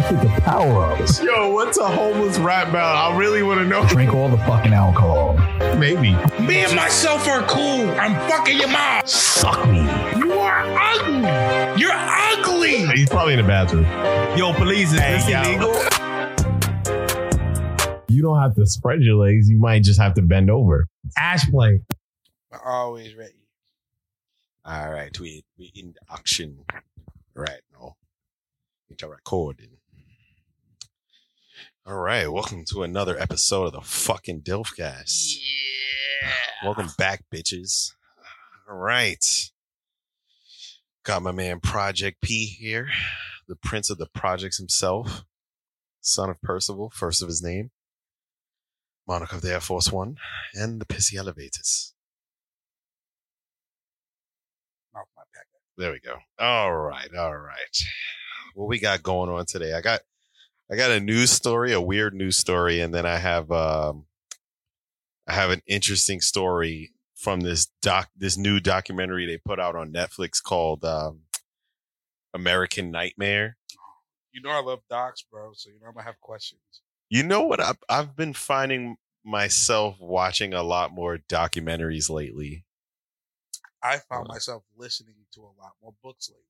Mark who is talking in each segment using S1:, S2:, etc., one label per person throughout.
S1: the power ups.
S2: Yo, what's a homeless rap about? I really want to know.
S1: Drink all the fucking alcohol.
S2: Maybe.
S3: Me and myself are cool. I'm fucking your mom.
S1: Suck me.
S3: You are ugly. You're ugly.
S2: He's probably in the bathroom.
S4: Yo, please, is this
S2: yo.
S4: illegal?
S2: You don't have to spread your legs. You might just have to bend over.
S4: Ash play.
S5: We're always ready. All right, we we in action right now. It's a recording. All right, welcome to another episode of the fucking Dilfcast. Welcome back, bitches. All right, got my man Project P here, the prince of the projects himself, son of Percival, first of his name, monarch of the Air Force One, and the pissy elevators.
S3: Mouth my back.
S5: There we go. All right, all right. What we got going on today? I got I got a news story, a weird news story, and then I have um I have an interesting story from this doc this new documentary they put out on Netflix called um American Nightmare.
S3: You know I love docs, bro. So you know I'm gonna have questions.
S5: You know what I've I've been finding myself watching a lot more documentaries lately.
S3: I found
S5: Wow.
S3: myself listening to a lot more books lately.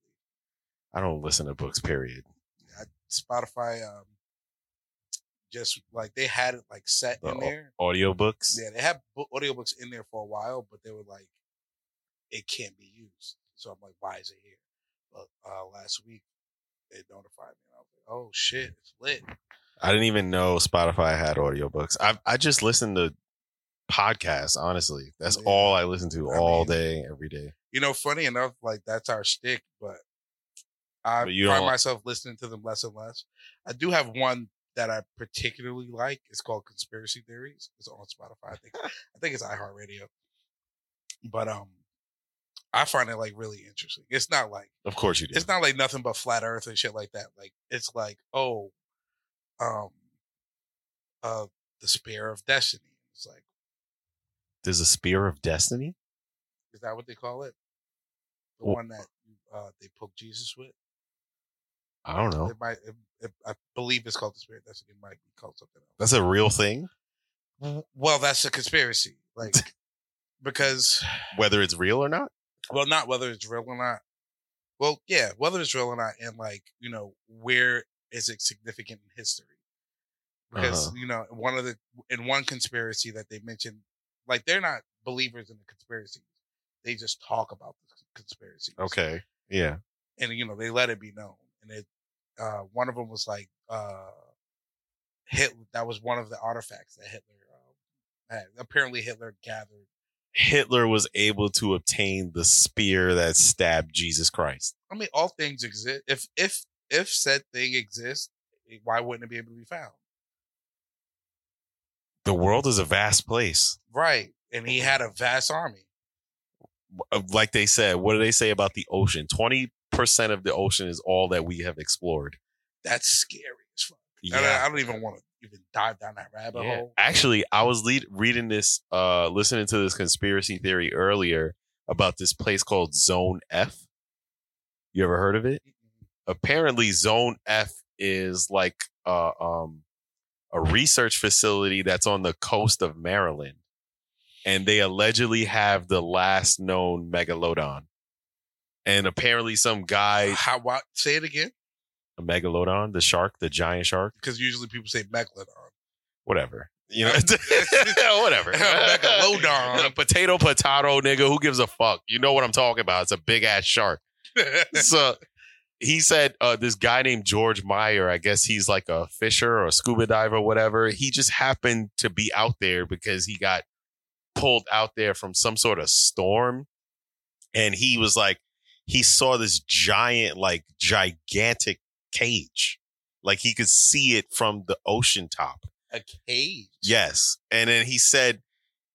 S5: I don't listen to books, period.
S3: I, Spotify, um, just like they had it like set in
S5: Oh.
S3: there.
S5: Audiobooks.
S3: Yeah, they had book, audiobooks in there for a while, but they were like, it can't be used. So I'm like, why is it here? But uh, last week they notified me. And I was like, oh shit, it's lit.
S5: I didn't even know Spotify had audiobooks. I I just listened to podcasts, honestly. That's
S3: Yeah.
S5: all I listen to
S3: I
S5: all
S3: mean-
S5: day, every day.
S3: You know, funny enough, like that's our stick, but I
S5: But you
S3: find
S5: don't-
S3: myself listening to them less and less. I do have one that I particularly like. It's called Conspiracy Theories. It's on Spotify. I think I think it's iHeartRadio. But um I find it like really interesting. It's not like
S5: Of course you do.
S3: it's not like nothing but flat earth and shit like that. Like it's like, oh, um uh the spear of destiny. It's like,
S5: There's a spear of destiny.
S3: is that what they call it? The
S5: Well-
S3: one that uh they poke Jesus with?
S5: I don't know.
S3: It might. It, it, I believe it's called the spirit. That's it. Might be called something else.
S5: That's a real thing.
S3: W- Well, that's a conspiracy, like because
S5: Whether it's real or not,
S3: well, not whether it's real or not. Well, yeah, whether it's real or not, and like you know, where is it significant in history? Because
S5: Uh-huh.
S3: you know, one of the in one conspiracy that they mentioned, like they're not believers in the conspiracy. They just talk about the conspiracy.
S5: okay, yeah.
S3: and you know they let it be known and it uh one of them was like uh hitler that was one of the artifacts that hitler um, had apparently hitler gathered
S5: Hitler was able to obtain the spear that stabbed Jesus Christ.
S3: i mean all things exist if if if said thing exists why wouldn't it be able to be found
S5: The world is a vast place.
S3: right and he had a vast army
S5: Uh, Like they said, what do they say about the ocean? Twenty percent of the ocean is all that we have explored.
S3: that's scary as fuck. I, don't, I don't even want to even dive down that rabbit
S5: Yeah.
S3: hole
S5: Actually, I was lead, reading this, uh, listening to this conspiracy theory earlier about this place called Zone F. You ever heard of it? Apparently, Zone F is like uh, um, a research facility that's on the coast of Maryland, and they allegedly have the last known megalodon. And apparently, some guy,
S3: how why, say it again
S5: a megalodon, the shark, the giant shark,
S3: because usually people say megalodon
S5: whatever. You know, whatever.
S3: Megalodon.
S5: Potato, potato, nigga. Who gives a fuck? You know what I'm talking about. It's a big ass shark. So he said, uh, this guy named George Meyer, I guess he's like a fisher or a scuba diver, whatever. He just happened to be out there because he got pulled out there from some sort of storm. And he was like, he saw this giant, like gigantic cage. Like he could see it from the ocean top.
S3: a cage
S5: Yes. And then he said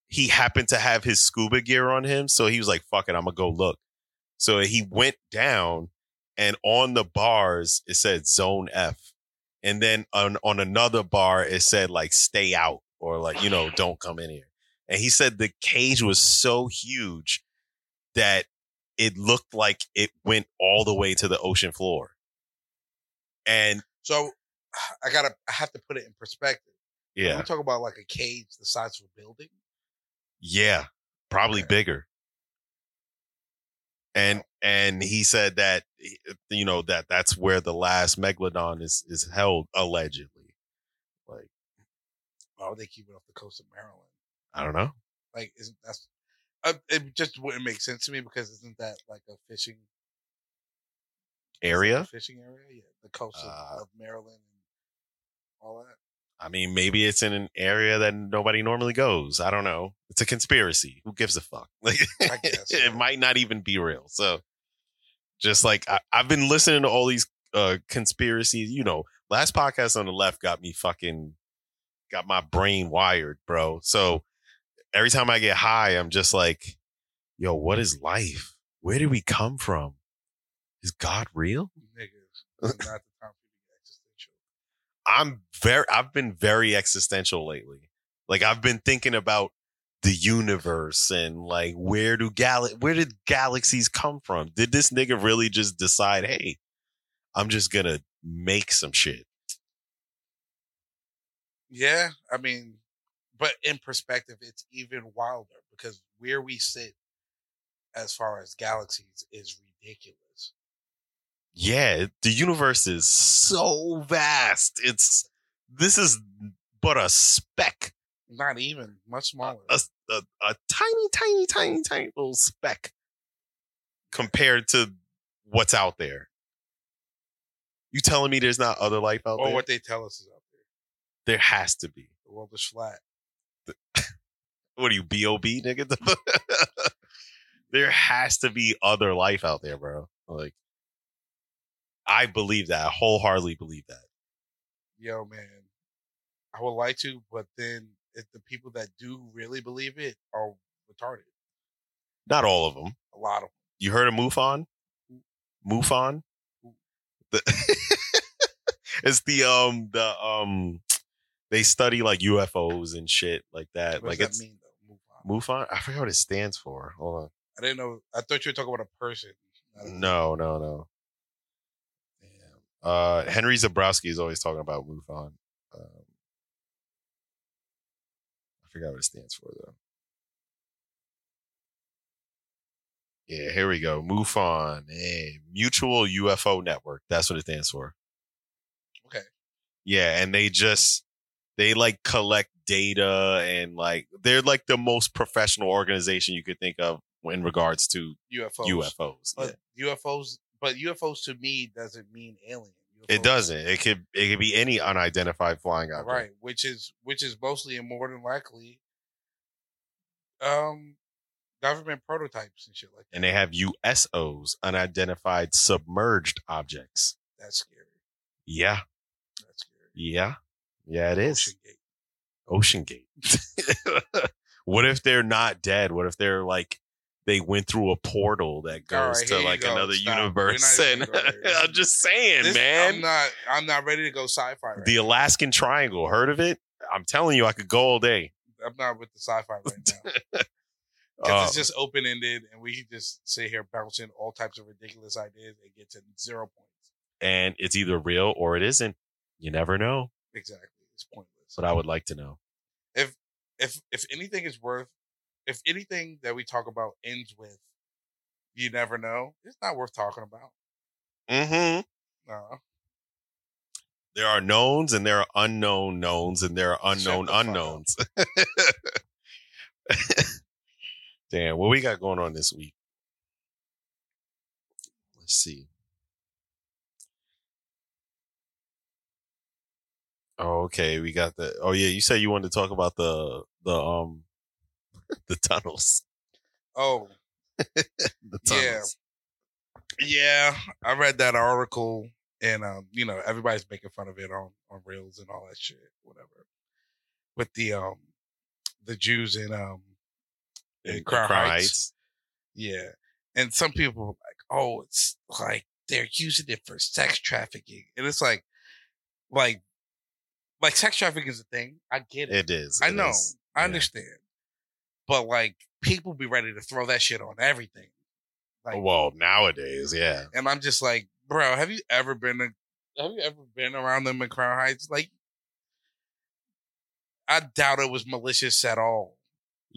S5: he happened to have his scuba gear on him. So he was like, fuck it, I'm going to go look. So he went down and on the bars, it said zone F. And then on, on another bar, it said like stay out or like, you know, don't come in here. And he said the cage was so huge that it looked like it went all the way to the ocean floor. And
S3: So I gotta I have to put it in perspective.
S5: Yeah.
S3: We talk about like a cage the size of a building.
S5: Yeah, probably
S3: Okay.
S5: bigger. And and he said that eh, you know that that's where the last megalodon is is held allegedly. Like
S3: Why would they keep it off the coast of Maryland?
S5: I don't know.
S3: Like, isn't that's uh, it? Just wouldn't make sense to me because isn't that like a fishing
S5: Area?
S3: Fishing area, yeah, the coast of,
S5: Uh,
S3: of Maryland and all that.
S5: I mean, maybe it's in an area that nobody normally goes. I don't know. It's a conspiracy. Who gives a fuck? Like
S3: I guess, yeah.
S5: it might not even be real. So just like I, I've been listening to all these uh conspiracies, you know, last podcast on the left got me fucking got my brain wired, bro. So every time I get high, I'm just like, yo, what is life? Where did we come from? Is God real?
S3: Niggas, this is not the time for you to be existential.
S5: I'm very I've been very existential lately. Like I've been thinking about the universe and like where do gal where did galaxies come from? Did this nigga really just decide, hey, I'm just gonna make some shit?
S3: Yeah, I mean, but in perspective, it's even wilder because where we sit as far as galaxies is ridiculous.
S5: Yeah, the universe is so vast. It's this is but a speck,
S3: Not even much
S5: a,
S3: smaller.
S5: a, a, a tiny, tiny, tiny, tiny little speck compared to what's out there. You telling me there's not other life out
S3: or
S5: there?
S3: what they tell us is out there.
S5: There has to be.
S3: The world is flat.
S5: What are you, Bob, nigga? there has to be other life out there, bro. Like, I believe that. I wholeheartedly believe that.
S3: Yo, man, I would like to, but then if the people that do really believe it are retarded.
S5: Not all of them.
S3: A lot of
S5: You heard of Mufon? Mufon? The it's the um the um they study like UFOs and shit like that.
S3: them. What
S5: like
S3: does
S5: it's
S3: that mean, though? Move on.
S5: Mufon. I forget what it stands for. Hold on.
S3: I didn't know. I thought you were talking about a person. not a-
S5: No, no, no. Uh, Henry Zabrowski is always talking about MUFON. Um, I forgot what it stands for though. Yeah, here we go. MUFON, eh, Mutual UFO Network. That's what it stands for.
S3: Okay.
S5: Yeah, and they just they like collect data and like they're like the most professional organization you could think of in regards to
S3: UFOs.
S5: UFOs. Yeah.
S3: But UFOs, but UFOs to me doesn't mean alien.
S5: It
S3: UFOs
S5: doesn't. It could it could be any unidentified flying object.
S3: right? Which is which is mostly and more than likely, um, government prototypes and shit like that.
S5: And they have USOs, unidentified submerged objects.
S3: That's scary.
S5: Yeah.
S3: That's scary.
S5: Yeah. Yeah, it is.
S3: Ocean Gate.
S5: Ocean Gate. what if they're not dead? What if they're like they went through a portal that
S3: All
S5: goes
S3: right,
S5: to
S3: here you
S5: like
S3: go.
S5: another
S3: Stop. We're
S5: universe?
S3: not even
S5: And
S3: gonna go there.
S5: I'm just saying,
S3: This-
S5: man.
S3: I'm not. I'm not ready to go sci-fi. Right
S5: the
S3: now.
S5: Alaskan Triangle. Heard of it? I'm telling you, I could go all day.
S3: I'm not with the sci-fi right now. Because
S5: Uh,
S3: it's just open-ended, and we can just sit here bouncing all types of ridiculous ideas and get to zero points.
S5: and it's either real or it isn't. You never know.
S3: Exactly. It's pointless.
S5: That's what I would like to know.
S3: if if anything is worth if anything that we talk about ends with you never know it's not worth talking about
S5: Mm-hmm.
S3: no
S5: there are knowns and there are unknown knowns and there are unknown
S3: Shut the fuck up.
S5: unknowns. Damn, what we got going on this week? Let's see. Oh, okay, we got the. Oh yeah, you said you wanted to talk about the the um the tunnels.
S3: oh
S5: The
S3: Yeah.
S5: tunnels.
S3: yeah i read that article and um you know everybody's making fun of it on on reels and all that shit whatever with the um the jews in um in Crown Heights. Yeah. And some people were like, oh, it's like they're using it for sex trafficking. And it's like, like, like sex trafficking is a thing. I get it.
S5: It is.
S3: I
S5: it
S3: know.
S5: is.
S3: I
S5: Yeah.
S3: understand. But like, people be ready to throw that shit on everything. Like,
S5: well, nowadays, yeah.
S3: and I'm just like, bro, have you ever been to have you ever been around them in Crown Heights? Like, I doubt it was malicious at all.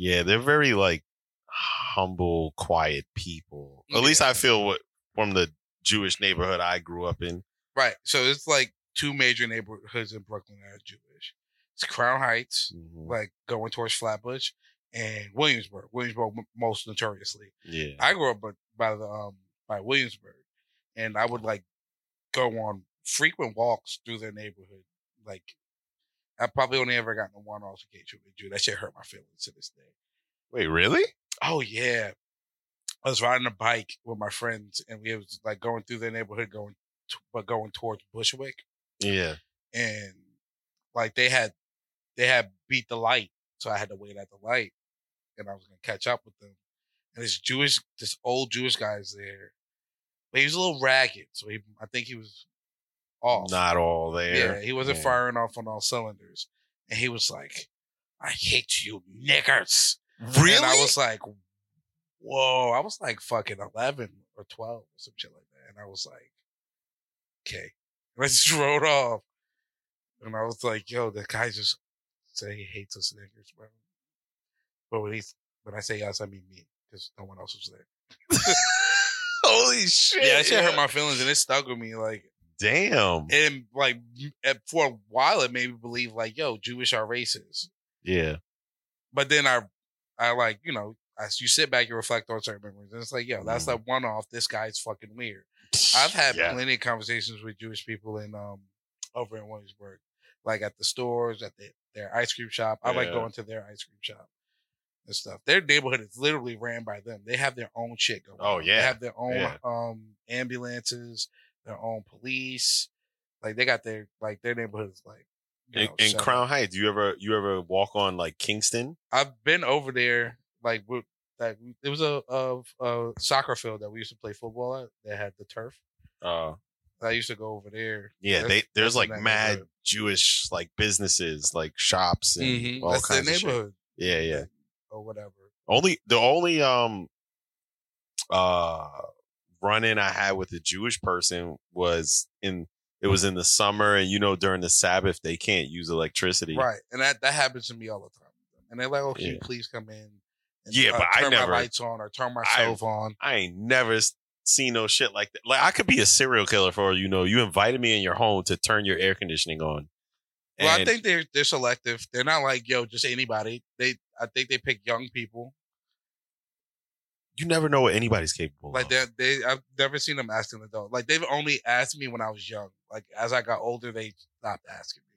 S5: Yeah, they're very like humble, quiet people. At least I feel what from the Jewish neighborhood I grew up in.
S3: Right. So it's like two major neighborhoods in Brooklyn that are Jewish. It's Crown Heights,
S5: Mm-hmm.
S3: like going towards Flatbush, and Williamsburg. Williamsburg m- most notoriously.
S5: Yeah,
S3: I grew up by- by the um by Williamsburg, and I would like go on frequent walks through their neighborhood. Like, I probably only ever gotten one altercation with Jew. That shit hurt my feelings to this day.
S5: wait, really?
S3: Oh yeah, I was riding a bike with my friends, and we was like going through their neighborhood, going t- but going towards Bushwick,
S5: Yeah,
S3: and like they had they had beat the light, so I had to wait at the light, and I was gonna catch up with them. And this Jewish, this old Jewish guy's there, but he was a little ragged, so he, I think he was off.
S5: not all there.
S3: yeah, he wasn't
S5: Yeah.
S3: firing off on all cylinders, and he was like, "I hate you, niggers."
S5: Really?
S3: And I was like, whoa. I was like fucking 11 or 12 or some shit like that. And I was like, okay. And I just rode off. And I was like, yo, the guy just said he hates us niggers, bro. But when, he's, when I say us, I mean me, because no one else was there.
S5: Holy shit!
S3: Yeah, that shit hurt my feelings and it stuck with me. Like,
S5: Damn.
S3: and like at- for a while, it made me believe, like, yo, Jewish are racist.
S5: yeah.
S3: but then I, I like you know, as you sit back and reflect on certain memories, and it's like, yo, that's
S5: Mhm.
S3: that one off. This guy's fucking weird. I've had
S5: Yeah.
S3: plenty of conversations with Jewish people in um over in Williamsburg, like at the stores, at the, their ice cream shop. I like
S5: Yeah.
S3: going to their ice cream shop and stuff. Their neighborhood is literally ran by them. They have their own shit going.
S5: Oh,
S3: on.
S5: yeah.
S3: they have their own
S5: Yeah.
S3: um ambulances, their own police. Like they got their like their neighborhood is like you
S5: In,
S3: know,
S5: in
S3: shut up.
S5: Crown Heights, you ever you ever walk on like Kingston?
S3: I've been over there. Like we- like it was a, a, a soccer field that we used to play football at. That had the turf.
S5: Uh,
S3: I used to go over there.
S5: yeah,
S3: That's-
S5: they
S3: that's
S5: there's
S3: in
S5: like
S3: that
S5: mad
S3: neighborhood.
S5: Jewish like businesses, like shops and all
S3: Mm-hmm. That's their
S5: kinds of shit.
S3: neighborhood
S5: Yeah, yeah.
S3: or whatever.
S5: Only the only um uh run in I had with a Jewish person was in it was in the summer and you know during the Sabbath they can't use electricity.
S3: Right, and that that happens to me all the time. And they're like, "Oh, can you
S5: Yeah.
S3: please come in?" And, uh,
S5: Yeah, but I
S3: turn
S5: never-
S3: my lights on or turn my
S5: I-
S3: stove on.
S5: I ain't never s- seen no shit like that. Like I could be a serial killer for all you know. You invited me in your home to turn your air conditioning on.
S3: Well, I
S5: And-
S3: think they're they're selective. They're not like yo, just anybody. They I think they pick young people.
S5: you never know what anybody's capable
S3: Like
S5: of.
S3: they, they, I've never seen them ask an adult. Like they've only asked me when I was young. Like as I got older, they stopped asking me.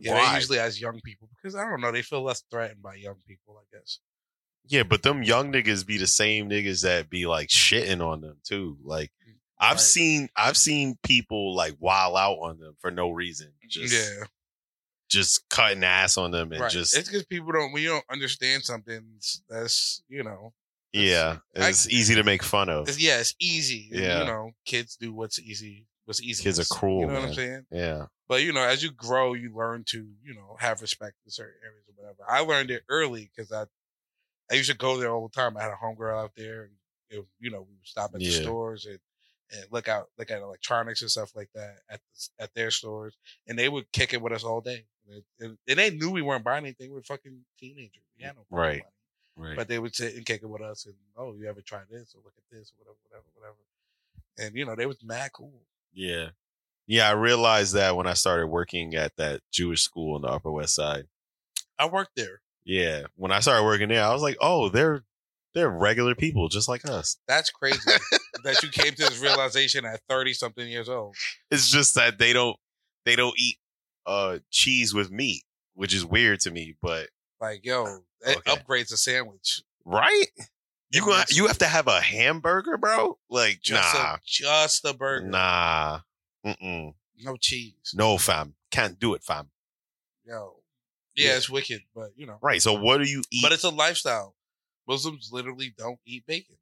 S3: Yeah,
S5: Why?
S3: they usually ask young people because I don't know. They feel less threatened by young people, I guess.
S5: Yeah, but them young niggas be the same niggas that be like shitting on them too. Like I've
S3: Mm, Right.
S5: seen I've seen people like wild out on them for no reason. Just
S3: yeah,
S5: just cutting ass on them and
S3: right.
S5: just
S3: it's because people don't. We don't understand something. s- That's you know.
S5: yeah,
S3: I-
S5: it's easy to make fun of.
S3: It's, yeah, it's easy. and,
S5: Yeah.
S3: you know, kids do what's easy. What's easy.
S5: Kids are cruel,
S3: You know what
S5: man.
S3: I'm saying?
S5: Yeah.
S3: But you know, as you grow, you learn to you know have respect in certain areas or whatever. I learned it early because I I used to go there all the time. I had a homegirl out there, and it, you know we would stop at
S5: Yeah.
S3: the stores and and look out look at electronics and stuff like that at the, at their stores, and they would kick it with us all day. And, and- and they knew we weren't buying anything. We were fucking teenagers. We had no fucking
S5: Right.
S3: money.
S5: Right.
S3: But they would sit and kick it with us and oh, you ever try this or look at this or whatever, whatever, whatever. And you know they was mad cool.
S5: yeah. Yeah, I realized that when I started working at that Jewish school on the Upper West Side.
S3: I worked there.
S5: Yeah. When I started working there, I was like, oh, they're they're regular people just like us.
S3: That's crazy that you came to this realization at 30 something years old.
S5: It's just that they don't they don't eat uh cheese with meat, which is weird to me, but
S3: Like, yo, it
S5: Uh, Okay.
S3: upgrades a sandwich.
S5: right?
S3: It
S5: You gonna,
S3: makes
S5: you have to have a hamburger, bro? Like
S3: just
S5: nah.
S3: a, just a burger.
S5: Nah. Mm-mm.
S3: No cheese.
S5: No, fam. Can't do it, fam.
S3: Yo. Yeah,
S5: Yeah.
S3: it's wicked, but you know.
S5: Right. So what do you eat?
S3: But it's a lifestyle. Muslims literally don't eat bacon.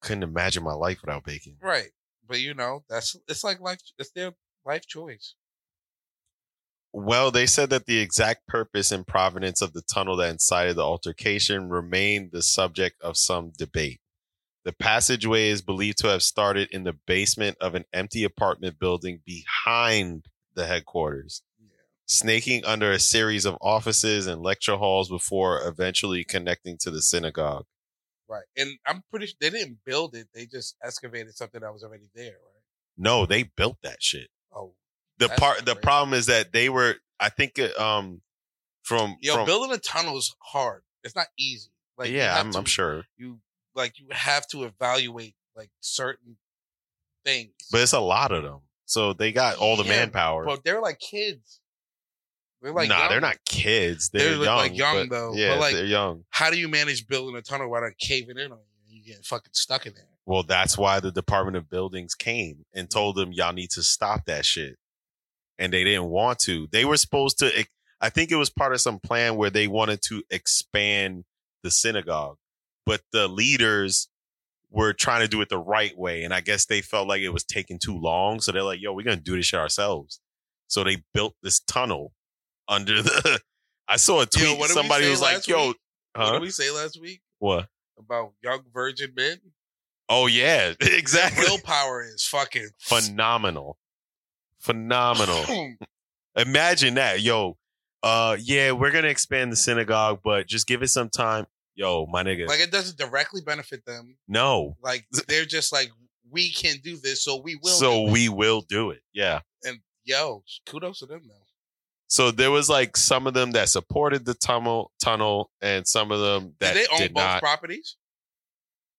S5: couldn't imagine my life without bacon.
S3: Right. But you know, that's it's like life it's their life choice.
S5: Well, they said that the exact purpose and provenance of the tunnel that incited the altercation remained the subject of some debate. The passageway is believed to have started in the basement of an empty apartment building behind the headquarters, snaking under a series of offices and lecture halls before eventually connecting to the synagogue.
S3: Right. And I'm pretty sure they didn't build it. They just excavated something that was already there, right?
S5: No, they built that shit.
S3: Oh.
S5: The
S3: That's
S5: part, the
S3: crazy.
S5: problem is that they were, I think, uh, um, from
S3: Yo,
S5: from
S3: building a tunnel is hard. It's not easy. Like you
S5: yeah,
S3: have
S5: I'm,
S3: to-
S5: I'm sure,
S3: You like you have to evaluate like certain things.
S5: but it's a lot of them, so they got all the
S3: Yeah,
S5: manpower.
S3: but they're like kids. They're like
S5: nah, they're
S3: young.
S5: not kids.
S3: They
S5: They're,
S3: look
S5: young.
S3: like young,
S5: but-
S3: though,
S5: Yeah,
S3: but, like-
S5: they're young.
S3: How do you manage building a tunnel without it caving in on you? You get fucking stuck in there.
S5: Well, that's why the Department of Buildings came and told them y'all need to stop that shit. And they didn't want to. They were supposed to e-, I think it was part of some plan where they wanted to expand the synagogue, but the leaders were trying to do it the right way and I guess they felt like it was taking too long, so they're like, "Yo, we're going to do this shit ourselves." So they built this tunnel under the I saw a tweet
S3: what did we
S5: somebody
S3: say
S5: was like,
S3: last
S5: "Yo,
S3: week? What
S5: huh?
S3: did we say last week
S5: What?
S3: about young virgin men?
S5: Oh yeah, exactly.
S3: Willpower is fucking
S5: phenomenal phenomenal imagine that yo uh yeah we're gonna expand the synagogue but just give it some time yo my nigga
S3: like it doesn't directly benefit them.
S5: no
S3: Like they're just like, we can do this, so we will.
S5: so
S3: do it.
S5: we will do it yeah
S3: and yo, kudos to them though.
S5: so there was like some of them that supported the tunnel tunnel and some of them that
S3: Did they own
S5: did
S3: both
S5: not
S3: properties?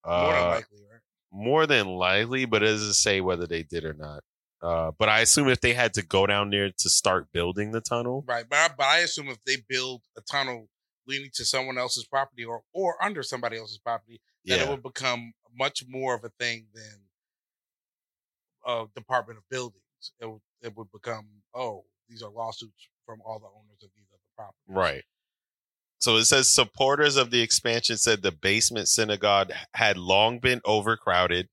S3: More than
S5: Uh,
S3: likely, right?
S5: more than likely, but it doesn't say whether they did or not uh but i assume if they had to go down there to start building the tunnel
S3: Right, but I, but I assume if they build a tunnel leading to someone else's property or or under somebody else's property, that it
S5: yeah
S3: would become much more of a thing than a Department of Buildings. It would, it would become oh, these are lawsuits from all the owners of these other properties.
S5: Right. So it says supporters of the expansion said the basement synagogue had long been overcrowded,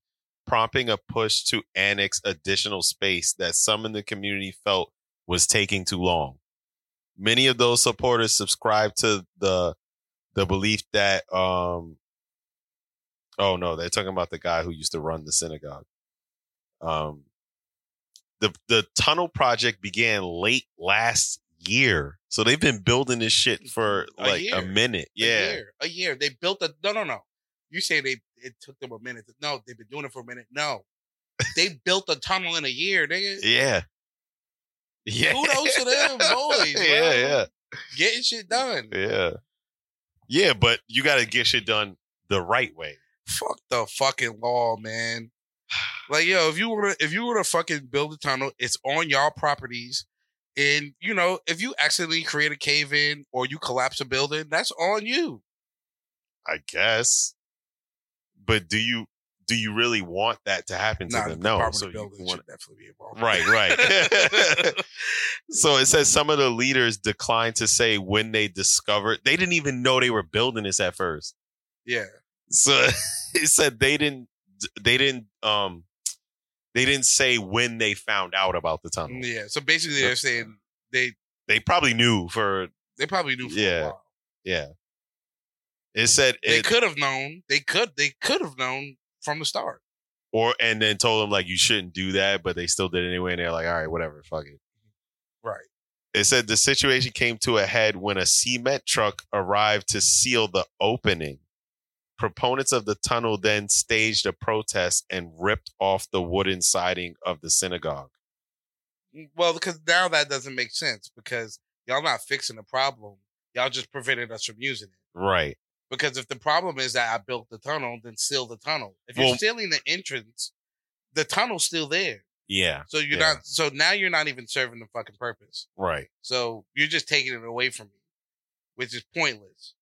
S5: prompting a push to annex additional space that some in the community felt was taking too long. Many of those supporters subscribed to the the belief that um oh no, they're talking about the guy who used to run the synagogue. Um the the tunnel project began late last year. So they've been building this shit for
S3: Mm-hmm. A
S5: like a,
S3: year.
S5: minute.
S3: a
S5: Yeah.
S3: year, a year. They built a no, no, no. You say they it took them a minute? No, they've been doing it for a minute. No, they built a tunnel in a year, nigga.
S5: Yeah. Yeah.
S3: Kudos to them boys.
S5: yeah, yeah.
S3: getting shit done.
S5: Yeah. Yeah, but you got to get shit done the right way.
S3: Fuck the fucking law, man. Like yo, if you were to, if you were to fucking build a tunnel, it's on y'all properties, and you know if you accidentally create a cave in or you collapse a building, that's on you.
S5: I guess. But do you do you really want that to happen to
S3: Nah, the
S5: them? No.
S3: Department
S5: So
S3: of
S5: you
S3: Buildings
S5: want,
S3: should definitely be involved.
S5: right, right. so it says some of the leaders declined to say when they discovered they didn't even know they were building this at first.
S3: yeah.
S5: So it said they didn't they didn't um they didn't say when they found out about the tunnel.
S3: Yeah. So basically, they're saying they
S5: They probably knew for
S3: they probably knew. For
S5: Yeah.
S3: A while.
S5: yeah. It said
S3: They
S5: it,
S3: could have known. They could. They could have known from the start.
S5: or and then told them like you shouldn't do that, but they still did it anyway, and they're like, all right, whatever, fuck it.
S3: Right.
S5: It said the situation came to a head when a cement truck arrived to seal the opening. Proponents of the tunnel then staged a protest and ripped off the wooden siding of the synagogue.
S3: Mm, Well, because now that doesn't make sense because y'all not fixing the problem. Y'all just prevented us from using it.
S5: Right.
S3: Because if the problem is that I built the tunnel, then seal the tunnel. If you're
S5: Well-
S3: sealing the entrance, the tunnel's still there.
S5: Yeah.
S3: So you're
S5: Yeah.
S3: not. So now you're not even serving the fucking purpose.
S5: Right.
S3: So you're just taking it away from me, which is pointless.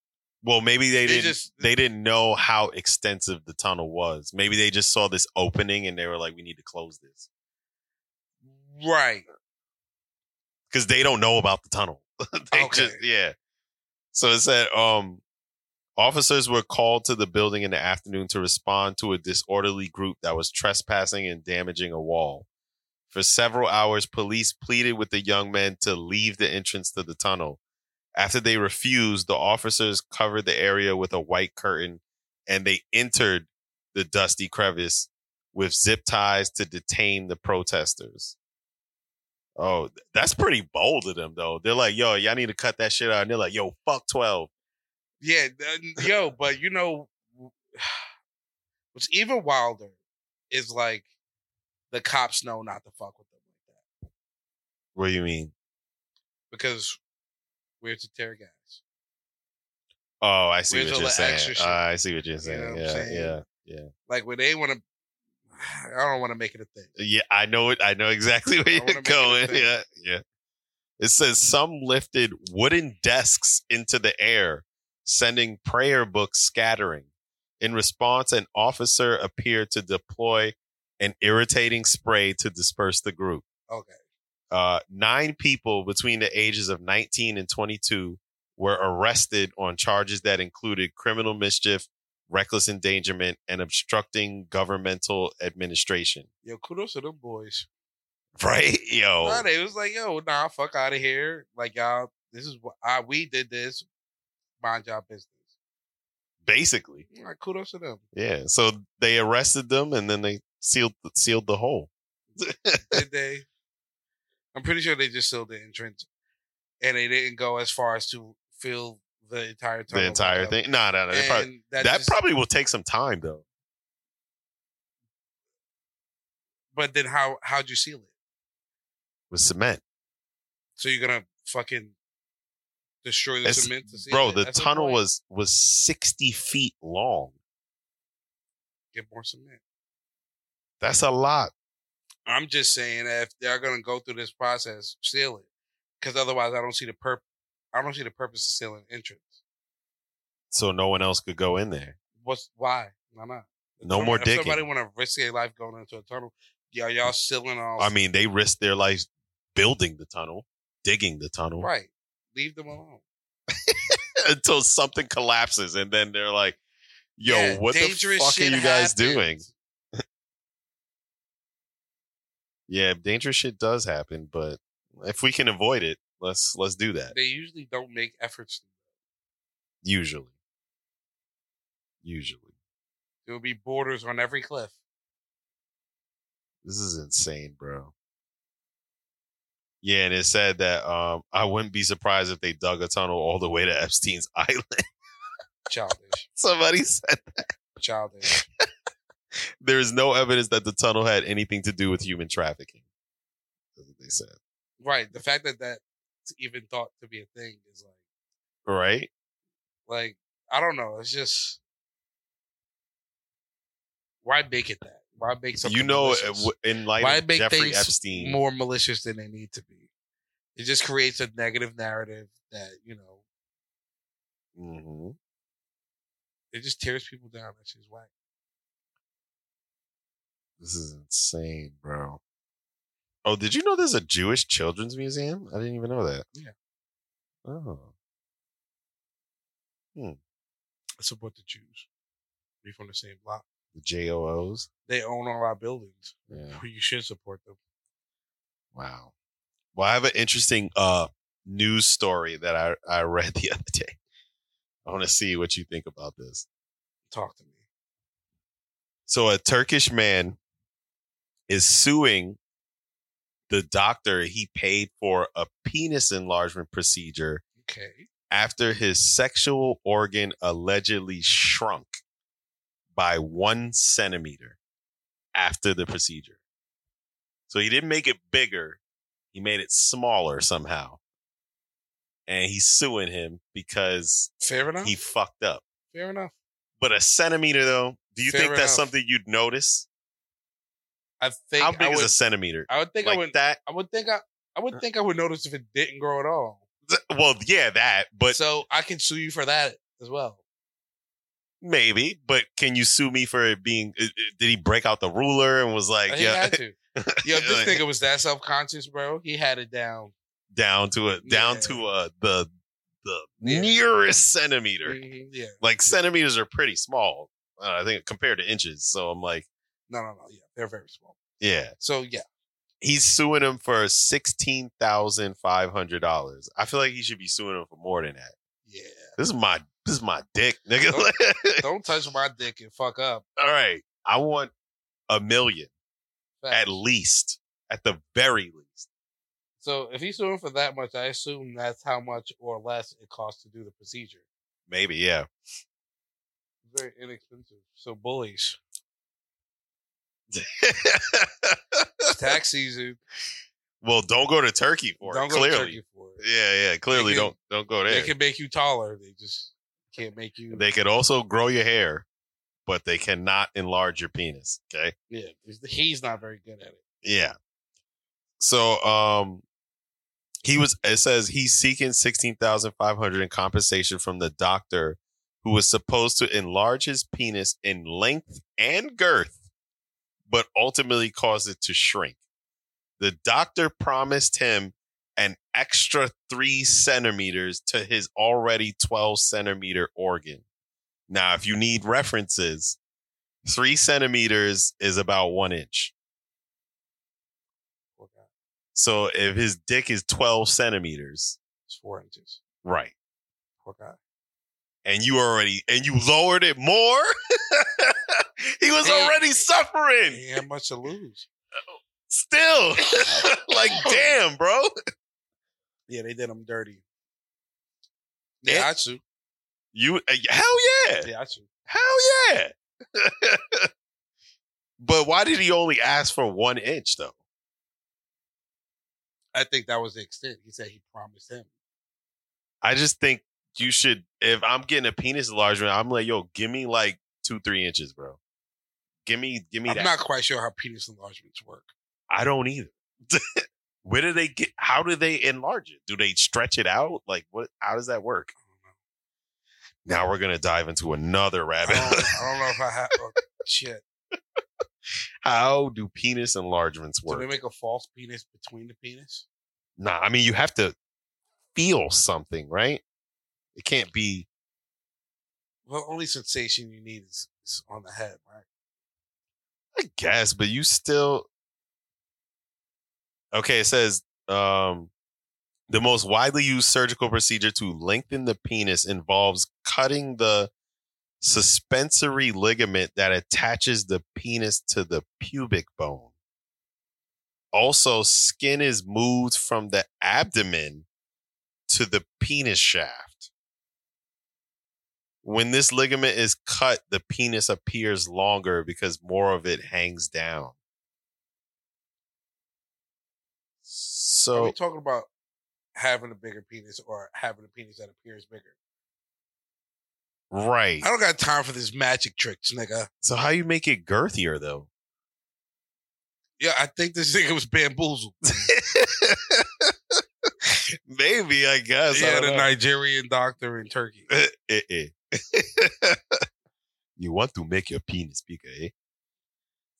S5: Well, maybe they
S3: They
S5: didn't.
S3: just-
S5: they didn't know how extensive the tunnel was. Maybe they just saw this opening and they were like, "We need to close this,"
S3: Right.
S5: because they don't know about the tunnel. they
S3: Okay.
S5: just yeah. So it said, um, officers were called to the building in the afternoon to respond to a disorderly group that was trespassing and damaging a wall. For several hours, police pleaded with the young men to leave the entrance to the tunnel. After they refused, the officers covered the area with a white curtain and they entered the dusty crevice with zip ties to detain the protesters. Oh, th- that's pretty bold of them, though. They're like, yo, y'all need to cut that shit out. And they're like, yo, fuck 12.
S3: Yeah, th- yo, but you know, what's even wilder is like the cops know not to fuck with them like that
S5: What do you mean?
S3: because we're to tear gas.
S5: Oh, I see
S3: Where's
S5: what
S3: all
S5: you're
S3: the extra
S5: saying.
S3: shit?
S5: Uh, I see what you're
S3: You know
S5: saying.
S3: what I'm
S5: yeah,
S3: saying?
S5: yeah,
S3: Like when they want to, I don't want to make it a thing.
S5: yeah. I know it. I know exactly where
S3: I wanna
S5: you're
S3: make it a
S5: going.
S3: thing.
S5: Yeah, yeah. It says some lifted wooden desks into the air, sending prayer books scattering. In response, an officer appeared to deploy an irritating spray to disperse the group.
S3: Okay,
S5: Uh, nine people between the ages of 19 and 22 were arrested on charges that included criminal mischief, reckless endangerment, and obstructing governmental administration.
S3: yo, kudos to them boys.
S5: Right? Yo.
S3: Nah, they was like, yo, nah, fuck out of here. Like y'all, this is what I we did this. Mind y'all business.
S5: Basically.
S3: Like kudos to them.
S5: Yeah. So they arrested them and then they sealed sealed the hole.
S3: Did they? I'm pretty sure they just sealed the entrance, and they didn't go as far as to fill the entire tunnel.
S5: The
S3: with
S5: entire
S3: them.
S5: thing. No, no, no. they probably-
S3: And
S5: That,
S3: just-
S5: probably will take some time though.
S3: But then how how'd you seal it?
S5: With cement.
S3: So you're gonna fucking destroy the
S5: It's-
S3: cement to seal
S5: Bro,
S3: it?
S5: the
S3: That's
S5: tunnel
S3: point.
S5: was was sixty feet long.
S3: get more cement.
S5: That's a lot.
S3: I'm just saying that if they're gonna go through this process, seal it, because otherwise I don't see the purp. I don't see the purpose of sealing entrance.
S5: So no one else could go in there.
S3: What's why? Why not?
S5: No more
S3: If somebody
S5: dicking.
S3: want to risk their life going into a tunnel, yeah, y'all sealing all.
S5: I mean, they risked their lives building the tunnel, digging the tunnel
S3: right. Leave them alone.
S5: until something collapses, and then they're like, "Yo,
S3: Yeah,
S5: what the
S3: dangerous
S5: fuck are
S3: shit
S5: you guys
S3: happens.
S5: doing?" Yeah, dangerous shit does happen, but if we can avoid it, let's let's do that.
S3: They usually don't make efforts.
S5: Usually, usually,
S3: There will be borders on every cliff.
S5: this is insane, bro. Yeah, and it said that um, I wouldn't be surprised if they dug a tunnel all the way to Epstein's island.
S3: Childish.
S5: Somebody said
S3: Childish.
S5: there is no evidence that the tunnel had anything to do with human trafficking. That's what they said.
S3: right. The fact that that's even thought to be a thing is like.
S5: Right?
S3: Like, I don't know. It's just why make it that? Why make something
S5: you know, uh,
S3: malicious?
S5: w- in light
S3: Why
S5: of
S3: make
S5: Jeffrey
S3: things
S5: Epstein,
S3: more malicious than they need to be? It just creates a negative narrative that you know
S5: Mhm.
S3: it just tears people down. That shit's whack.
S5: this is insane, bro. Oh, did you know there's a Jewish children's museum? I didn't even know that.
S3: Yeah.
S5: Oh,
S3: I support the Jews. We from the same block.
S5: the JOOs.
S3: They own all our buildings.
S5: Yeah.
S3: You should support them.
S5: Wow. Well, I have an interesting uh news story that I I read the other day. I want to see what you think about this.
S3: Talk to me.
S5: So a Turkish man is suing the doctor he paid for a penis enlargement procedure
S3: Okay.
S5: after his sexual organ allegedly shrunk by one centimeter after the procedure. So he didn't make it bigger, he made it smaller somehow. And he's suing him because
S3: Fair enough.
S5: he fucked up.
S3: Fair enough.
S5: But a centimeter, though, do you
S3: Fair
S5: think that's
S3: enough.
S5: something you'd notice?
S3: I think
S5: How big
S3: I would,
S5: is a centimeter?
S3: I would think I
S5: Like
S3: would
S5: that?
S3: I would think I I would think I would notice if it didn't grow at all.
S5: Th- Well, yeah, that, but
S3: so I can sue you for that as well.
S5: maybe. But can you sue me for it being? i- i- Did he break out the ruler and was like,
S3: he
S5: yeah,
S3: had to. Yo, if this
S5: Like-
S3: nigga was that self conscious, bro. He had it down.
S5: down to a down
S3: Yeah.
S5: to a the the
S3: Yeah.
S5: nearest centimeter?
S3: Mhm, Yeah.
S5: Like centimeters are pretty small, uh, I think, compared to inches. So I'm like,
S3: No, no, no. Yeah, they're very small.
S5: yeah,
S3: So yeah,
S5: he's suing him for sixteen thousand five hundred dollars. I feel like he should be suing him for more than that.
S3: yeah.
S5: This is my This is my dick, nigga.
S3: Don't touch my dick and fuck up.
S5: All right. I want a million at
S3: Facts.
S5: least, at the very least.
S3: So if he's suing for that much, I assume that's how much or less it costs to do the procedure.
S5: Maybe, yeah.
S3: Very inexpensive. So bullies. It's tax season.
S5: well, don't go to Turkey for
S3: don't
S5: it.
S3: go
S5: Clearly,
S3: to Turkey for it.
S5: yeah, yeah. Clearly,
S3: They can-
S5: don't don't go
S3: They
S5: there.
S3: can make you taller. They just can't make you.
S5: They could also grow your hair, but they cannot enlarge your penis. Okay.
S3: yeah, he's not very good at it.
S5: Yeah. So um he was it says he's seeking 16,500 in compensation from the doctor who was supposed to enlarge his penis in length and girth but ultimately caused it to shrink. The doctor promised him an extra 3 centimeters to his already 12 centimeter organ. Now, if you need references, 3 centimeters is about 1 inch.
S3: Poor guy.
S5: So if his dick is 12 centimeters,
S3: It's four inches.
S5: right,
S3: Poor guy.
S5: and you already and you lowered it more, he was
S3: Hey.
S5: already suffering.
S3: He had much to lose.
S5: Still, like damn, bro.
S3: Yeah, they did him dirty.
S5: Yeah.
S3: Yeah, I should.
S5: You uh, hell yeah,
S3: Yeah, I should.
S5: hell yeah. but why did he only ask for one inch though?
S3: I think that was the extent. He said he promised him.
S5: I just think you should. If I'm getting a penis enlargement, I'm like, yo, give me like two, three inches, bro. Give me, give me
S3: I'm
S5: that.
S3: not quite sure how penis enlargements work.
S5: I don't either. Where do they get? How do they enlarge it? Do they stretch it out? Like what? How does that work? Now we're gonna dive into another
S3: I
S5: rabbit.
S3: don't, I don't know if I have. Oh, shit.
S5: how do penis enlargements
S3: Do they
S5: work?
S3: make a false penis between the penis?
S5: Nah, I mean you have to feel something, right? It can't be.
S3: Well, only sensation you need is, is on the head, right?
S5: I guess, but you still. Okay, it says um, the most widely used surgical procedure to lengthen the penis involves cutting the suspensory ligament that attaches the penis to the pubic bone. Also, skin is moved from the abdomen to the penis shaft. When this ligament is cut, the penis appears longer because more of it hangs down.
S3: Are we
S5: So,
S3: talking about having a bigger penis or having a penis that appears bigger?
S5: right.
S3: I don't got time for this magic tricks, nigga.
S5: So, how you make it girthier, though?
S3: Yeah, I think this nigga was bamboozled.
S5: Maybe I guess.
S3: He
S5: I
S3: had
S5: don't
S3: a
S5: know.
S3: Nigerian doctor in Turkey.
S5: Eh, eh, eh. you want to make your penis bigger, eh?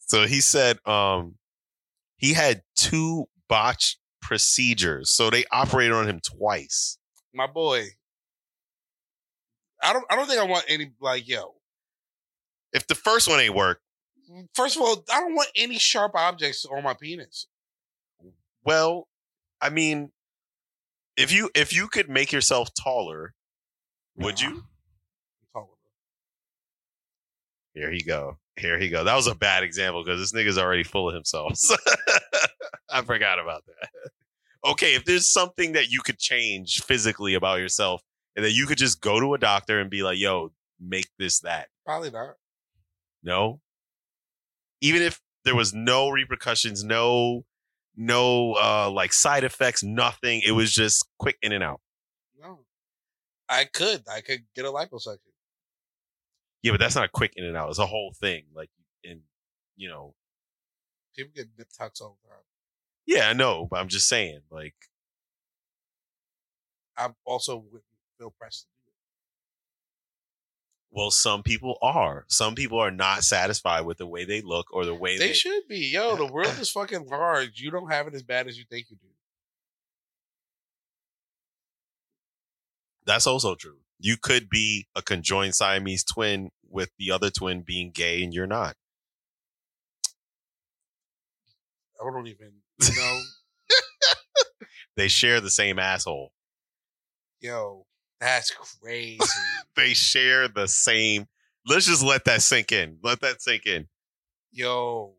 S5: So he said, um, he had two botched procedures, so they operated on him twice.
S3: My boy. I don't. I don't think I want any like yo.
S5: If the first one ain't work,
S3: First of all, I don't want any sharp objects on my penis.
S5: well, I mean, if you if you could make yourself taller, would
S3: Nah.
S5: you?
S3: Taller.
S5: Here he go. Here he go. That was a bad example because this nigga's already full of himself. I forgot about that. Okay, if there's something that you could change physically about yourself, and that you could just go to a doctor and be like, "Yo, make this that."
S3: Probably not.
S5: No. Even if there was no repercussions, no, no, uh, like side effects, nothing. It was just quick in and out.
S3: No. I could. I could get a liposuction.
S5: Yeah, but that's not quick in and out. It's a whole thing. Like, and you know,
S3: People get nip tucks all the time.
S5: yeah, I know, but I'm just saying, like.
S3: I also wouldn't feel pressed to do it.
S5: Well, some people are. Some people are not satisfied with the way they look or the way they.
S3: They should be. Yo, the world is fucking large. You don't have it as bad as you think you do.
S5: That's also true. You could be a conjoined Siamese twin with the other twin being gay, and you're not.
S3: I don't even know.
S5: They share the same asshole.
S3: Yo, That's crazy.
S5: They share the same. Let's just let that sink in. Let that sink in.
S3: Yo,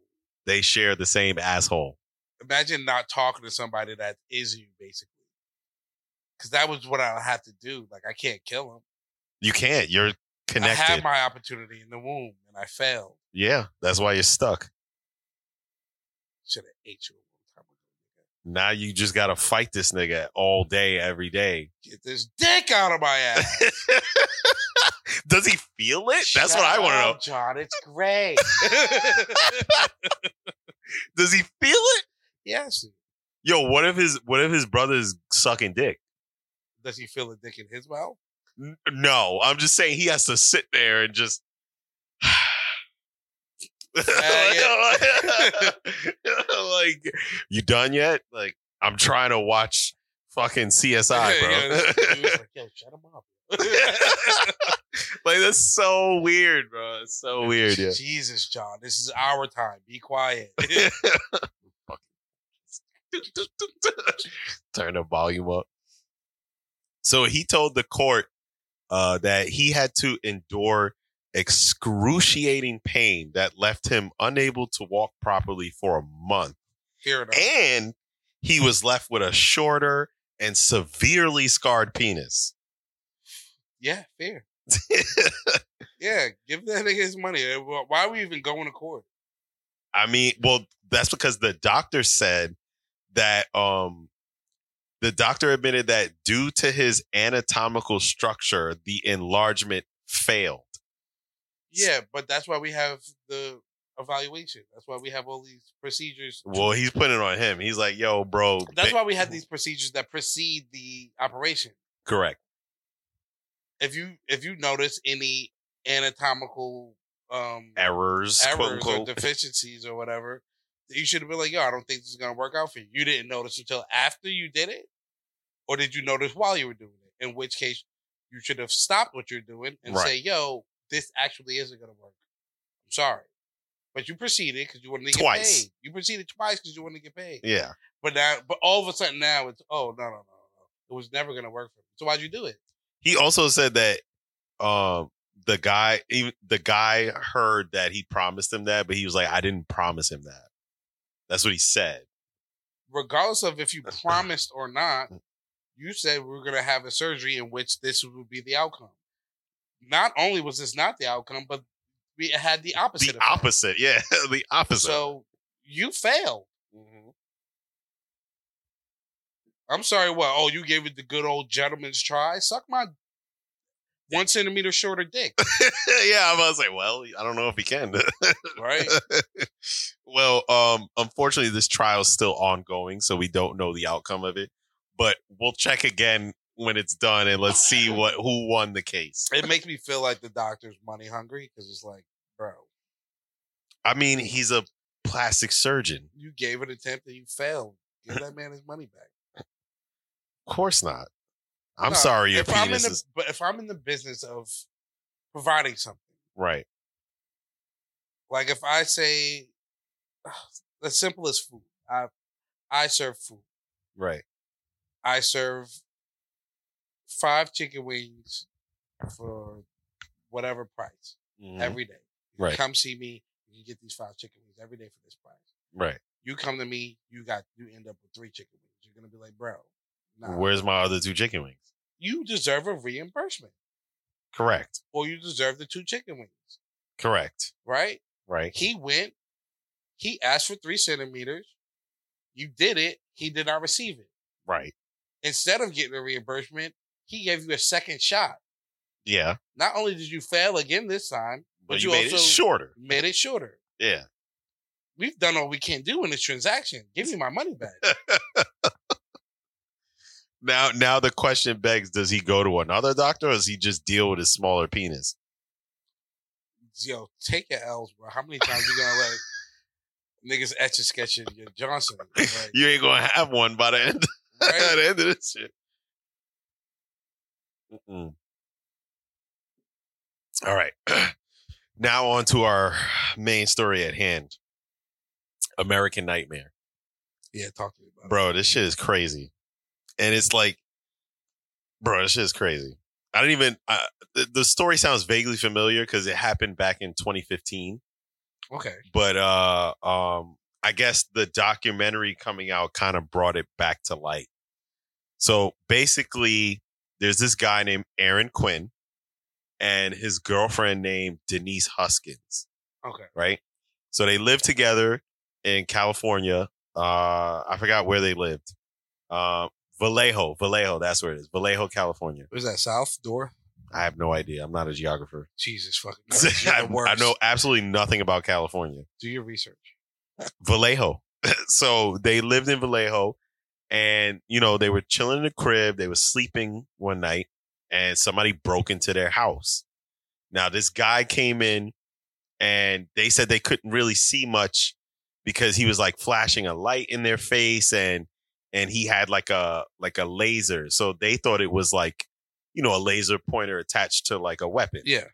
S5: They share the same asshole.
S3: imagine not talking to somebody that is you, basically. Because that was what I had to do. Like, I can't kill him.
S5: You can't. You're connected.
S3: I had my opportunity in the womb and I failed.
S5: yeah, that's why you're stuck.
S3: Should have ate you a long time ago.
S5: Now you just got to fight this nigga all day, every day.
S3: Get this dick out of my ass.
S5: Does he feel it? That's
S3: Shut
S5: what I want to know.
S3: up, John. It's great.
S5: Does he feel it?
S3: yes.
S5: Yo, what if his what if his brother's sucking dick?
S3: Does he feel a dick in his mouth?
S5: N- No, I'm just saying he has to sit there and just.
S3: yeah.
S5: like, you done yet? Like, I'm trying to watch fucking
S3: Yeah,
S5: CSI, bro.
S3: this dude's like, Yo, shut him up.
S5: like, that's so weird, bro. It's so weird. Yeah.
S3: Jesus, John. This is our time. Be quiet.
S5: Turn the volume up. So he told the court uh, that he had to endure excruciating pain that left him unable to walk properly for a month.
S3: Here it is.
S5: And he was left with a shorter and severely scarred penis.
S3: Yeah, fair. Yeah, give that nigga his money. Eh, wh- Why are we even going to court?
S5: I mean, well, that's because the doctor said that um the doctor admitted that due to his anatomical structure, the enlargement failed.
S3: Yeah, but that's why we have the evaluation. That's why we have all these procedures.
S5: Well, he's putting it on him. He's like, yo, bro.
S3: That's
S5: ba- mm-hmm.
S3: why we have these procedures that precede the operation.
S5: correct.
S3: If you if you notice any anatomical um
S5: Errors, quote
S3: errors or
S5: unquote.
S3: deficiencies or whatever, you should have been like, yo, I don't think this is gonna work out for you. You didn't notice until after you did it, or did you notice while you were doing it? In which case, you should have stopped what you're doing and
S5: Right.
S3: say, yo, this actually isn't gonna work. I'm sorry, but you proceeded because you wanted to get
S5: Twice.
S3: paid. You proceeded twice because you wanted to get paid.
S5: yeah.
S3: But now, but all of a sudden now it's oh no no no no, no. it was never gonna work for me. So why'd you do it?
S5: He also said that um the guy even the guy heard that he promised him that, but he was like, I didn't promise him that. That's what he said.
S3: Regardless of if you promised or not, you said we are gonna have a surgery in which this would be the outcome. Not only was this not the outcome, but we had the opposite.
S5: the
S3: effect.
S5: opposite. Yeah. the opposite.
S3: So you failed. I'm sorry. What? Oh, you gave it the good old gentleman's try. Suck my one centimeter shorter dick,
S5: yeah, I was like, well, I don't know if he can.
S3: right?
S5: well, um, unfortunately, this trial is still ongoing, so we don't know the outcome of it. But we'll check again when it's done, and let's see what who won the case.
S3: it makes me feel like the doctor's money hungry because it's like, bro,
S5: I mean, he's a plastic surgeon.
S3: you gave an attempt and you failed. Give that man his money back.
S5: Of course not. I'm
S3: No,
S5: sorry, your
S3: If I'm in
S5: penis
S3: the,
S5: is
S3: but if I'm in the business of providing something,
S5: right.
S3: like if I say the simplest food, I I serve food.
S5: Right.
S3: I serve five chicken wings for whatever price
S5: mm-hmm,
S3: every day. You
S5: Right.
S3: Come see me. You get these five chicken wings every day for this price.
S5: Right.
S3: You come to me. You got. You end up with three chicken wings. You're gonna be like, bro. nah.
S5: Where's my other two chicken wings?
S3: you deserve a reimbursement
S5: Correct.
S3: or you deserve the two chicken wings,
S5: Correct.
S3: right?
S5: Right.
S3: He went, he asked for three centimeters. You did it. He did not receive it.
S5: Right.
S3: Instead of getting a reimbursement, he gave you a second shot.
S5: Yeah.
S3: Not only did you fail again this time,
S5: But,
S3: But
S5: you,
S3: you
S5: made it
S3: also-
S5: shorter.
S3: made it shorter.
S5: Yeah.
S3: We've done all we can do in this transaction. Give me my money back.
S5: Now, now the question begs: Does he go to another doctor, or does he just deal with his smaller penis?
S3: Yo, take your L's, bro. How many times you gonna let niggas etch a sketch in your Johnson? Like,
S5: You ain't gonna have one by the end, by
S3: right?
S5: the end of this shit. Mm-mm. All right, now on to our main story at hand: American Nightmare,
S3: Yeah, talk to me about it.
S5: bro. This shit is crazy, and it's like, bro, this shit is crazy. I didn't even. Uh, the, the story sounds vaguely familiar because it happened back in 2015.
S3: Okay.
S5: But uh, um, I guess the documentary coming out kind of brought it back to light. So basically, there's this guy named Aaron Quinn and his girlfriend named Denise Huskins
S3: Okay.
S5: right? So they lived together in California. Uh, I forgot where they lived. Uh, Vallejo, Vallejo, that's where it is. Vallejo, California.
S3: Was that South Door?
S5: I have no idea. I'm not a geographer.
S3: Jesus fucking. Christ, you're
S5: I,
S3: the worst.
S5: I know absolutely nothing about California.
S3: Do your research.
S5: Vallejo. so they lived in Vallejo and, you know, they were chilling in the crib. They were sleeping one night and somebody broke into their house. Now, this guy came in and they said they couldn't really see much because he was like flashing a light in their face and, and he had like a, like a laser. So they thought it was like, you know, a laser pointer attached to like a weapon.
S3: Yeah.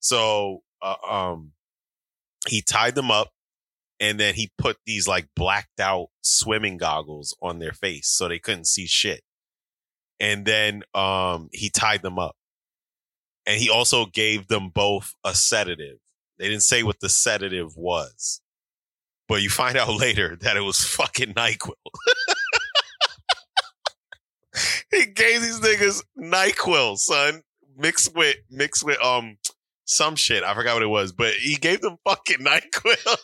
S5: So uh, um, he tied them up, and then he put these like blacked out swimming goggles on their face, so they couldn't see shit. And then um, he tied them up, and he also gave them both a sedative. They didn't say what the sedative was, but you find out later that it was fucking Nyquil. he gave these niggas Nyquil, son, mixed with mixed with um some shit. I forgot what it was, but he gave them fucking NyQuil.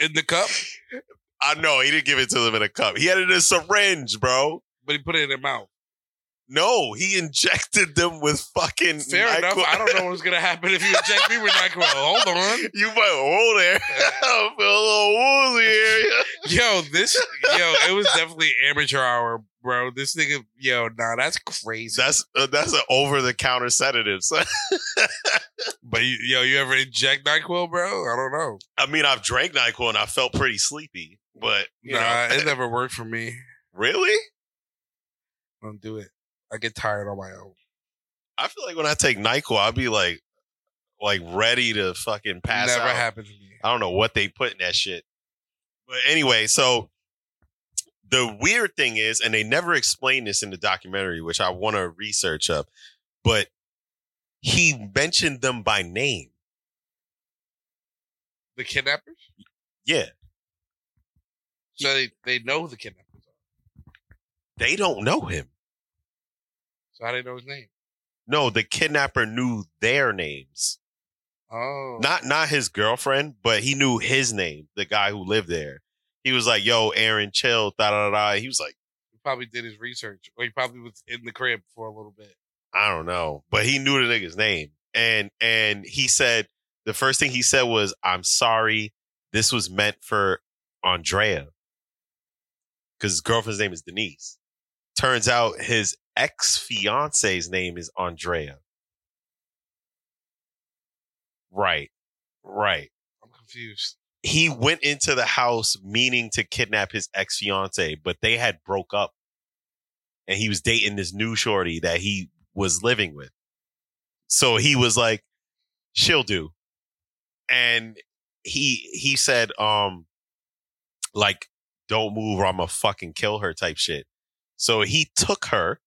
S3: In the cup,
S5: I know he didn't give it to them in a cup. He had it in a syringe, bro.
S3: but he put it in their mouth.
S5: No, he injected them with fucking.
S3: Fair enough. I don't know what's gonna happen if you inject me with Nyquil. Hold on.
S5: You might hold there. I feel a little woozy here.
S3: Yo, this yo, it was definitely amateur hour, bro. This nigga, yo, nah, that's crazy.
S5: That's uh, that's an over the counter sedative. son.
S3: But you, yo, you ever inject Nyquil, bro? I don't know.
S5: I mean, I've drank Nyquil and I felt pretty sleepy, but you
S3: Nah,
S5: know,
S3: it never worked for me.
S5: really,
S3: Don't do it. I get tired on my own.
S5: I feel like when I take Nyquil, I'll be like, like ready to fucking pass
S3: never
S5: out.
S3: happened to me.
S5: I don't know what they put in that shit. But anyway, so the weird thing is, and they never explain this in the documentary, which I want to research up, but he mentioned them by name.
S3: The kidnappers?
S5: Yeah.
S3: So they, they know who the kidnappers are.
S5: They don't know him.
S3: So how they know his name?
S5: No, the kidnapper knew their names.
S3: Oh.
S5: Not not his girlfriend, but he knew his name, the guy who lived there. He was like, yo, Aaron, chill, da da da. He was like,
S3: he probably did his research. Or he probably was in the crib for a little bit.
S5: I don't know, but he knew the nigga's name. And and he said the first thing he said was, "I'm sorry, this was meant for Andrea." Cuz his girlfriend's name is Denise. Turns out his ex-fiance's name is Andrea. Right. Right.
S3: I'm confused.
S5: He went into the house meaning to kidnap his ex-fiance, but they had broke up. And he was dating this new shorty that he was living with. So he was like, she'll do. And he he said, um, like, don't move or I'ma fucking kill her type shit. So he took her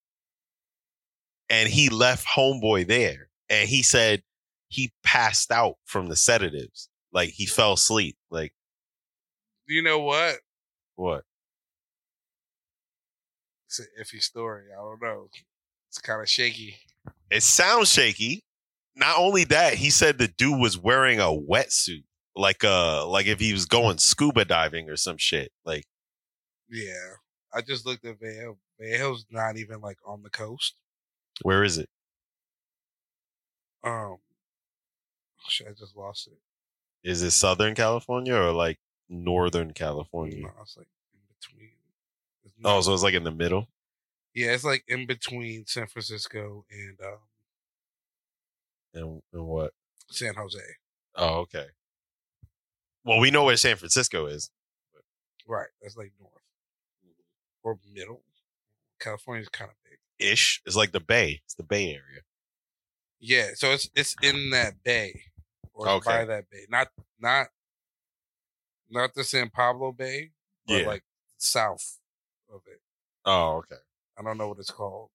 S5: and he left homeboy there. And he said he passed out from the sedatives. Like he fell asleep. Like
S3: You know what?
S5: what?
S3: It's an iffy story. I don't know. It's kind of shaky.
S5: It sounds shaky. Not only that, he said the dude was wearing a wetsuit. Like uh like if he was going scuba diving or some shit. Like
S3: Yeah. I just looked at Vallejo. Vallejo's not even like on the coast.
S5: where is it?
S3: Um shit, I just lost it.
S5: Is it Southern California or like Northern California?
S3: No, it's like in between. It's
S5: Oh,
S3: not-
S5: so it's like in the middle.
S3: yeah, it's like in between San Francisco and um,
S5: And, and what?
S3: San Jose.
S5: Oh, okay. Well, we know where San Francisco is.
S3: Right. That's like north.
S5: Mm-hmm.
S3: Or middle. California's kind of big.
S5: Ish. It's like the Bay. It's the Bay Area.
S3: Yeah, so it's it's in that bay. Or it's
S5: Okay.
S3: by that bay. Not not not the San Pablo Bay, but
S5: Yeah.
S3: like south of it.
S5: Oh, okay.
S3: I don't know what it's called.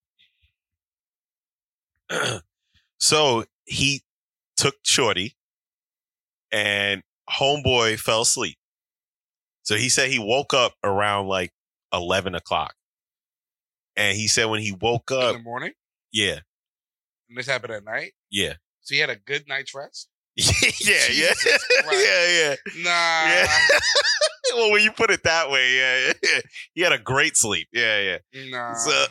S5: so he took Shorty, and homeboy fell asleep. So he said he woke up around like eleven o'clock, and he said when he woke
S3: in
S5: up,
S3: the morning,
S5: yeah,
S3: and this happened at night.
S5: yeah,
S3: So he had a good night's rest.
S5: yeah, yeah,
S3: Jesus Christ. Uh.
S5: yeah, yeah.
S3: Nah,
S5: Yeah. well, when you put it that way, yeah, yeah, yeah. He had a great sleep. Yeah,
S3: nah.
S5: yeah. So,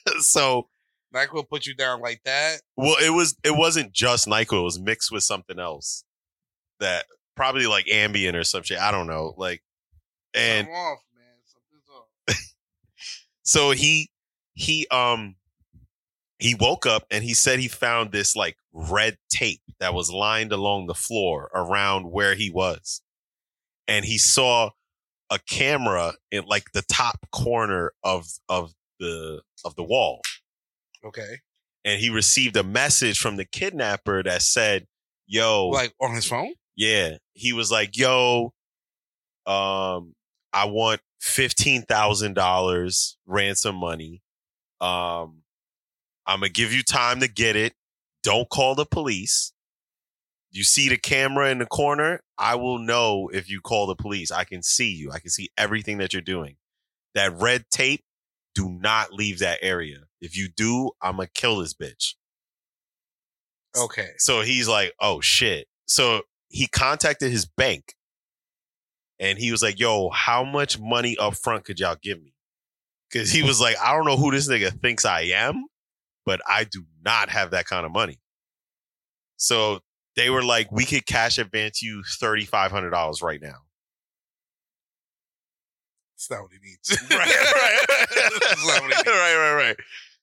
S5: so
S3: Nyquil put you down like that.
S5: well, it was it wasn't just Nyquil. It was mixed with something else that probably like Ambien or some shit. I don't know. Like, and
S3: Something off, man. Something's off.
S5: so he he um he woke up and he said he found this like red tape that was lined along the floor around where he was and he saw a camera in like the top corner of of the of the wall
S3: Okay,
S5: and he received a message from the kidnapper that said yo
S3: like on his phone.
S5: yeah he was like yo um i want $15000 ransom money um i'm gonna give you time to get it don't call the police you see the camera in the corner i will know if you call the police i can see you i can see everything that you're doing that red tape do not leave that area if you do i'm gonna kill this bitch
S3: Okay,
S5: so he's like, oh shit. So he contacted his bank and he was like, yo, how much money up front could y'all give me? Cause he was like, I don't know who this nigga thinks I am, but I do not have that kind of money. So they were like, we could cash advance you $3,500 right now.
S3: that's not what he needs.
S5: right,
S3: That's not what
S5: right,
S3: he needs.
S5: right, right, right.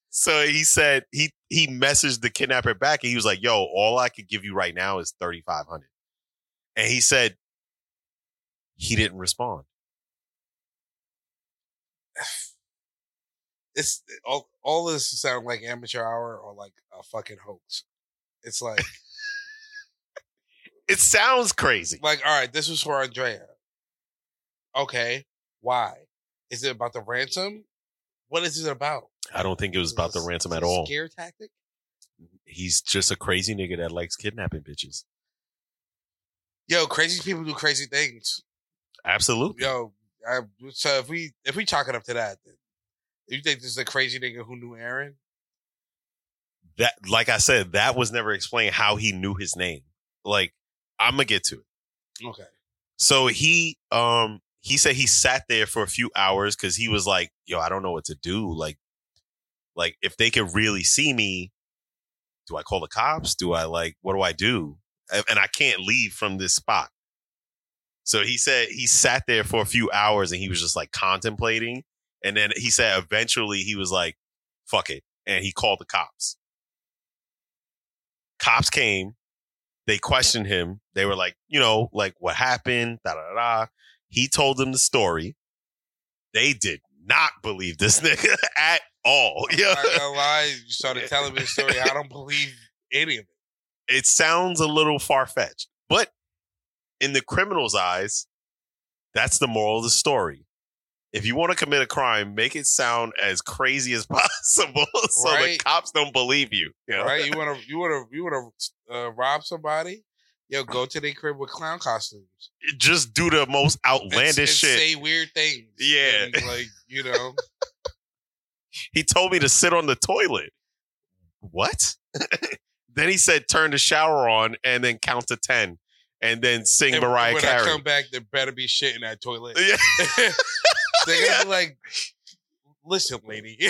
S5: So he said he he messaged the kidnapper back and he was like, "Yo, all I could give you right now is thirty five hundred. And he said he didn't respond.
S3: It's all all this sound like amateur hour or like a fucking hoax. It's like
S5: It sounds crazy.
S3: like all right, this was for Andrea. Okay, why? Is it about the ransom? What is it about?
S5: I don't think it was about the
S3: Is it-
S5: ransom
S3: is
S5: at
S3: it a
S5: all.
S3: Scare tactic.
S5: He's just a crazy nigga that likes kidnapping bitches.
S3: Yo, crazy people do crazy things.
S5: Absolutely.
S3: Yo, I, so if we if we chalk it up to that, then you think this is a crazy nigga who knew Aaron?
S5: That like I said, that was never explained how he knew his name. Like, I'm gonna get to it.
S3: Okay.
S5: So he um he said he sat there for a few hours because he was like, yo, I don't know what to do. Like, like if they could really see me, do I call the cops? Do I like what do I do? A- And I can't leave from this spot. So he said he sat there for a few hours and he was just like contemplating. And then he said eventually he was like, fuck it. And he called the cops. Cops came they questioned him. They were like, you know, like what happened, da da da. da. He told them the story. They did not believe this nigga at all. Yeah.
S3: I'm not gonna lie, you started telling me the story. I don't believe any of it.
S5: It sounds a little far fetched, but in the criminal's eyes, that's the moral of the story. If you want to commit a crime, make it sound as crazy as possible so the
S3: Right.
S5: cops don't believe you. you know?
S3: Right? You wanna you wanna you wanna uh, rob somebody? Yo,
S5: Uh-huh.
S3: go to their crib with clown costumes.
S5: Just do the most
S3: And-
S5: outlandish
S3: and
S5: shit.
S3: Say weird things.
S5: Yeah.
S3: And, like you know,
S5: He told me to sit on the toilet. What? then he said, turn the shower on and then count to 10 and then sing
S3: and
S5: Mariah
S3: when I
S5: Carey.
S3: come back, there better be shit in that toilet.
S5: yeah,
S3: They're gonna
S5: Yeah.
S3: be like, listen, lady,
S5: yeah,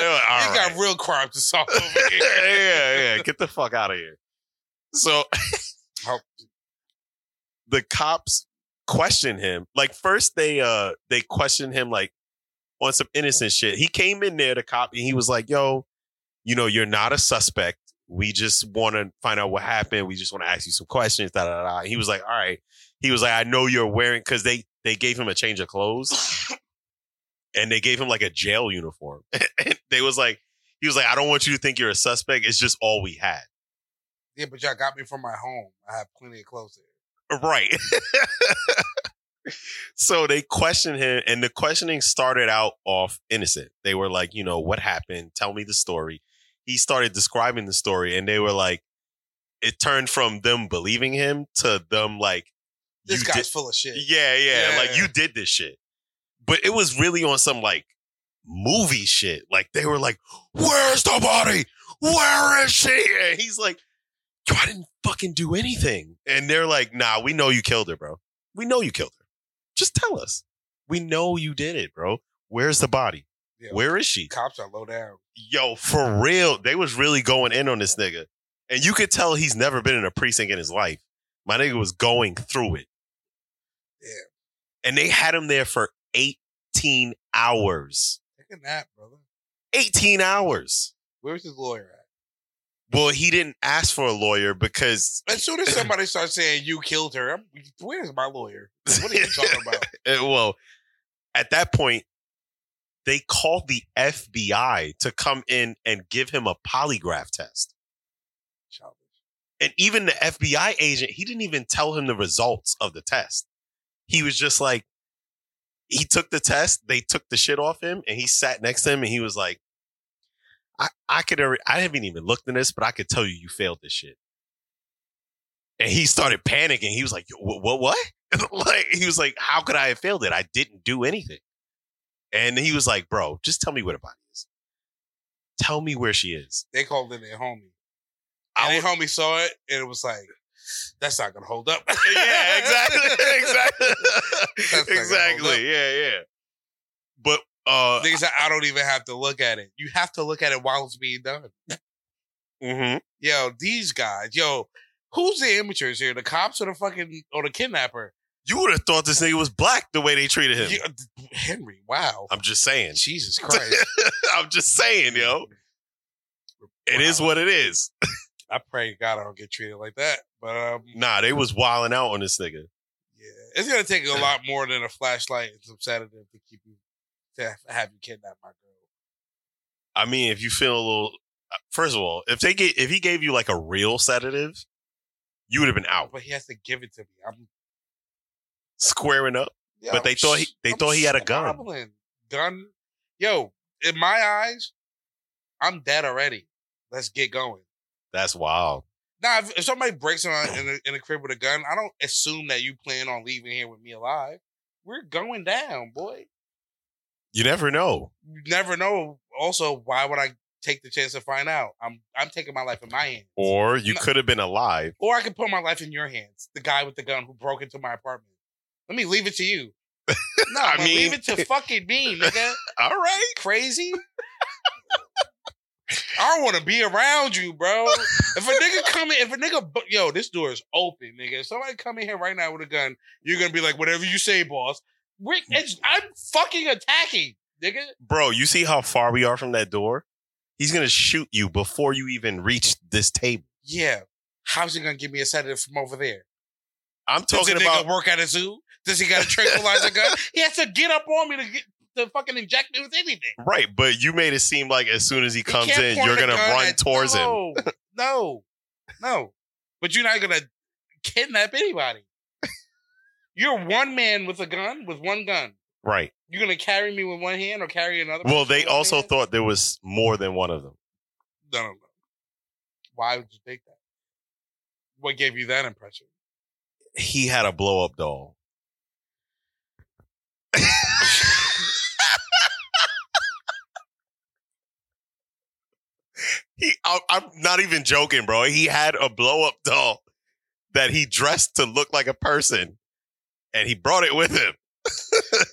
S3: you
S5: All
S3: got
S5: right.
S3: real crimes to solve over here.
S5: yeah, yeah. Get the fuck out of here. So
S3: How-
S5: the cops question him. Like first they uh they questioned him like on some innocent shit. He came in there, the cop, and he was like, "Yo, you know, you're not a suspect. We just want to find out what happened. We just want to ask you some questions." Da da da. He was like, "All right." He was like, "I know you're wearing because they they gave him a change of clothes." And they gave him like a jail uniform. and they was like, he was like, I don't want you to think you're a suspect. It's just all we had.
S3: yeah, but y'all got me from my home. I have plenty of clothes there.
S5: Right. so they questioned him, and the questioning started out off innocent. They were like, you know, what happened? Tell me the story. he started describing the story, and they were like, it turned from them believing him to them like,
S3: This
S5: you
S3: guy's
S5: did-
S3: full of shit.
S5: yeah, yeah,
S3: Yeah.
S5: like you did this shit. But it was really on some like movie shit. Like they were like, "Where's the body? Where is she?" And he's like, "Yo, "I didn't fucking do anything." And they're like, "Nah, we know you killed her, bro. We know you killed her. Just tell us. We know you did it, bro. Where's the body?
S3: Yeah.
S5: Where is she?"
S3: Cops are low down.
S5: Yo, for real, they was really going in on this nigga, and you could tell he's never been in a precinct in his life. My nigga was going through it.
S3: Yeah.
S5: And they had him there for 18 hours.
S3: Take a nap, brother.
S5: 18 hours.
S3: Where's his lawyer at?
S5: Well, he didn't ask for a lawyer because
S3: As soon as somebody starts saying you killed her, I'm, where's my lawyer? What are you talking about?
S5: Uh, well, at that point, they called the FBI to come in and give him a polygraph test.
S3: Childish.
S5: And even the FBI agent, he didn't even tell him the results of the test. He was just like, he took the test, they took the shit off him, and he sat next to him and he was like, I, I could alre- I haven't even looked in this, but I could tell you you failed this shit. And he started panicking. He was like, what what? what? like he was like, How could I have failed it? I didn't do anything. And he was like, Bro, just tell me where the body is. Tell me where she is.
S3: They called in their homie.
S5: I
S3: And their homie saw it and it was like, that's not gonna hold up.
S5: yeah, exactly, exactly,
S3: not gonna hold up.
S5: exactly. Yeah, yeah. But uh,
S3: Niggas said, I don't even have to look at it. You have to look at it while it's being done.
S5: mhm.
S3: Yo, these guys, yo, who's the amateurs here? The cops or the fucking or the kidnapper?
S5: you would have thought this nigga was black the way they treated him.
S3: You- Henry, wow.
S5: I'm just saying.
S3: Jesus Christ.
S5: I'm just saying, yo. It is what it is.
S3: I pray God I don't get treated like that. But um
S5: Nah, they was wilding out on this nigga.
S3: yeah. It's gonna take a lot more than a flashlight and some sedative to keep you to have you kidnap my girl.
S5: I mean, if you feel a little, uh, first of all, if they get if he gave you like a real sedative, you would have been out
S3: But he has to give it to me. I'm
S5: squaring up.
S3: Yeah,
S5: But they thought he- they thought he had a gun.
S3: scrambling. Gun, yo. In my eyes, I'm dead already. Let's get going.
S5: That's wild.
S3: Now, if, if somebody breaks in a, in, a, in a crib with a gun, I don't assume that you plan on leaving here with me alive. We're going down, boy.
S5: You never know.
S3: You never know. Also, why would I take the chance to find out? I'm I'm taking my life in my hands, or,
S5: Or you
S3: No.
S5: could have been alive.
S3: I could put my life in your hands. The guy with the gun who broke into my apartment. Let me leave it to you. No,
S5: I
S3: I mean, leave
S5: mean-
S3: it to fucking me, nigga.
S5: All right.
S3: crazy? I want to be around you, bro. If a nigga come in, if a nigga, bu- yo, this door is open, nigga. If somebody come in here right now with a gun, you're gonna be like, whatever you say, boss. We're, it's, I'm fucking attacking, nigga.
S5: Bro, you see how far we are from that door? He's going to shoot you before you even reach this table.
S3: Yeah, how's he gonna give me a sedative from over there?
S5: I'm
S3: Does
S5: talking
S3: the nigga
S5: about
S3: work at a zoo? Does he got a tranquilizer gun? He has to get up on me to get to fucking inject me with anything.
S5: right, but you made it seem like as soon as he
S3: He
S5: comes
S3: can't
S5: in,
S3: point
S5: you're
S3: a
S5: going to
S3: gun
S5: run
S3: at-
S5: towards him.
S3: no, No, no. But you're not gonna kidnap anybody. You're one man with a gun, with one gun.
S5: Right.
S3: You're gonna carry me with one hand or carry another.
S5: Well,
S3: person
S5: they
S3: with one
S5: also
S3: hand?
S5: thought there was more than one of them.
S3: No, no, no. Why would you think that? What gave you that impression?
S5: He had a blow up doll. He, I, I'm not even joking, bro. He had a blow up doll that he dressed to look like a person, and he brought it with him.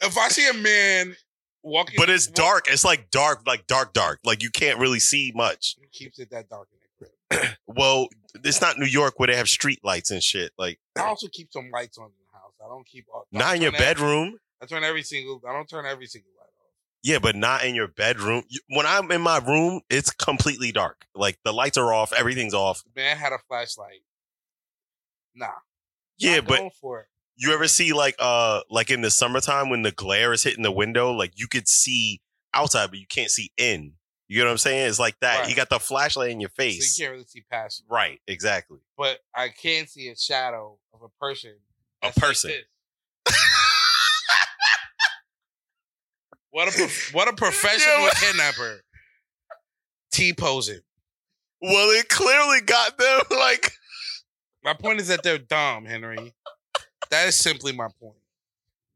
S3: If I see a man walking,
S5: But it's
S3: walk-
S5: dark. It's like dark, like dark, dark. Like you can't really see much.
S3: He keeps it that dark in the crib.
S5: Well, it's not New York where they have street lights and shit. Like
S3: I also keep some lights on in the house. I don't keep all- I
S5: not
S3: turn
S5: in your
S3: every-
S5: bedroom.
S3: I turn every single. I don't turn every single light off.
S5: Yeah, but not in your bedroom. You- When I'm in my room, it's completely dark. Like the lights are off, everything's off.
S3: The man had a flashlight. Nah.
S5: Yeah,
S3: not
S5: but
S3: going for it.
S5: you ever see like uh like in the summertime when the glare is hitting the window, like you could see outside, but you can't see in. You get what I'm saying? It's like that.
S3: Right.
S5: You got the flashlight in your face.
S3: So you can't really see past. it.
S5: right, exactly.
S3: But I can see a shadow of a person.
S5: A
S3: that's like
S5: person.
S3: this. what a prof- what a professional
S5: Yo.
S3: kidnapper. T posing.
S5: Well, it clearly got them like
S3: My point is that they're dumb, Henry. That is simply my point.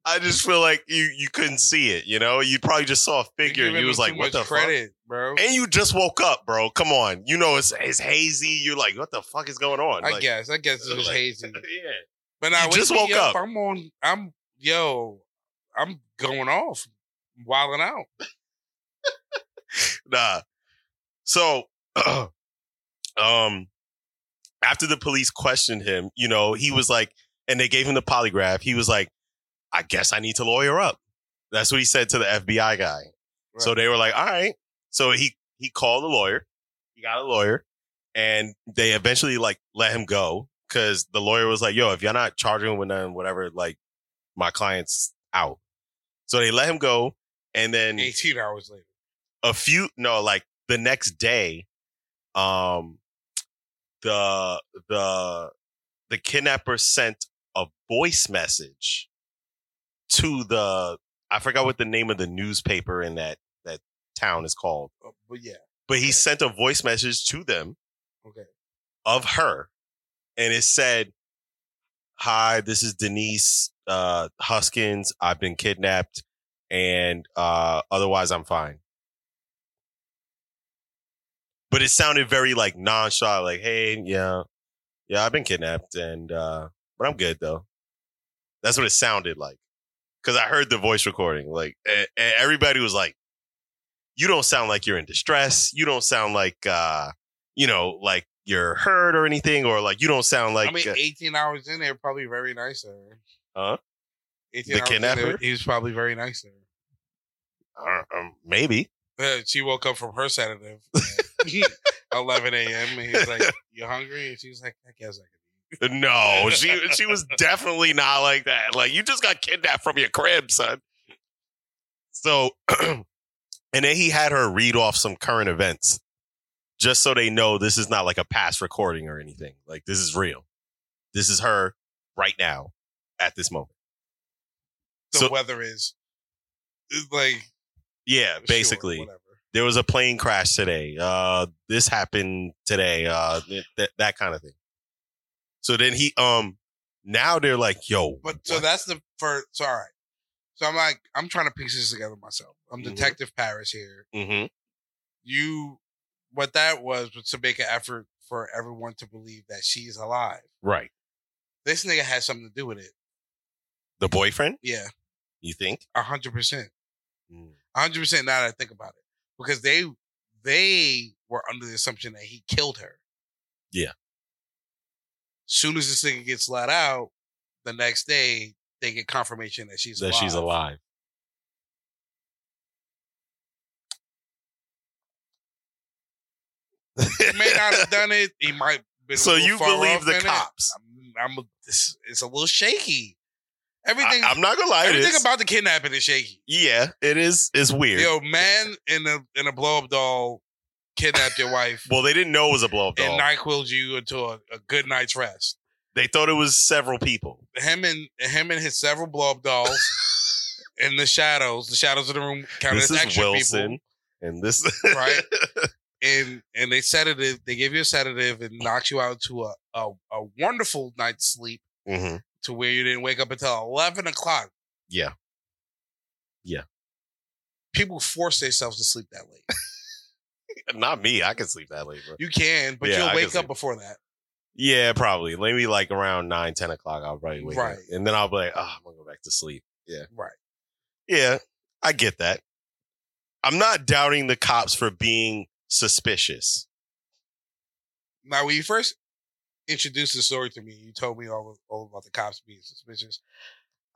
S5: I just feel like you you couldn't see it, you know? You probably just saw a figure
S3: You're
S5: and
S3: giving
S5: you was
S3: me
S5: like,
S3: too
S5: what
S3: much
S5: the fuck?
S3: credit, bro?
S5: And you just woke up, bro. Come on. You know it's it's hazy. You're like, what the fuck is going on?
S3: I
S5: Like, uh,
S3: guess. I guess it was
S5: like-
S3: hazy.
S5: Yeah.
S3: But now
S5: You just woke up.
S3: I'm on. I'm yo. I'm going off, wilding out.
S5: Nah. So, um, after the police questioned him, you know, he was like, and they gave him the polygraph. He was like, I guess I need to lawyer up. That's what he said to the FBI guy. So they were like, all right. So he he called a lawyer. He got a lawyer, and they eventually like let him go because the lawyer was like, yo, if you're not charging him with nothing, whatever, like my client's out. So they let him go, and then
S3: 18 hours later,
S5: a few no like the next day um the the the kidnapper sent a voice message to the i forgot what the name of the newspaper in that that town is called
S3: Uh, but yeah,
S5: but he sent a voice message to them
S3: Okay.
S5: of her and it said hi this is denise uh huskins i've been kidnapped and uh otherwise i'm fine but it sounded very like nonchalant like hey yeah yeah i've been kidnapped and uh but i'm good though that's what it sounded like because i heard the voice recording like e- e- everybody was like you don't sound like you're in distress. You don't sound like uh, you know, like you're hurt or anything, or like you don't sound like
S3: I mean,
S5: uh,
S3: 18 hours in, they were probably very nice to her.
S5: Huh?
S3: 18
S5: The
S3: hours in, they-
S5: kidnapper?
S3: he was probably very nice to her.
S5: I don't know, um, maybe.
S3: Uh, she woke up from her sedative at 11 a.m. and he's like, "You hungry?" And she was like, "I guess I could."
S5: No, she she was definitely not like that. Like you just got kidnapped from your crib, son. So, and then he had her read off some current events, just so they know this is not like a past recording or anything. Like this is real. This is her right now, at this moment.
S3: The
S5: So-
S3: weather is it's like
S5: Yeah,
S3: sure,
S5: basically.
S3: whatever.
S5: there was a plane crash today. Uh, this happened today. Uh, th- th- that kind of thing. So then he, um, now they're like, yo,
S3: But so that's the first. So all right. So I'm like, I'm trying to piece this together myself. I'm
S5: Mhm.
S3: Detective Paris here.
S5: hmm
S3: You, what that was was to make an effort for everyone to believe that she's alive.
S5: right.
S3: This nigga has something to do with it.
S5: The boyfriend,
S3: Yeah,
S5: you think?
S3: a hundred percent,
S5: Mm.
S3: a hundred percent. Now that I think about it, because they they were under the assumption that he killed her.
S5: Yeah.
S3: Soon as this nigga gets let out, the next day they get confirmation that she's
S5: that
S3: alive.
S5: she's alive.
S3: He may not have done it. He might. Been a
S5: so
S3: little
S5: you
S3: far
S5: believe
S3: off
S5: the
S3: in it.
S5: cops?
S3: I'm, I'm a, this, it's a little shaky.
S5: I,
S3: Everything,
S5: am not gonna lie. It
S3: everything
S5: is.
S3: about the kidnapping is shaky.
S5: yeah, it is. It's weird.
S3: Yo, man in a in a blow up doll kidnapped your wife
S5: well, they didn't know it was a blow up
S3: and
S5: doll.
S3: nyquiled you until a, a good night's rest.
S5: they thought it was several people.
S3: Him and him and his several blow up dolls in the shadows, the shadows of the room counted
S5: This
S3: as
S5: is
S3: extra
S5: Wilson,
S3: people.
S5: and this
S3: Right. And and they sedative, they give you a sedative and knocks you out to a, a, a wonderful night's sleep.
S5: Mhm.
S3: to where you didn't wake up until 11 o'clock.
S5: Yeah. Yeah.
S3: People force themselves to sleep that late.
S5: Not me. I can sleep that late, bro.
S3: You can, but
S5: Yeah, I
S3: you'll
S5: can
S3: wake
S5: sleep.
S3: up before that.
S5: Yeah, probably. Maybe like around nine, ten o'clock, I'll probably wake
S3: Right.
S5: up. And then I'll be like, oh, I'm going to go back to sleep. Yeah.
S3: Right.
S5: Yeah, I get that. I'm not doubting the cops for being suspicious.
S3: Now, when you first introduced the story to me, you told me all, all about the cops being suspicious.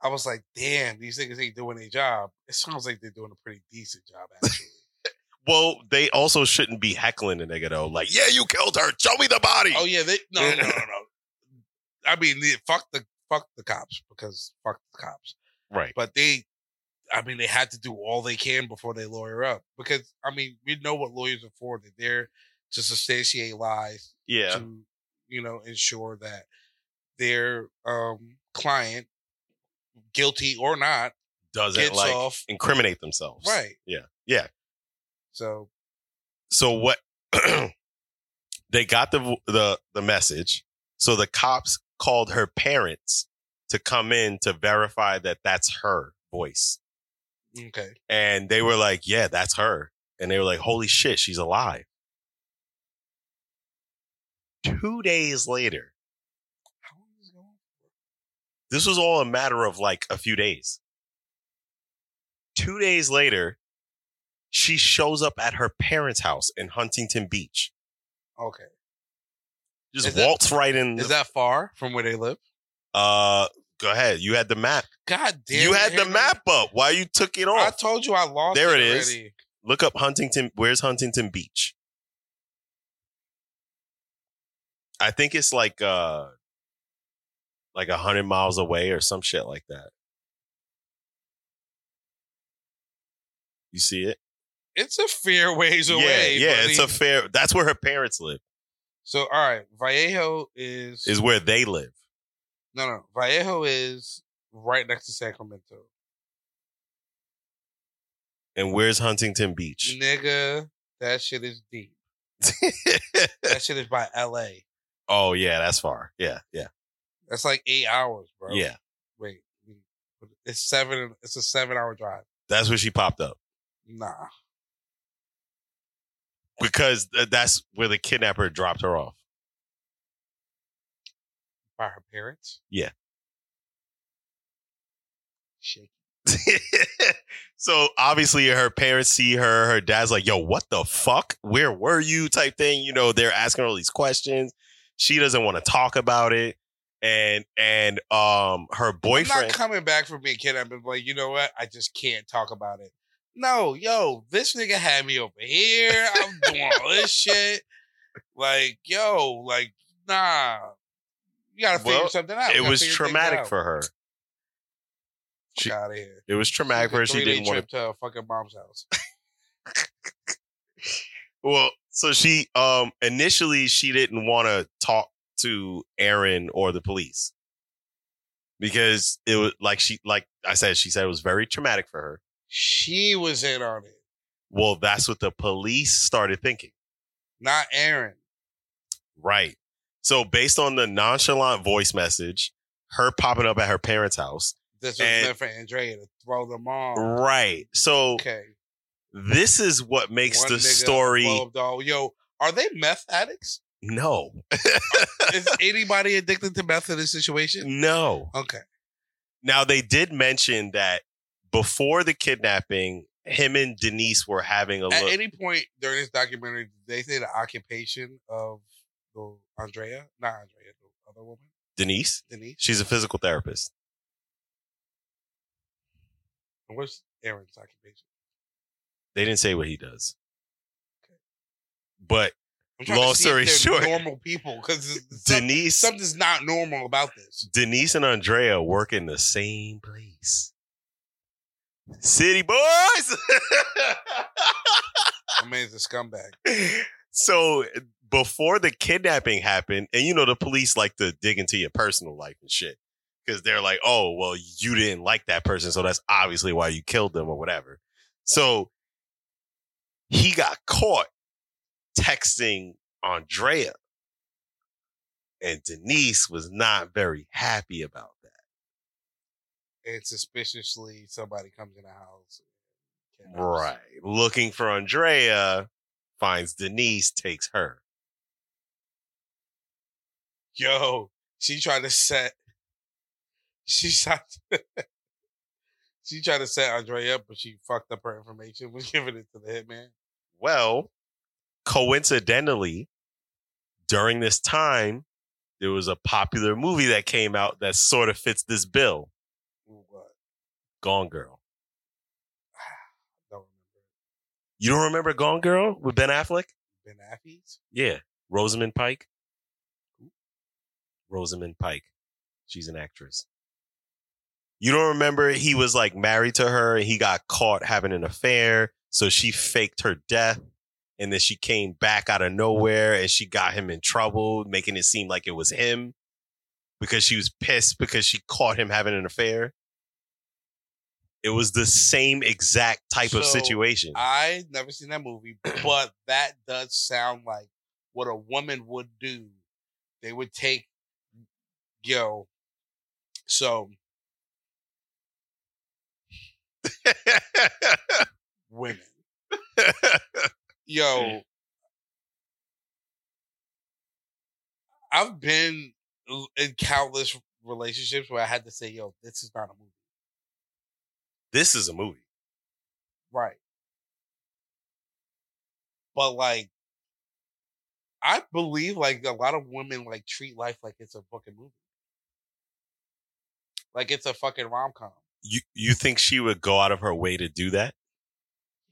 S3: I was like, damn, these niggas ain't doing their job. It sounds like they're doing a pretty decent job, actually.
S5: Well, they also shouldn't be heckling the nigga, though. Like, yeah, you killed her. Show me the body.
S3: oh, yeah. They, no, no, no, no. I mean, the- fuck the, fuck the cops because fuck the cops.
S5: right.
S3: but they i mean they had to do all they can before they lawyer up because i mean we know what lawyers are for that they're to substantiate lies
S5: Yeah.
S3: to you know ensure that their um client guilty or not
S5: Doesn't
S3: gets
S5: like
S3: off
S5: incriminate themselves.
S3: right
S5: Yeah. Yeah.
S3: so
S5: So what they got the the the message, so the cops called her parents to come in to verify that that's her voice,
S3: Okay.
S5: and they were like, "Yeah, that's her," and they were like, "Holy shit, she's alive." Two days later,
S3: How long is it going?
S5: this was all a matter of like a few days. Two days later, she shows up at her parents' house in Huntington Beach.
S3: Okay.
S5: Just
S3: Is that-
S5: waltz right in.
S3: Is
S5: the-
S3: that far from where they live?
S5: uh, go ahead. You had the map.
S3: God damn.
S5: you
S3: it,
S5: had the
S3: Harry.
S5: map up. Why you took it
S3: I
S5: off?
S3: told you I lost.
S5: There
S3: it
S5: it is.
S3: already.
S5: Look up Huntington. Where's Huntington Beach? I think it's like uh, like a hundred miles away or some shit like that. You see it?
S3: It's a fair ways
S5: yeah,
S3: away.
S5: yeah. It's
S3: buddy.
S5: a fair. That's where her parents live.
S3: So all right, Vallejo is,
S5: Is where they live.
S3: no no Vallejo is right next to Sacramento.
S5: And where's Huntington Beach?
S3: Nigga, that shit is deep.
S5: Eh.
S3: That shit is by L.A.
S5: oh yeah, that's far. Yeah, yeah,
S3: That's like eight hours, bro.
S5: yeah.
S3: Wait, it's seven. It's a seven-hour drive.
S5: That's where she popped up.
S3: Nah.
S5: because th- that's where the kidnapper dropped her off.
S3: By her parents?
S5: Yeah.
S3: Shit.
S5: so obviously her parents see her. Her dad's like, "Yo, what the fuck? Where were you?" Type thing. You know, they're asking her all these questions. She doesn't want to talk about it, and and um, her
S3: I'm
S5: boyfriend.
S3: not coming back from being kidnapped and be like, you know what? I just can't talk about it. No, yo, this nigga had me over here. I'm doing all this shit. Like, yo, like, nah. You gotta figure
S5: Well,
S3: something out.
S5: it was traumatic for her. she-
S3: out of here.
S5: It was traumatic for her. She
S3: Three-day
S5: didn't want to.
S3: trip to her fucking mom's house.
S5: Well, so she um initially she didn't want to talk to Aaron or the police because it was like she like I said she said it was very traumatic for her.
S3: She was in on it,
S5: Well, that's what the police started thinking.
S3: not Aaron.
S5: Right. So based on the nonchalant voice message, her popping up at her parents' house.
S3: This was
S5: And-
S3: meant for Andrea to throw them on.
S5: Right. So
S3: Okay.
S5: this is what makes
S3: One
S5: the
S3: nigga
S5: story
S3: loved all- Yo, are they meth addicts?
S5: no.
S3: Is anybody addicted to meth in this situation?
S5: No.
S3: Okay.
S5: Now they did mention that before the kidnapping, him and Denise were having a
S3: At
S5: look.
S3: any point during this documentary, did they say the occupation of the Andrea? Not Andrea, the other woman,
S5: Denise,
S3: Denise.
S5: she's a physical therapist.
S3: And what's Aaron's occupation?
S5: They didn't say what he does. But
S3: I'm trying to
S5: Long
S3: see
S5: story
S3: if they're
S5: short.
S3: normal people because
S5: Denise,
S3: something's not normal about this.
S5: Denise and Andrea work in the same place. City boys.
S3: I mean, it's a scumbag.
S5: so before the kidnapping happened, and you know the police like to dig into your personal life and shit because they're like, oh well, you didn't like that person, so that's obviously why you killed them or whatever. So he got caught texting Andrea, and Denise was not very happy about that.
S3: And suspiciously, somebody comes in the house. and kidnaps.
S5: Right. Looking for Andrea, finds Denise, takes her.
S3: Yo, she tried to set. She tried. she tried to set Andre up, but she fucked up her information. Was giving it to the hitman.
S5: Well, coincidentally, during this time, there was a popular movie that came out that sort of fits this bill
S3: What?
S5: Gone Girl.
S3: Don't remember.
S5: You don't remember Gone Girl with Ben Affleck?
S3: Ben Affleck's.
S5: Yeah. Rosamund Pike. Rosamund Pike. She's an actress. You don't remember he was like married to her and he got caught having an affair. So she faked her death and then she came back out of nowhere and she got him in trouble, making it seem like it was him because she was pissed because she caught him having an affair. It was the same exact type of
S3: So,
S5: situation.
S3: I never seen that movie, but that does sound like what a woman would do. They would take, yo. So women, yo. I've been l- in countless relationships where I had to say, yo, this is not a movie.
S5: this is a movie.
S3: Right. But like I believe like a lot of women like treat life like it's a fucking movie. Like it's a fucking rom com.
S5: You you think she would go out of her way to do that?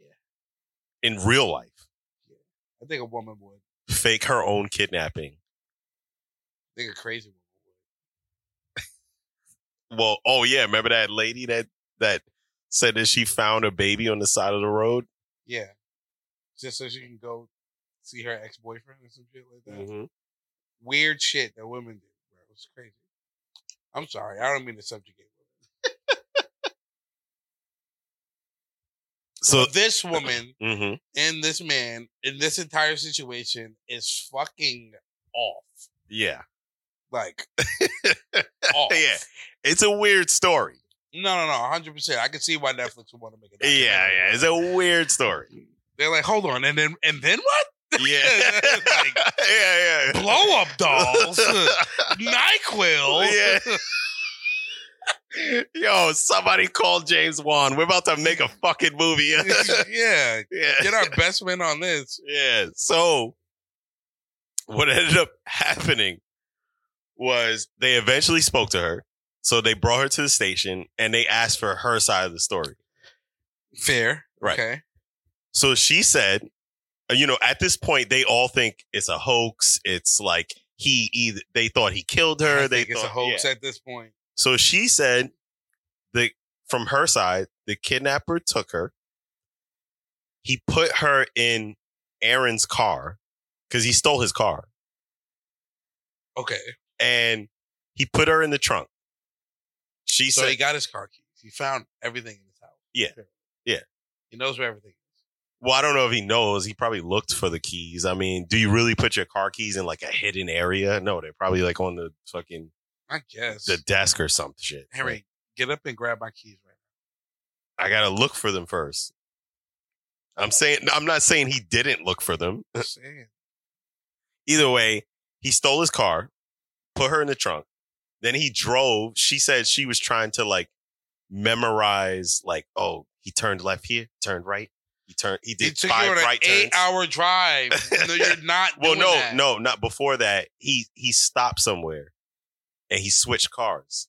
S3: Yeah.
S5: In real life,
S3: I think a woman would. I
S5: fake her own kidnapping.
S3: think a crazy woman would.
S5: Well, oh yeah, remember that lady that that said that she found a baby on the side of the road?
S3: Yeah. Just so she can go see her ex boyfriend or some shit like that. Weird shit that women do, bro. It's crazy. I'm sorry, I don't mean to subjugate women.
S5: So
S3: This woman
S5: hmm
S3: and this man in this entire situation is fucking off.
S5: yeah,
S3: Like off.
S5: yeah, it's a weird story.
S3: No, no, no, hundred percent. I can see why Netflix would want to make it.
S5: Yeah, yeah, it's a weird story.
S3: They're like, hold on, and then and then what?
S5: Yeah,
S3: Like,
S5: yeah, yeah.
S3: Blow up dolls, Nyquil.
S5: Yeah. Yo, somebody call James Wan. We're about to make a fucking movie.
S3: yeah,
S5: yeah.
S3: get our best win on this.
S5: Yeah. So what ended up happening was they eventually spoke to her. So they brought her to the station and they asked for her side of the story.
S3: Fair,
S5: Right.
S3: Okay,
S5: So she said, uh, you know, at this point they all think it's a hoax. It's like he either they thought he killed her.
S3: I
S5: they
S3: think it's a
S5: thought-
S3: hoax
S5: yeah.
S3: at this point.
S5: So she said the from her side, the kidnapper took her. He put her in Aaron's car because he stole his car.
S3: Okay,
S5: and he put her in the trunk. She
S3: so
S5: said,
S3: he got his car keys. He found everything in his house.
S5: Yeah.
S3: Fair.
S5: Yeah.
S3: he knows where everything. is.
S5: "Well, I don't know if he knows. He probably looked for the keys. I mean, do you really put your car keys in like a hidden area? No, they're probably like on the fucking
S3: I guess.
S5: the desk or some shit.
S3: Henry,
S5: Like,
S3: get up and grab my keys right
S5: I gotta look for them first. I'm saying I'm not saying he didn't look for them.
S3: now. Just saying.
S5: Either way, he stole his car, put her in the trunk. Then he drove. She said she was trying to like memorize, like, oh, he turned left here, turned right. He turned. He
S3: He
S5: did
S3: took
S5: five
S3: you on an
S5: right turns.
S3: eight-hour drive. No, you're not.
S5: Well,
S3: doing
S5: no,
S3: that.
S5: no, not before that. He he stopped somewhere, and he switched cars.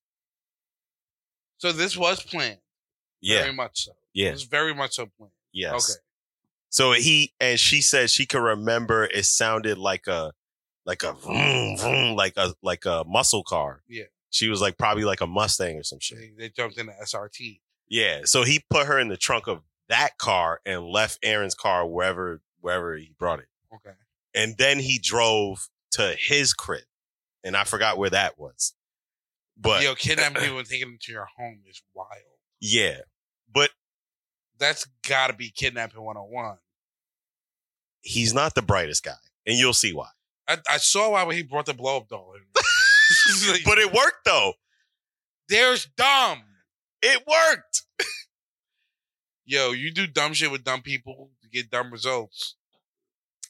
S3: So this was planned.
S5: Yeah,
S3: Very much so. It
S5: yeah,
S3: was very much so planned.
S5: yes.
S3: Okay.
S5: So he and she said she could remember. It sounded like a like a vroom, vroom, like a like a muscle car.
S3: Yeah.
S5: she was like probably like a Mustang or some
S3: So
S5: shit.
S3: they- they jumped into SRT.
S5: Yeah, so he put her in the trunk of that car and left Aaron's car wherever wherever he brought it,
S3: Okay.
S5: and then he drove to his crib, and I forgot where that was. But
S3: Yo, kidnapping people and taking them to your home is wild.
S5: yeah, but
S3: That's got to be kidnapping 101.
S5: he's not the brightest guy, and you'll see why.
S3: I, I saw why when he brought the blow up doll. in.
S5: But it worked though.
S3: There's dumb.
S5: It worked.
S3: Yo, you do dumb shit with dumb people to get dumb results.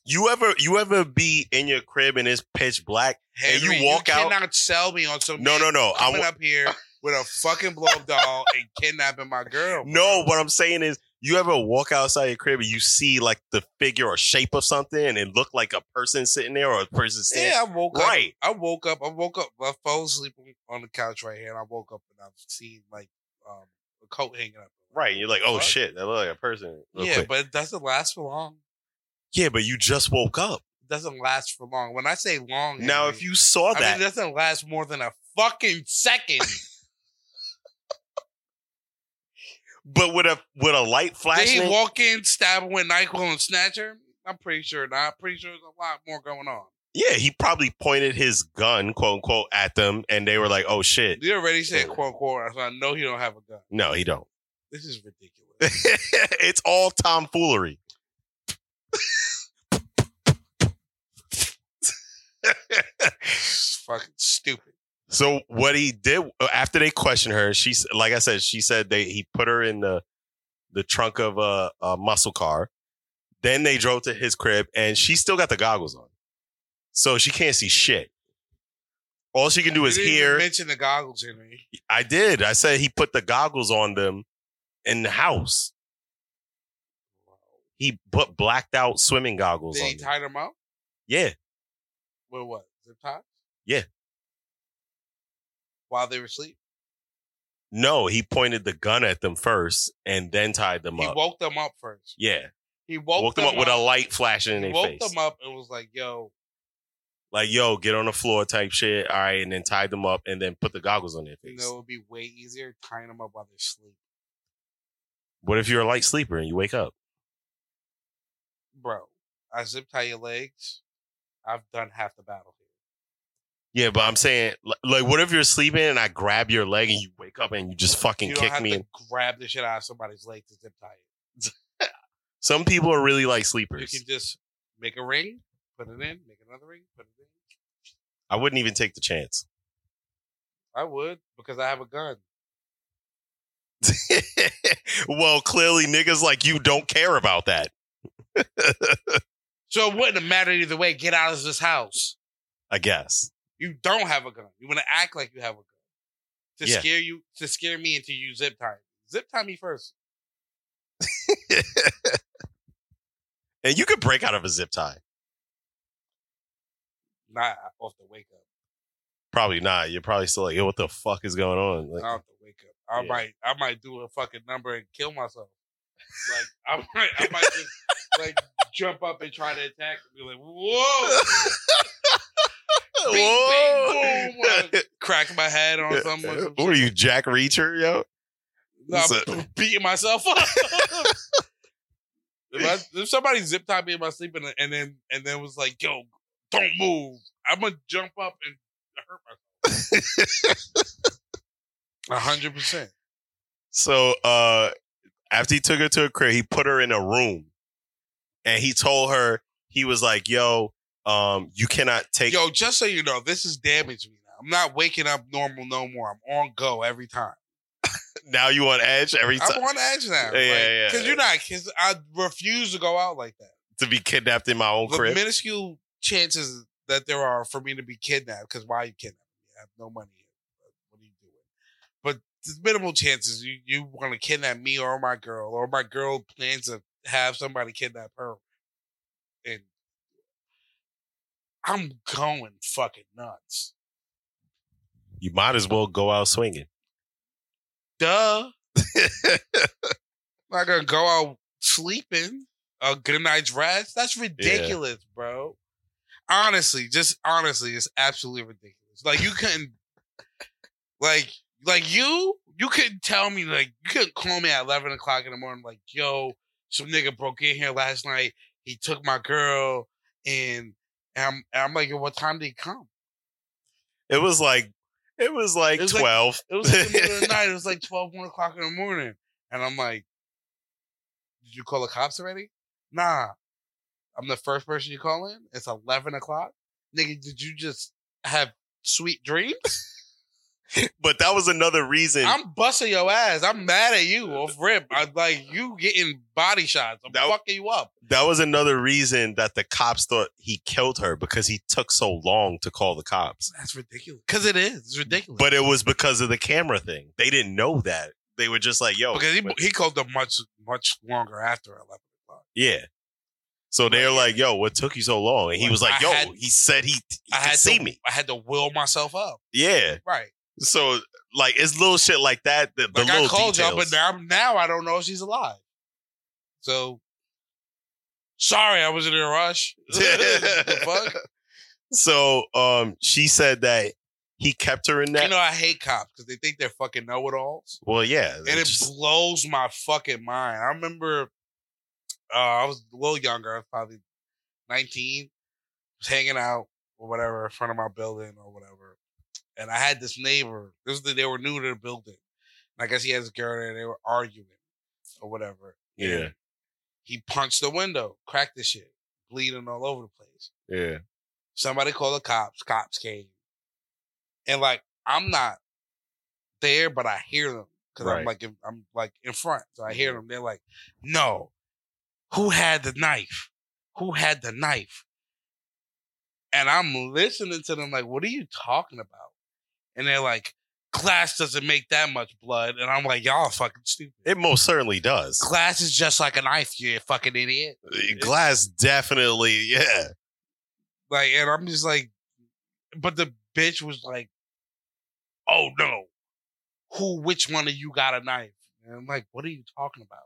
S5: You ever you ever be in your crib and it's pitch black?
S3: Hey,
S5: you walk out-
S3: Cannot sell me on some.
S5: No,
S3: man
S5: no, no. I
S3: Coming
S5: w-
S3: up here with a fucking blow up doll and kidnapping my girl.
S5: no. What I'm saying is, you ever walk outside your crib and you see like the figure or shape of something, and it looked like a person sitting there or a person standing.
S3: Yeah, I woke up.
S5: Right.
S3: I woke up. I woke up. I fell asleep on the couch right here, and I woke up and I've seen like um, a coat hanging up.
S5: Right. You're like, oh
S3: Fuck.
S5: shit, that looked like a person. real
S3: yeah,
S5: quick.
S3: but it doesn't last for long.
S5: yeah, but you just woke up.
S3: It doesn't last for long. When I say long,
S5: Now,
S3: Henry,
S5: if you saw
S3: I mean,
S5: that,
S3: it doesn't last more than a fucking second.
S5: but with a with a light
S3: Did
S5: flashing,
S3: he walk in, stab her with Nyquil and snatch her? I'm pretty sure not. Pretty sure there's a lot more going on.
S5: yeah, he probably pointed his gun, quote unquote, at them, and they were like, oh shit,
S3: You already said quote unquote, so I know he don't have a gun.
S5: no, he don't.
S3: This is ridiculous.
S5: it's all tomfoolery.
S3: fucking stupid.
S5: So what he did uh, after they questioned her, she s- like I said, she said they he put her in the the trunk of a, a muscle car. Then they drove to his crib, and she still got the goggles on, so she can't see shit. All she can do is
S3: You didn't even
S5: hear.
S3: Mention the goggles in me.
S5: I did. I said he put the goggles on them in the house. He put blacked out swimming goggles
S3: Did he
S5: on. Them.
S3: tie them up?
S5: Yeah,
S3: With what? Zip ties?
S5: Yeah.
S3: While they were asleep?
S5: no, he pointed the gun at them first, and then tied them
S3: He
S5: up.
S3: woke them up first.
S5: yeah,
S3: He woke,
S5: woke them up with a light flashing in
S3: He
S5: their
S3: woke
S5: face.
S3: them up and was like, yo,
S5: Like, yo, get on the floor type shit. All right. And then tied them up and then put the goggles on their
S3: you
S5: face.
S3: know, it would be way easier tying them up while they're asleep.
S5: What if you're a light sleeper and you wake up?
S3: Bro, I zip tie your legs. I've done half the battle here.
S5: Yeah, but I'm saying, li- like, what if you're sleeping and I grab your leg and you wake up and you just fucking
S3: you don't
S5: kick
S3: have
S5: me?
S3: to
S5: in-
S3: grab the shit out of somebody's leg to zip tie it.
S5: Some people are really like
S3: You
S5: sleepers.
S3: can just make a ring, put it in, make another ring, put it in.
S5: I wouldn't even take the chance.
S3: I would because I have a gun.
S5: well, clearly, niggas like you don't care about that.
S3: So it wouldn't have mattered either way. Get out of this house.
S5: I guess.
S3: You don't have a gun. You want to act like you have a gun to
S5: Yeah.
S3: scare you, to scare me into you zip tie. Zip tie me first.
S5: And you could break out of a zip tie.
S3: Not off the wake up.
S5: Probably not. You're probably still like, yo, what the fuck is going on? Like,
S3: I don't have to wake up. I
S5: Yeah.
S3: might, I might do a fucking number and kill myself. Like I might, I might just like jump up and try to attack and be like, whoa, Bing, bing, boom, uh, crack my head on someone. or some
S5: What are
S3: shit.
S5: you, Jack Reacher, yo?
S3: No, I'm
S5: So-
S3: beating myself up. if, I, if somebody zip tied me in my sleep and, and then and then was like, "Yo, don't move," I'm gonna jump up and hurt myself. A hundred percent.
S5: So uh after he took her to a crib, he put her in a room and he told her he was like, Yo, um, you cannot take
S3: Yo, just so you know, this is damage me now. I'm not waking up normal no more. I'm on go every time.
S5: now you on edge every
S3: I'm
S5: time
S3: on edge now.
S5: Yeah, yeah, yeah.
S3: Because you're not. Because I refuse to go out like that.
S5: to be kidnapped in my own
S3: the
S5: crib.
S3: minuscule chances that there are for me to be kidnapped because why are you kidnapping me? I have no money. What are you doing? But there's minimal chances you you want to kidnap me or my girl or my girl plans to have somebody kidnap her, and I'm going fucking nuts.
S5: you might as well go out swinging.
S3: Duh. I'm not gonna go out sleeping. A good night's rest. That's ridiculous, bro. Honestly, just honestly, it's absolutely ridiculous. Like you couldn't, like, like you, you couldn't tell me, like, you couldn't call me at eleven o'clock in the morning, like, yo, some nigga broke in here last night. He took my girl, and, and I'm, and I'm like, yo, what time did he come?
S5: It was like it was like
S3: It was like-
S5: twelve.
S3: It was in the middle of the night. It was like 12, 1 o'clock in the morning. And I'm like, did you call the cops already? Nah. I'm the first person you call in. It's 11 o'clock. Nigga, did you just have sweet dreams?
S5: but that was another reason
S3: I'm busting your ass. I'm mad at you off rip. I'm like, you getting body shots. I'm
S5: That-
S3: fucking you up.
S5: that was another reason that the cops thought he killed her because he took so long to call the cops.
S3: That's ridiculous. Because it is. It's ridiculous.
S5: But it was because of the camera thing. They didn't know that. They were just like, yo.
S3: because he,
S5: but-
S3: he called them much, much longer after 11 o'clock.
S5: yeah. So they're like, yo, what took you so long? And he was like,
S3: I
S5: yo,
S3: had-
S5: he said he, he
S3: I
S5: could
S3: had
S5: see
S3: to,
S5: me.
S3: I had to will myself up.
S5: Yeah.
S3: Right.
S5: So, like, it's little shit like that. The, the
S3: Like
S5: little
S3: I called
S5: details.
S3: y'all, but now now I don't know if she's alive. So sorry, I was in a rush. the fuck?
S5: So um, she said that he kept her in that.
S3: You know I hate cops because they think they're fucking know it alls,
S5: well, yeah.
S3: and it
S5: just-
S3: blows my fucking mind. I remember uh, I was a little younger, I was probably nineteen, was hanging out or whatever in front of my building or whatever, and I had this neighbor. This was the, they were new to the building. And I guess he has a girl there. They were arguing or whatever.
S5: yeah.
S3: He punched the window, cracked the shit, bleeding all over the place.
S5: Yeah.
S3: Somebody called the cops. Cops came. and like I'm not there, but I hear them because I'm
S5: Right.
S3: like in, I'm like in front, so I hear them. They're like, "No, who had the knife? Who had the knife?" And I'm listening to them like, "What are you talking about?" And they're like, "Glass doesn't make that much blood," and I'm like, "Y'all are fucking stupid.
S5: It most certainly does.
S3: Glass is just like a knife, you fucking idiot."
S5: Glass definitely, yeah.
S3: Like, and I'm just like, but the bitch was like, oh no, who, which one of you got a knife? And I'm like, what are you talking about?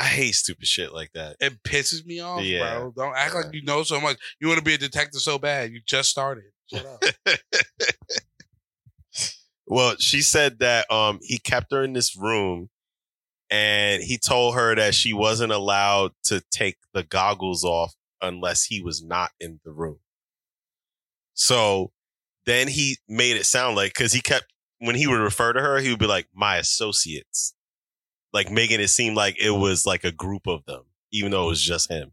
S5: I hate stupid shit like that.
S3: It pisses me off,
S5: Yeah.
S3: bro. Don't act like you know so much. You want to be a detective so bad. You just started. Shut up.
S5: Well, she said that um he kept her in this room and he told her that she wasn't allowed to take the goggles off unless he was not in the room. So then he made it sound like cuz he kept when he would refer to her, he would be like my associates. Like making it seem like it was like a group of them, even though it was just him.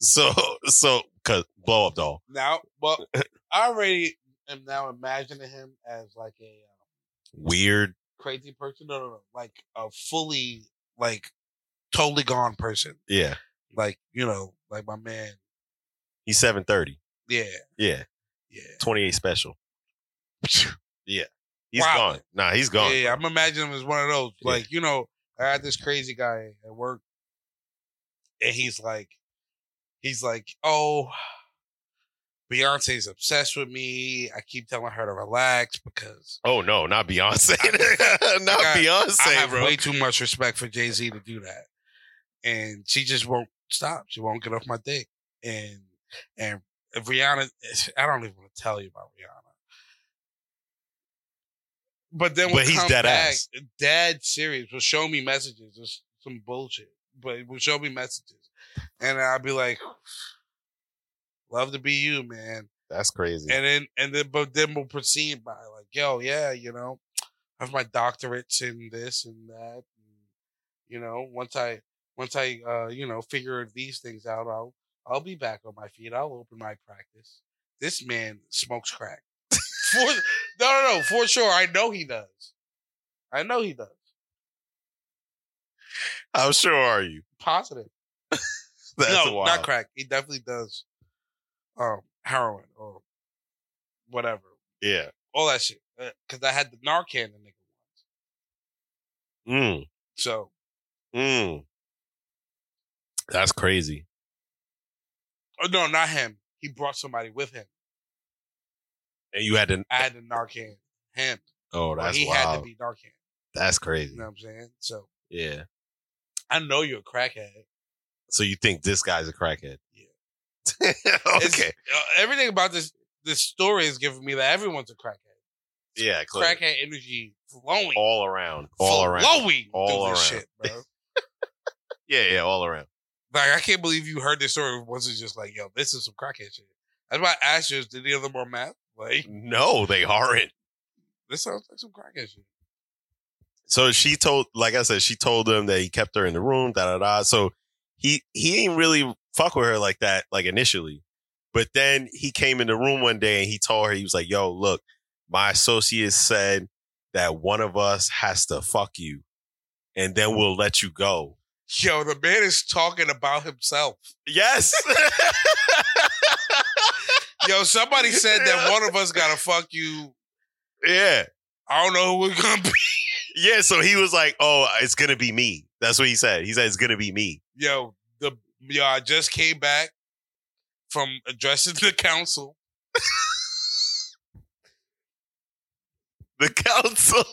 S5: So so cuz blow up doll.
S3: now, well, I already am now imagining him as like a uh,
S5: Weird.
S3: crazy person. No, no, no. Like a fully, like, totally gone person.
S5: Yeah.
S3: Like, you know, like my man.
S5: He's 730.
S3: Yeah.
S5: Yeah.
S3: Yeah.
S5: 28 special. Yeah. he's
S3: Wow.
S5: gone. Nah, he's gone.
S3: Yeah, I'm imagining him as one of those.
S5: Yeah.
S3: Like, you know, I had this crazy guy at work, and he's like, he's like, oh, Beyonce's obsessed with me. I keep telling her to relax because
S5: Oh no, not Beyonce. not
S3: I got- I
S5: Beyonce,
S3: have
S5: bro.
S3: way too much respect for Jay Z to do that, and she just won't stop. She won't get off my dick, and and Rihanna, I don't even want to tell you about Rihanna. But then,
S5: But he's dead ass.
S3: dead serious. Will show me messages. It's some bullshit, but it will show me messages, and I'll be like, "Love to be you, man."
S5: That's crazy.
S3: and then and then but then we'll proceed by like yo yeah you know i have my doctorates in this and that and, you know once i once i uh you know figure these things out i'll i'll be back on my feet i'll open my practice this man smokes crack for, no no no for sure i know he does i know he does
S5: How sure are you?
S3: positive
S5: That's
S3: no
S5: wild.
S3: not crack he definitely does um heroin or whatever
S5: Yeah.
S3: all that shit because i had the narcan the nigga once
S5: Mm.
S3: so
S5: Mm. That's crazy.
S3: Oh, no, not him. He brought somebody with him.
S5: And you had to
S3: I had to Narcan him.
S5: Oh,
S3: Or
S5: that's
S3: he had to
S5: wild.
S3: be Narcan.
S5: That's
S3: You
S5: crazy.
S3: know what I'm saying? So
S5: Yeah.
S3: I know you're a crackhead.
S5: So you think this guy's a crackhead?
S3: Yeah.
S5: Yeah.
S3: It's-
S5: okay.
S3: uh, everything about this this story is giving me that everyone's a crackhead.
S5: Yeah, clear.
S3: Crackhead energy flowing.
S5: all around. All around.
S3: Flowing
S5: All
S3: through this
S5: around.
S3: shit, bro.
S5: Yeah, yeah, all around.
S3: like, I can't believe you heard this story and wasn't just like, yo, this is some crackhead shit. That's why I asked you, is did any of them are mad? Like,
S5: No, they aren't.
S3: this sounds like some crackhead shit.
S5: so she told like i said she told him that he kept her in the room da da da so he he didn't really fuck with her like that like initially but then he came in the room one day and he told her he was like yo look my associate said that one of us has to fuck you and then we'll let you go
S3: Yo, the man is talking about himself.
S5: yes
S3: Yo, somebody said that one of us gotta fuck you
S5: yeah
S3: I don't know who we're gonna be.
S5: yeah so he was like oh it's gonna be me that's what he said he said it's gonna be me
S3: Yo, the yo, I just came back from addressing the council.
S5: the council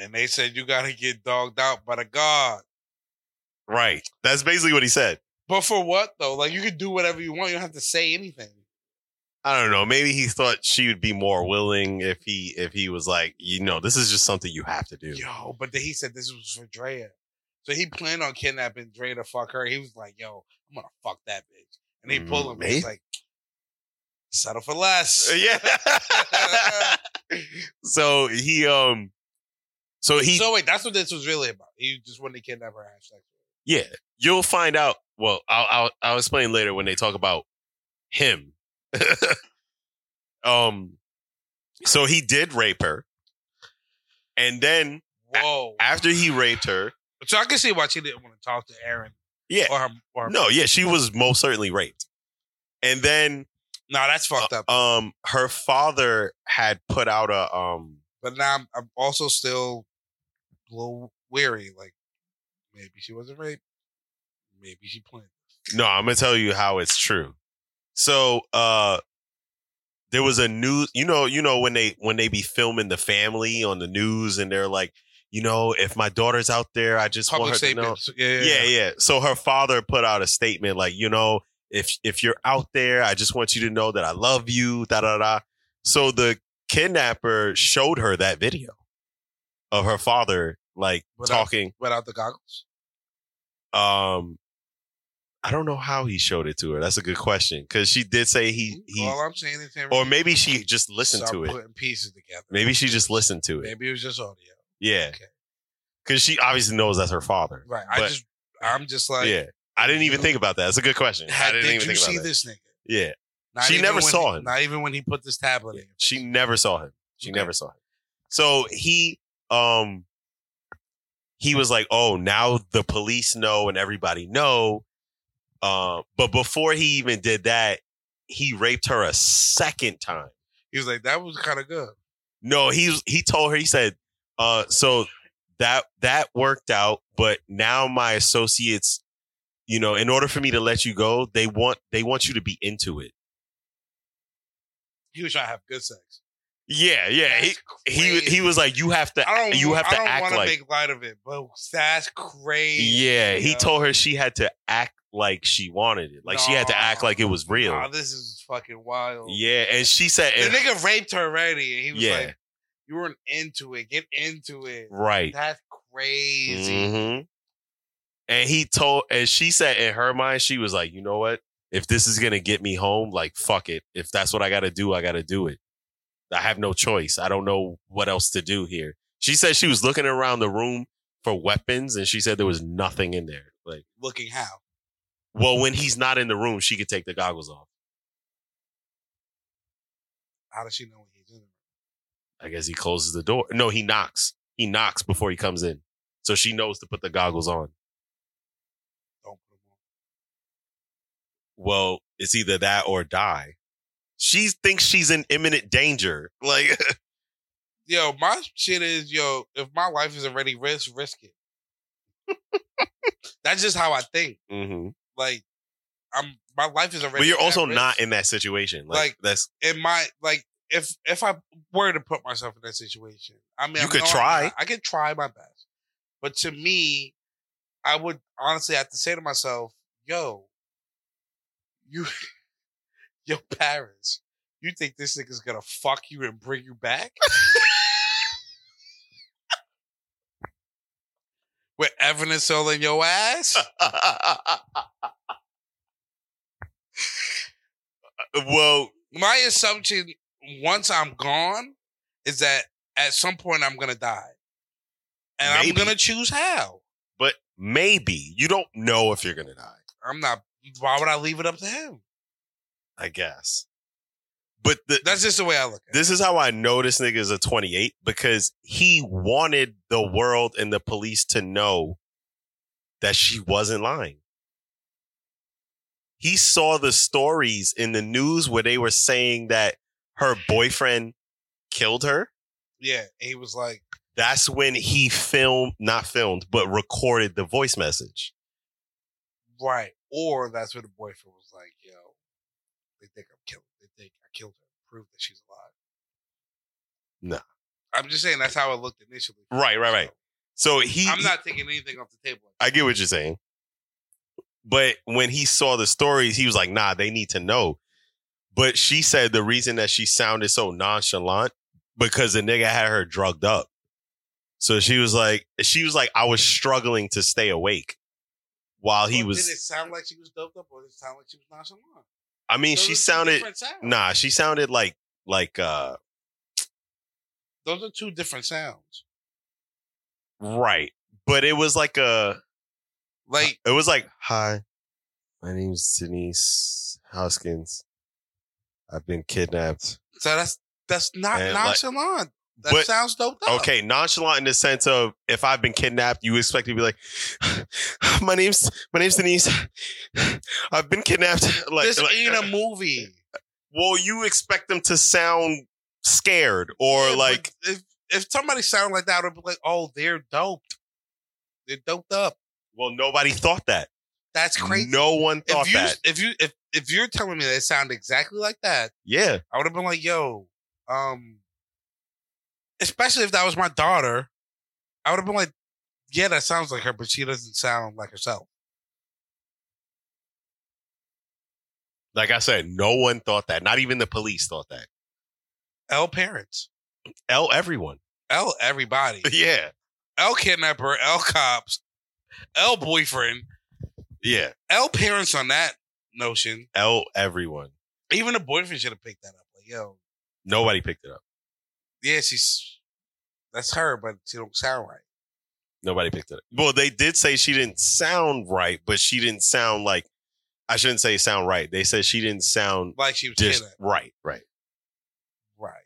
S3: And they said you gotta get dogged out by the God.
S5: right that's basically what he said
S3: But for what though? Like you can do whatever you want. You don't have to say anything.
S5: I don't know. Maybe he thought she would be more willing if he if he was like, you know, this is just something you have to do.
S3: Yo, but then he said this was for Drea. So he planned on kidnapping Drea to fuck her. He was like, yo, I'm gonna fuck that bitch. And he pulled him. He's
S5: Mm, Maybe. Uh,
S3: like, settle for less.
S5: Yeah. Uh, so he um so he
S3: so wait, that's what this was really about. He just wanted to kidnap her. Hashtag.
S5: yeah, you'll find out. Well, I'll I'll, I'll explain later when they talk about him. um So he did rape her. And then
S3: Whoa.
S5: after he raped her,
S3: So I can see why she didn't want to talk to Aaron
S5: yeah.
S3: or her. Or her. No,
S5: No, yeah, she was most certainly raped. And then
S3: that's fucked up.
S5: um her father had put out a um
S3: but now I'm, I'm also still a little weary. Like maybe she wasn't raped. Maybe she planned.
S5: No, I'm gonna tell you how it's true. So uh there was a news you know, you know when they when they be filming the family on the news and they're like, you know, if my daughter's out there, I just
S3: Public
S5: want her to know.
S3: statement. So- Yeah, yeah,
S5: Yeah, yeah. So her father put out a statement like, you know, if if you're out there, I just want you to know that I love you, da da da. So the kidnapper showed her that video of her father like
S3: Without-
S5: talking.
S3: Without the goggles.
S5: Um I don't know how he showed it to her. That's a good question. Cause she did say he he
S3: Mm, All I'm saying is, him
S5: or maybe she just listened
S3: start
S5: to it.
S3: Putting pieces together.
S5: Maybe she just listened to it.
S3: Maybe it was just audio.
S5: Yeah.
S3: Okay.
S5: Cause she obviously knows that's her father.
S3: Right.
S5: But-
S3: I just, I'm just like,
S5: yeah. I didn't even
S3: you-
S5: think about that. That's a good question. I
S3: how
S5: didn't
S3: did
S5: even
S3: you
S5: think
S3: see
S5: about that.
S3: this nigga?
S5: Yeah. She never
S3: even when
S5: saw
S3: he-
S5: him.
S3: Not even when he put this tablet in. your face.
S5: She never saw him. She
S3: Okay.
S5: never saw him. So he um he was like, "Oh, now the police know and everybody know." Uh, but before he even did that, he raped her a second time.
S3: He was like, that was kind of good.
S5: No, he he told her he said, "Uh, so that that worked out, but now my associates, you know, in order for me to let you go, they want they want you to be into it."
S3: He was trying to have good sex.
S5: Yeah, yeah. He,
S3: That's
S5: he
S3: crazy.
S5: he was like, "You have to
S3: I don't.
S5: you have to
S3: I don't
S5: act
S3: wanna
S5: like."
S3: make light of it, but that's crazy.
S5: Yeah, he
S3: Yeah.
S5: told her she had to act like she wanted it. Like she had to act like it was real.
S3: Wow, this is fucking wild.
S5: yeah, and she said,
S3: The nigga raped her already, and he was
S5: Yeah.
S3: like, "You weren't into it. Get into it."
S5: "Right."
S3: That's crazy.
S5: Mhm. And he told, and she said in her mind, she was like, "You know what? If this is gonna get me home, like fuck it. If that's what I gotta do, I gotta do it. I have no choice. I don't know what else to do here." She said she was looking around the room for weapons, and she said there was nothing in there. Like,
S3: Looking how?
S5: well, when he's not in the room, she could take the goggles off.
S3: How does she know what he's doing?
S5: I guess he closes the door. No, he knocks. He knocks before he comes in. So she knows to put the goggles on.
S3: Don't put him on.
S5: Well, it's either that or die. She thinks she's in imminent danger. Like,
S3: Yo, my shit is yo. If my life is already risk, risk it. that's just how I think.
S5: Mm-hmm.
S3: Like, I'm my life is already.
S5: but you're
S3: at
S5: also
S3: risk.
S5: not in that situation. Like,
S3: Like,
S5: that's
S3: in my like if if I were to put myself in that situation, I mean,
S5: You
S3: I
S5: could
S3: know I'm
S5: try.
S3: not- I could try my best, but to me, I would honestly have to say to myself, "Yo, you, yo, parents, you think this nigga's gonna fuck you and bring you back?" With evidence all in your ass,
S5: Uh, well,
S3: my assumption once I'm gone is that at some point I'm gonna die. And I'm
S5: Maybe.
S3: gonna choose how.
S5: but maybe you don't know if you're gonna die.
S3: I'm not why would I leave it up to him?
S5: I guess. But the,
S3: That's just the way I look at it.
S5: this is how I know this nigga is a 28 because he wanted the world and the police to know that she wasn't lying. He saw the stories in the news where they were saying that her boyfriend killed her.
S3: Yeah. And he was like,
S5: That's when he filmed, not filmed, but recorded the voice message.
S3: right. Or that's what the boyfriend was like, yo, they think I'm killed. They think I killed her. Prove that she's alive.
S5: Nah.
S3: I'm just saying that's how it looked initially.
S5: Right, right, right. So he,
S3: I'm not taking anything off the table.
S5: I get what you're saying. But when he saw the stories, he was like, nah, they need to know. But she said the reason that she sounded so nonchalant because the nigga had her drugged up. So she was like, she was like, I was struggling to stay awake while he
S3: Or
S5: was.
S3: Did it sound like she was doped up, or did it sound like she was nonchalant?
S5: I mean,
S3: Those are
S5: she
S3: two
S5: sounded
S3: different sounds.
S5: nah, she sounded like like uh
S3: Those are two different sounds.
S5: right, but it was like a Uh,
S3: Like
S5: It was like, hi, my name's Denise Hoskins. I've been kidnapped.
S3: so that's That's not
S5: And, like-
S3: nonchalant. that
S5: but-
S3: sounds dope. up.
S5: Okay, nonchalant in the sense of if I've been kidnapped, you expect me to be like, my name's my name's Denise. I've been kidnapped. Like,
S3: this
S5: like-
S3: ain't a movie.
S5: well, you expect them to sound scared or
S3: Yeah, but
S5: like
S3: if if somebody sounded like that, I'd be like, oh, they're doped. They're doped up.
S5: Well, nobody thought that.
S3: That's crazy.
S5: No one thought
S3: if you
S5: that.
S3: if you if if you're telling me that it sounded exactly like that,
S5: Yeah.
S3: I would have been like, yo, um, especially if that was my daughter, I would have been like, yeah, that sounds like her, but she doesn't sound like herself.
S5: Like I said, no one thought that. Not even the police thought that.
S3: L parents,
S5: L everyone.
S3: L everybody,
S5: Yeah.
S3: L kidnapper, L cops, L boyfriend,
S5: Yeah.
S3: L parents on that notion.
S5: L everyone.
S3: Even the boyfriend should have picked that up. Like, yo,
S5: Nobody picked it up.
S3: yeah, she's that's her, but she don't sound right.
S5: Nobody picked it up. Well, they did say she didn't sound right, but she didn't sound like I shouldn't say sound right. They said she didn't sound
S3: Like she was
S5: just
S3: kidnapped.
S5: right, right.
S3: Right.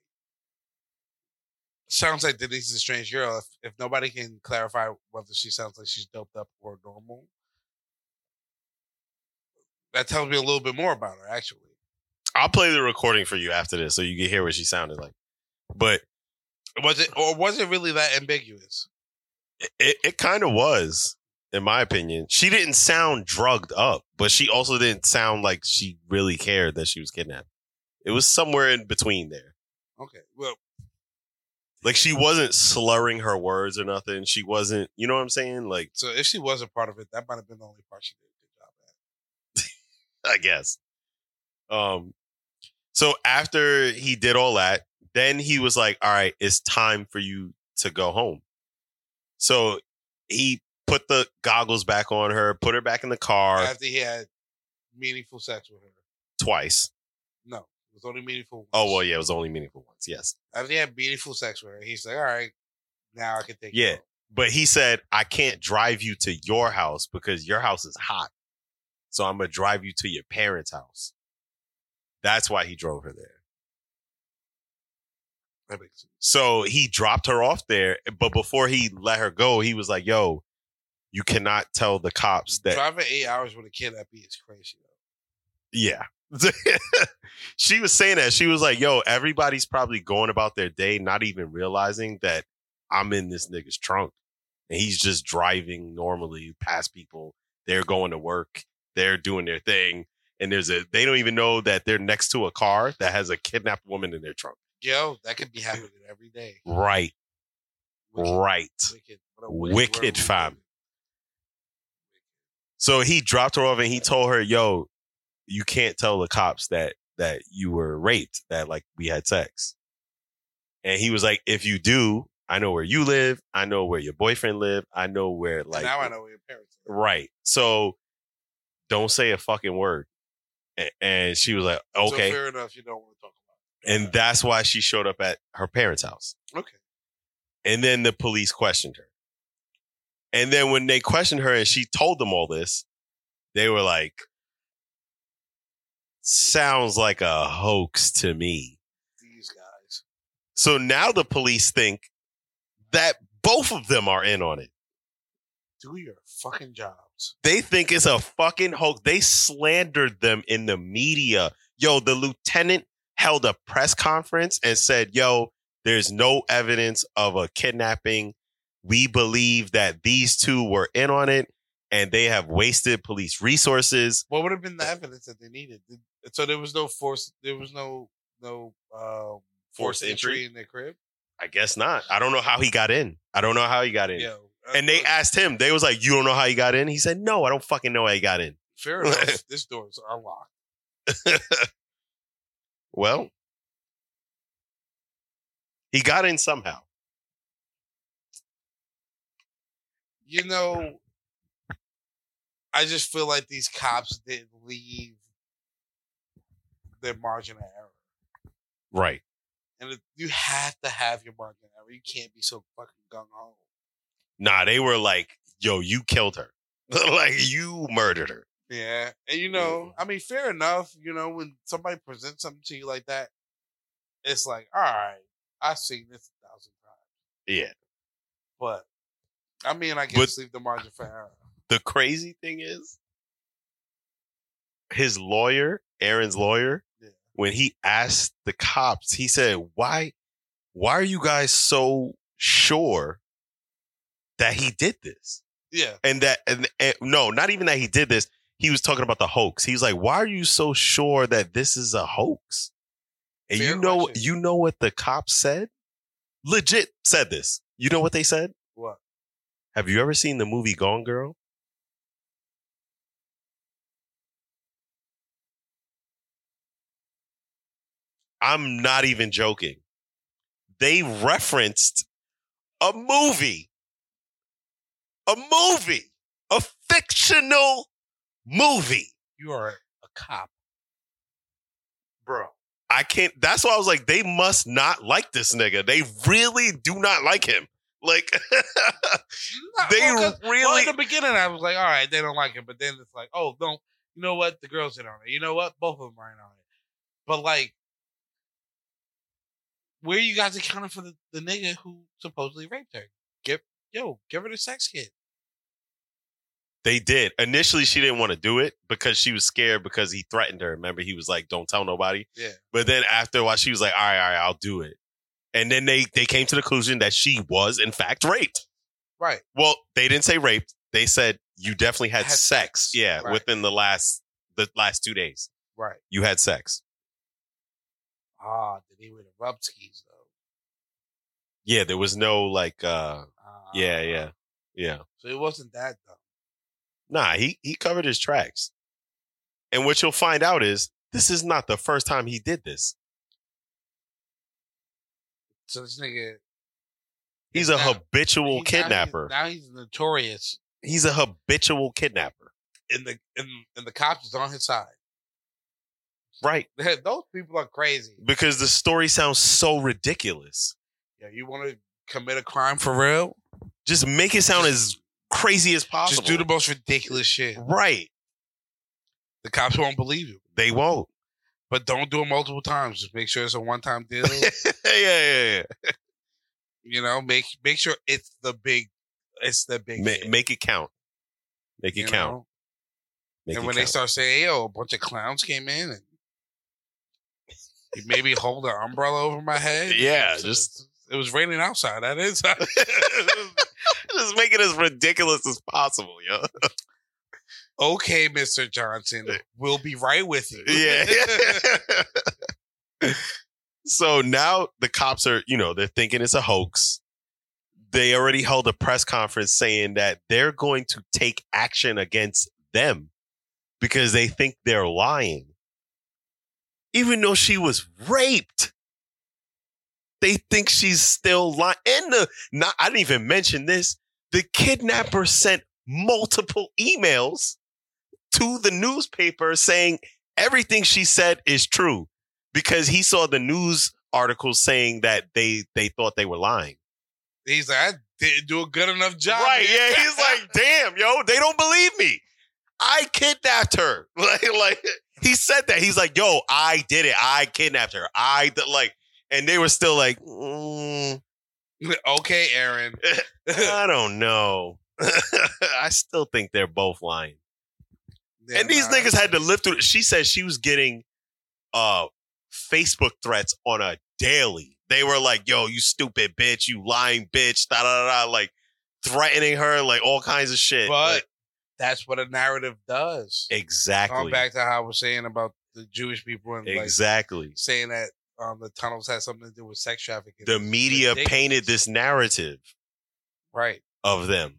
S3: Sounds like Denise is a strange girl. If, if nobody can clarify whether she sounds like she's doped up or normal, that tells me a little bit more about her, actually.
S5: I'll play the recording for you after this so you can hear what she sounded like. But
S3: Was it or was it really that ambiguous?
S5: it, it, it kind of was, in my opinion. She didn't sound drugged up, but she also didn't sound like she really cared that she was kidnapped. It was somewhere in between there.
S3: Okay. Well,
S5: Like she wasn't slurring her words or nothing. She wasn't, you know what I'm saying? Like,
S3: so if she was a part of it, that might have been the only part she did a good job at.
S5: I guess. Um, so after he did all that, then he was like, "All right, it's time for you to go home." So he put the goggles back on her, put her back in the car
S3: After he had meaningful sex with her.
S5: twice.
S3: No, it was only meaningful. Once.
S5: Oh well, yeah, it was only meaningful once. Yes,
S3: After he had meaningful sex with her, he's like, all right, now I can take it
S5: Yeah.
S3: off."
S5: but he said, "I can't drive you to your house because your house is hot, so I'm gonna drive you to your parents' house." That's why he drove her there.
S3: That makes sense.
S5: So he dropped her off there, but before he let her go, he was like, "Yo, you cannot tell the cops that."
S3: Driving eight hours with a kid that beat is crazy. Though.
S5: Yeah, she was saying that she was like, "Yo, everybody's probably going about their day, not even realizing that I'm in this nigga's trunk, and he's just driving normally past people. They're going to work, they're doing their thing, and there's a they don't even know that they're next to a car that has a kidnapped woman in their trunk."
S3: Yo, that could be happening every day.
S5: Right, right.
S3: Wicked, what a wicked,
S5: Wicked,
S3: world.
S5: fam. So he dropped her off and he told her, "Yo, you can't tell the cops that that you were raped, that like we had sex." And he was like, "If you do, I know where you live. I know where your boyfriend live. I know where
S3: And
S5: like
S3: now I know where your parents are.
S5: right. So don't say a fucking word." A- And she was like, "Okay."
S3: So fair enough. You don't want to talk about. it.
S5: and that's why she showed up at her parents' house.
S3: Okay.
S5: And then the police questioned her. And then when they questioned her and she told them all this, they were like, sounds like a hoax to me.
S3: these guys.
S5: So now the police think that both of them are in on it.
S3: Do your fucking jobs.
S5: They think it's a fucking hoax. They slandered them in the media. Yo, the lieutenant held a press conference and said, Yo, there's no evidence of a kidnapping. We believe that these two were in on it and they have wasted police resources.
S3: What would have been the evidence that they needed? Did- So there was no force. There was no no um,
S5: Forced entry?
S3: in their crib.
S5: I guess not. I don't know how he got in. I don't know how he got in.
S3: Yo,
S5: And they
S3: uh,
S5: asked him, they was like, You don't know how he got in? He said, No, I don't fucking know how he got in.
S3: fair enough. this door is unlocked.
S5: Well, he got in somehow.
S3: you know, I just feel like these cops didn't leave their margin of error.
S5: Right.
S3: And if, you have to have your margin of error. You can't be so fucking gung ho.
S5: Nah, they were like, yo, you killed her. like you murdered her.
S3: Yeah. And you know, I mean, fair enough. You know, when somebody presents something to you like that, it's like, all right, I've seen this a thousand times,
S5: Yeah.
S3: but I mean, I
S5: But-
S3: guess leave the margin for error.
S5: The crazy thing is, his lawyer, Aaron's lawyer,
S3: Yeah.
S5: when he asked the cops, he said, "Why, why are you guys so sure that he did this?"
S3: Yeah,
S5: and that and, and no, not even that he did this. He was talking about the hoax. He's like, "Why are you so sure that this is a hoax?" And
S3: Fair
S5: you know,
S3: question.
S5: you know what the cops said. Legit said this. You know what they said?
S3: what?
S5: Have you ever seen the movie Gone Girl? I'm not even joking. They referenced a movie, a movie, a fictional movie.
S3: You are a cop, bro.
S5: I can't. That's why I was like, they must not like this nigga. They really do not like him. Like, they
S3: Uh, Well, 'cause- Well,
S5: really.
S3: in the beginning, I was like, all right, they don't like it. But then it's like, oh, no, you know what? The girls in on it. You know what? Both of them are in on it. But like, where you guys accounting for the, the nigga who supposedly raped her? Give yo, give her the sex kid.
S5: They did. Initially, she didn't want to do it because she was scared because he threatened her. Remember, he was like, "Don't tell nobody."
S3: Yeah.
S5: But then after a while, she was like, "All right, all right, I'll do it." And then they they came to the conclusion that she was in fact raped.
S3: Right.
S5: Well, they didn't say raped. They said you definitely had,
S3: Had
S5: sex.
S3: sex.
S5: Yeah,
S3: Right.
S5: within the last the last two days,
S3: Right.
S5: you had sex.
S3: Ah, did he wear the rub skis though?
S5: Yeah, there was no like. uh
S3: Ah.
S5: Yeah, yeah, yeah.
S3: So it wasn't that though.
S5: Nah, he he covered his tracks. And what you'll find out is this is not the first time he did this.
S3: So this nigga
S5: He's
S3: is
S5: a
S3: now-
S5: habitual
S3: he- now he's-
S5: kidnapper.
S3: Now he's notorious,
S5: He's a habitual kidnapper.
S3: and the and, and the cops is on his side.
S5: Right.
S3: Those people are crazy.
S5: Because the story sounds so ridiculous.
S3: Yeah, you want to commit a crime for real?
S5: Just make it sound as crazy as possible.
S3: Just do the most ridiculous shit.
S5: right.
S3: The cops won't believe you.
S5: They won't.
S3: But don't do it multiple times. Just make sure it's a one time deal.
S5: yeah, yeah,
S3: you know, make make sure it's the big, it's the
S5: yeah.
S3: big.
S5: Ma-
S3: hit,
S5: make it count. Make it
S3: you
S5: count.
S3: know?
S5: Make
S3: and
S5: it
S3: when they
S5: count.
S3: start saying, "Yo, a bunch of clowns came in and you maybe hold an umbrella over my head,"
S5: Yeah,
S3: It's-
S5: just-
S3: it was raining outside. That is. I
S5: Just make it as ridiculous as possible, yo.
S3: okay, Mr. Johnson, we'll be right with you.
S5: yeah. so now the cops are, you know, they're thinking it's a hoax. They already held a press conference saying that they're going to take action against them because they think they're lying. Even though she was raped, they think she's still lying. And the not, I didn't even mention this. The kidnapper sent multiple emails to the newspaper saying everything she said is true because he saw the news article saying that they they thought they were lying.
S3: He's like, I didn't do a good enough job.
S5: right?
S3: here."
S5: Yeah. He's like, damn, yo, they don't believe me. I kidnapped her. Like, like he said that. He's like, yo, I did it. I kidnapped her. I did, like, and they were still like, mm,
S3: okay, Aaron.
S5: I don't know. I still think they're both lying. and these
S3: nah,
S5: niggas had to live through. She said she was getting uh Facebook threats on a daily. They were like, "Yo, you stupid bitch, you lying bitch," da da da, da, like threatening her, like all kinds of shit.
S3: But
S5: Like,
S3: that's what a narrative does. Going
S5: exactly,
S3: back to how I was saying about the Jewish people and like
S5: exactly.
S3: saying that um, the tunnels had something to do with sex trafficking.
S5: The
S3: It's
S5: media
S3: ridiculous.
S5: painted this narrative
S3: right.
S5: of them.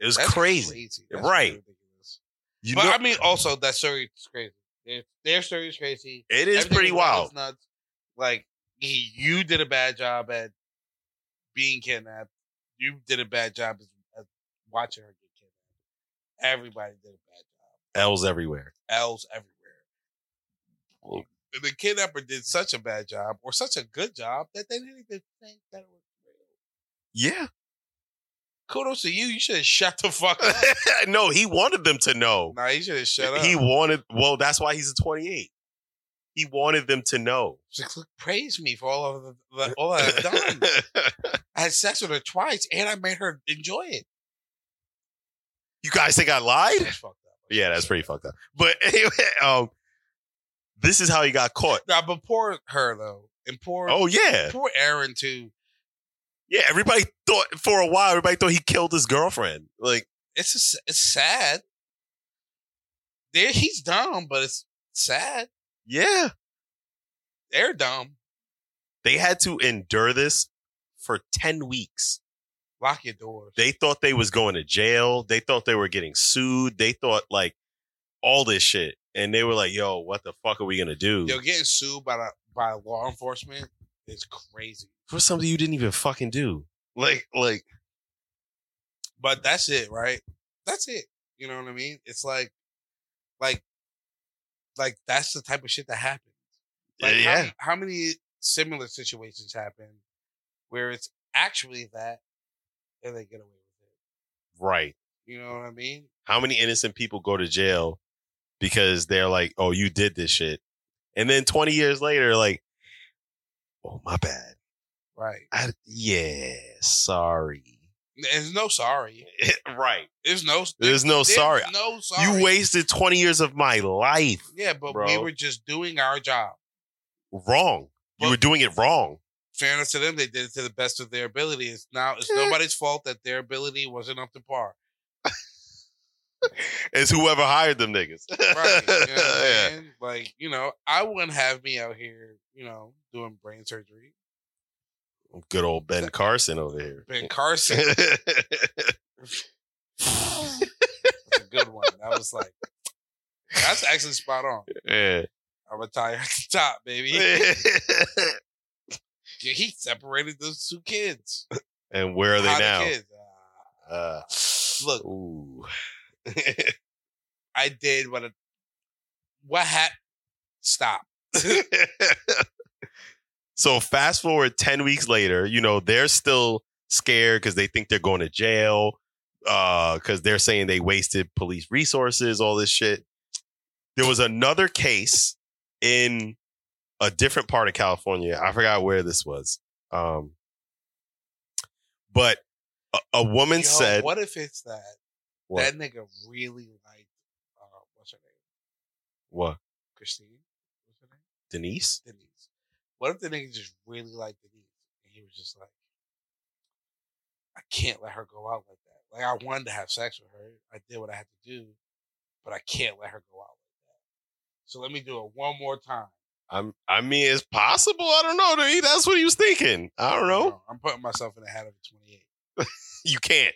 S5: It was
S3: That's
S5: crazy,
S3: That's
S5: Right.
S3: ridiculous.
S5: you
S3: but
S5: know.
S3: I mean, also that story is crazy. Their, their story is crazy.
S5: it is
S3: Everything
S5: pretty
S3: about
S5: wild.
S3: it's Nuts. Like he, you did a bad job at being kidnapped. You did a bad job as, as watching her get kidnapped. Everybody did a bad job.
S5: L's everywhere.
S3: L's everywhere.
S5: Well-
S3: And the kidnapper did such a bad job or such a good job that they didn't even think that it was real.
S5: Yeah.
S3: Kudos to you. You should have shut the fuck up.
S5: no, he wanted them to know.
S3: nah, you should have shut up.
S5: He wanted. Well, that's why he's a 28. He he wanted them to know.
S3: She's like, look, praise me for all of the, the- all I've done. I had sex with her twice, and I made her enjoy it.
S5: you guys think I lied?
S3: That's fucked up.
S5: Yeah, that's pretty fucked up. But anyway, um, this is how he got caught.
S3: Now, but poor her though, and poor
S5: Oh yeah,
S3: poor Aaron too.
S5: yeah. Everybody thought for a while. Everybody thought he killed his girlfriend. Like,
S3: It's a s it's sad. There, he's dumb, but it's sad.
S5: yeah,
S3: They're dumb.
S5: they had to endure this for ten weeks.
S3: Lock your doors.
S5: They thought they was going to jail. They thought they were getting sued. They thought like all this shit, and they were like, "Yo, what the fuck are we gonna do
S3: They're getting sued by the, by law enforcement. It's crazy.
S5: for something you didn't even fucking do?" Like, like,
S3: but that's it, right? That's it. You know what I mean? It's like, like, like that's the type of shit that happens. Like, how-
S5: yeah,
S3: How, many similar situations happen where it's actually that, and they get away with it?
S5: right.
S3: You know what I mean?
S5: How many innocent people go to jail because they're like, "Oh, you did this shit," and then twenty years later, like, "Oh, my bad.
S3: Right.
S5: I, yeah, sorry."
S3: There's no sorry.
S5: right.
S3: There's no.
S5: Eh, There's no
S3: there's
S5: sorry.
S3: No sorry.
S5: You wasted twenty years of my life.
S3: Yeah, but we
S5: bro.
S3: were just doing our job.
S5: Wrong. You
S3: Well-
S5: were doing it wrong.
S3: Fairness to them, they did it to the best of their ability. It's now
S5: Eh.
S3: it's nobody's fault that their ability wasn't up to par.
S5: It's whoever hired them niggas.
S3: right. You know what I'm
S5: Yeah.
S3: saying? Like, you know, I wouldn't have me out here, you know, doing brain surgery.
S5: Good old Ben Carson over here.
S3: Ben Carson, that's a good one. That was like, that's actually spot on.
S5: yeah.
S3: I retired at the top, baby. Yeah, He separated those two kids.
S5: and where are they
S3: How the
S5: now?
S3: kids? Uh,
S5: Uh,
S3: Look.
S5: Ooh.
S3: I did what a, what happened. Stop.
S5: so fast forward 10 weeks later, you know, they're still scared because they think they're going to jail uh because they're saying they wasted police resources all this shit there was another case in a different part of california i forgot where this was um but a, a woman
S3: Yo,
S5: said
S3: what if it's that?
S5: What?
S3: That nigga really liked, uh, what's her name?
S5: what
S3: Christine? What's her name?
S5: denise
S3: Denise. What if the nigga just really liked Denise and he was just like, I can't let her go out like that. Like I wanted to have sex with her. I did what I had to do, but I can't let her go out like that. So let me do it one more time.
S5: i'm i mean it's possible i don't know Denise. that's what he was thinking i don't know
S3: I'm putting myself in the hat of a 28.
S5: you can't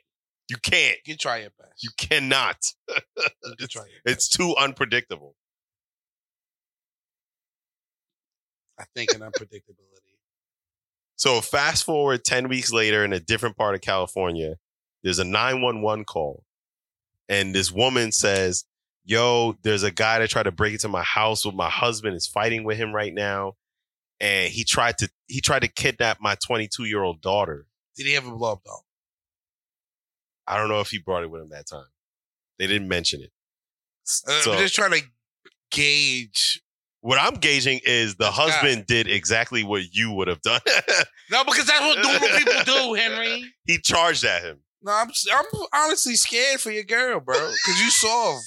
S5: you can't
S3: You can try your best.
S5: you cannot
S3: You can try your best.
S5: it's too unpredictable
S3: I think in unpredictability.
S5: So fast forward 10 weeks later in a different part of California, there's a 911 call. And this woman says, Yo, there's a guy that tried to break into my house with my husband is fighting with him right now. And he tried to he tried to kidnap my 22 year old daughter.
S3: Did he have a blow up doll?
S5: I don't know if he brought it with him that time. They didn't mention it.
S3: Uh,
S5: So
S3: I'm just trying to gauge.
S5: what I'm gauging is the
S3: This guy.
S5: husband did exactly what you would have done.
S3: No, because that's what normal people do, Henry.
S5: he charged at him.
S3: No, I'm I'm honestly scared for your girl, bro. Cause you saw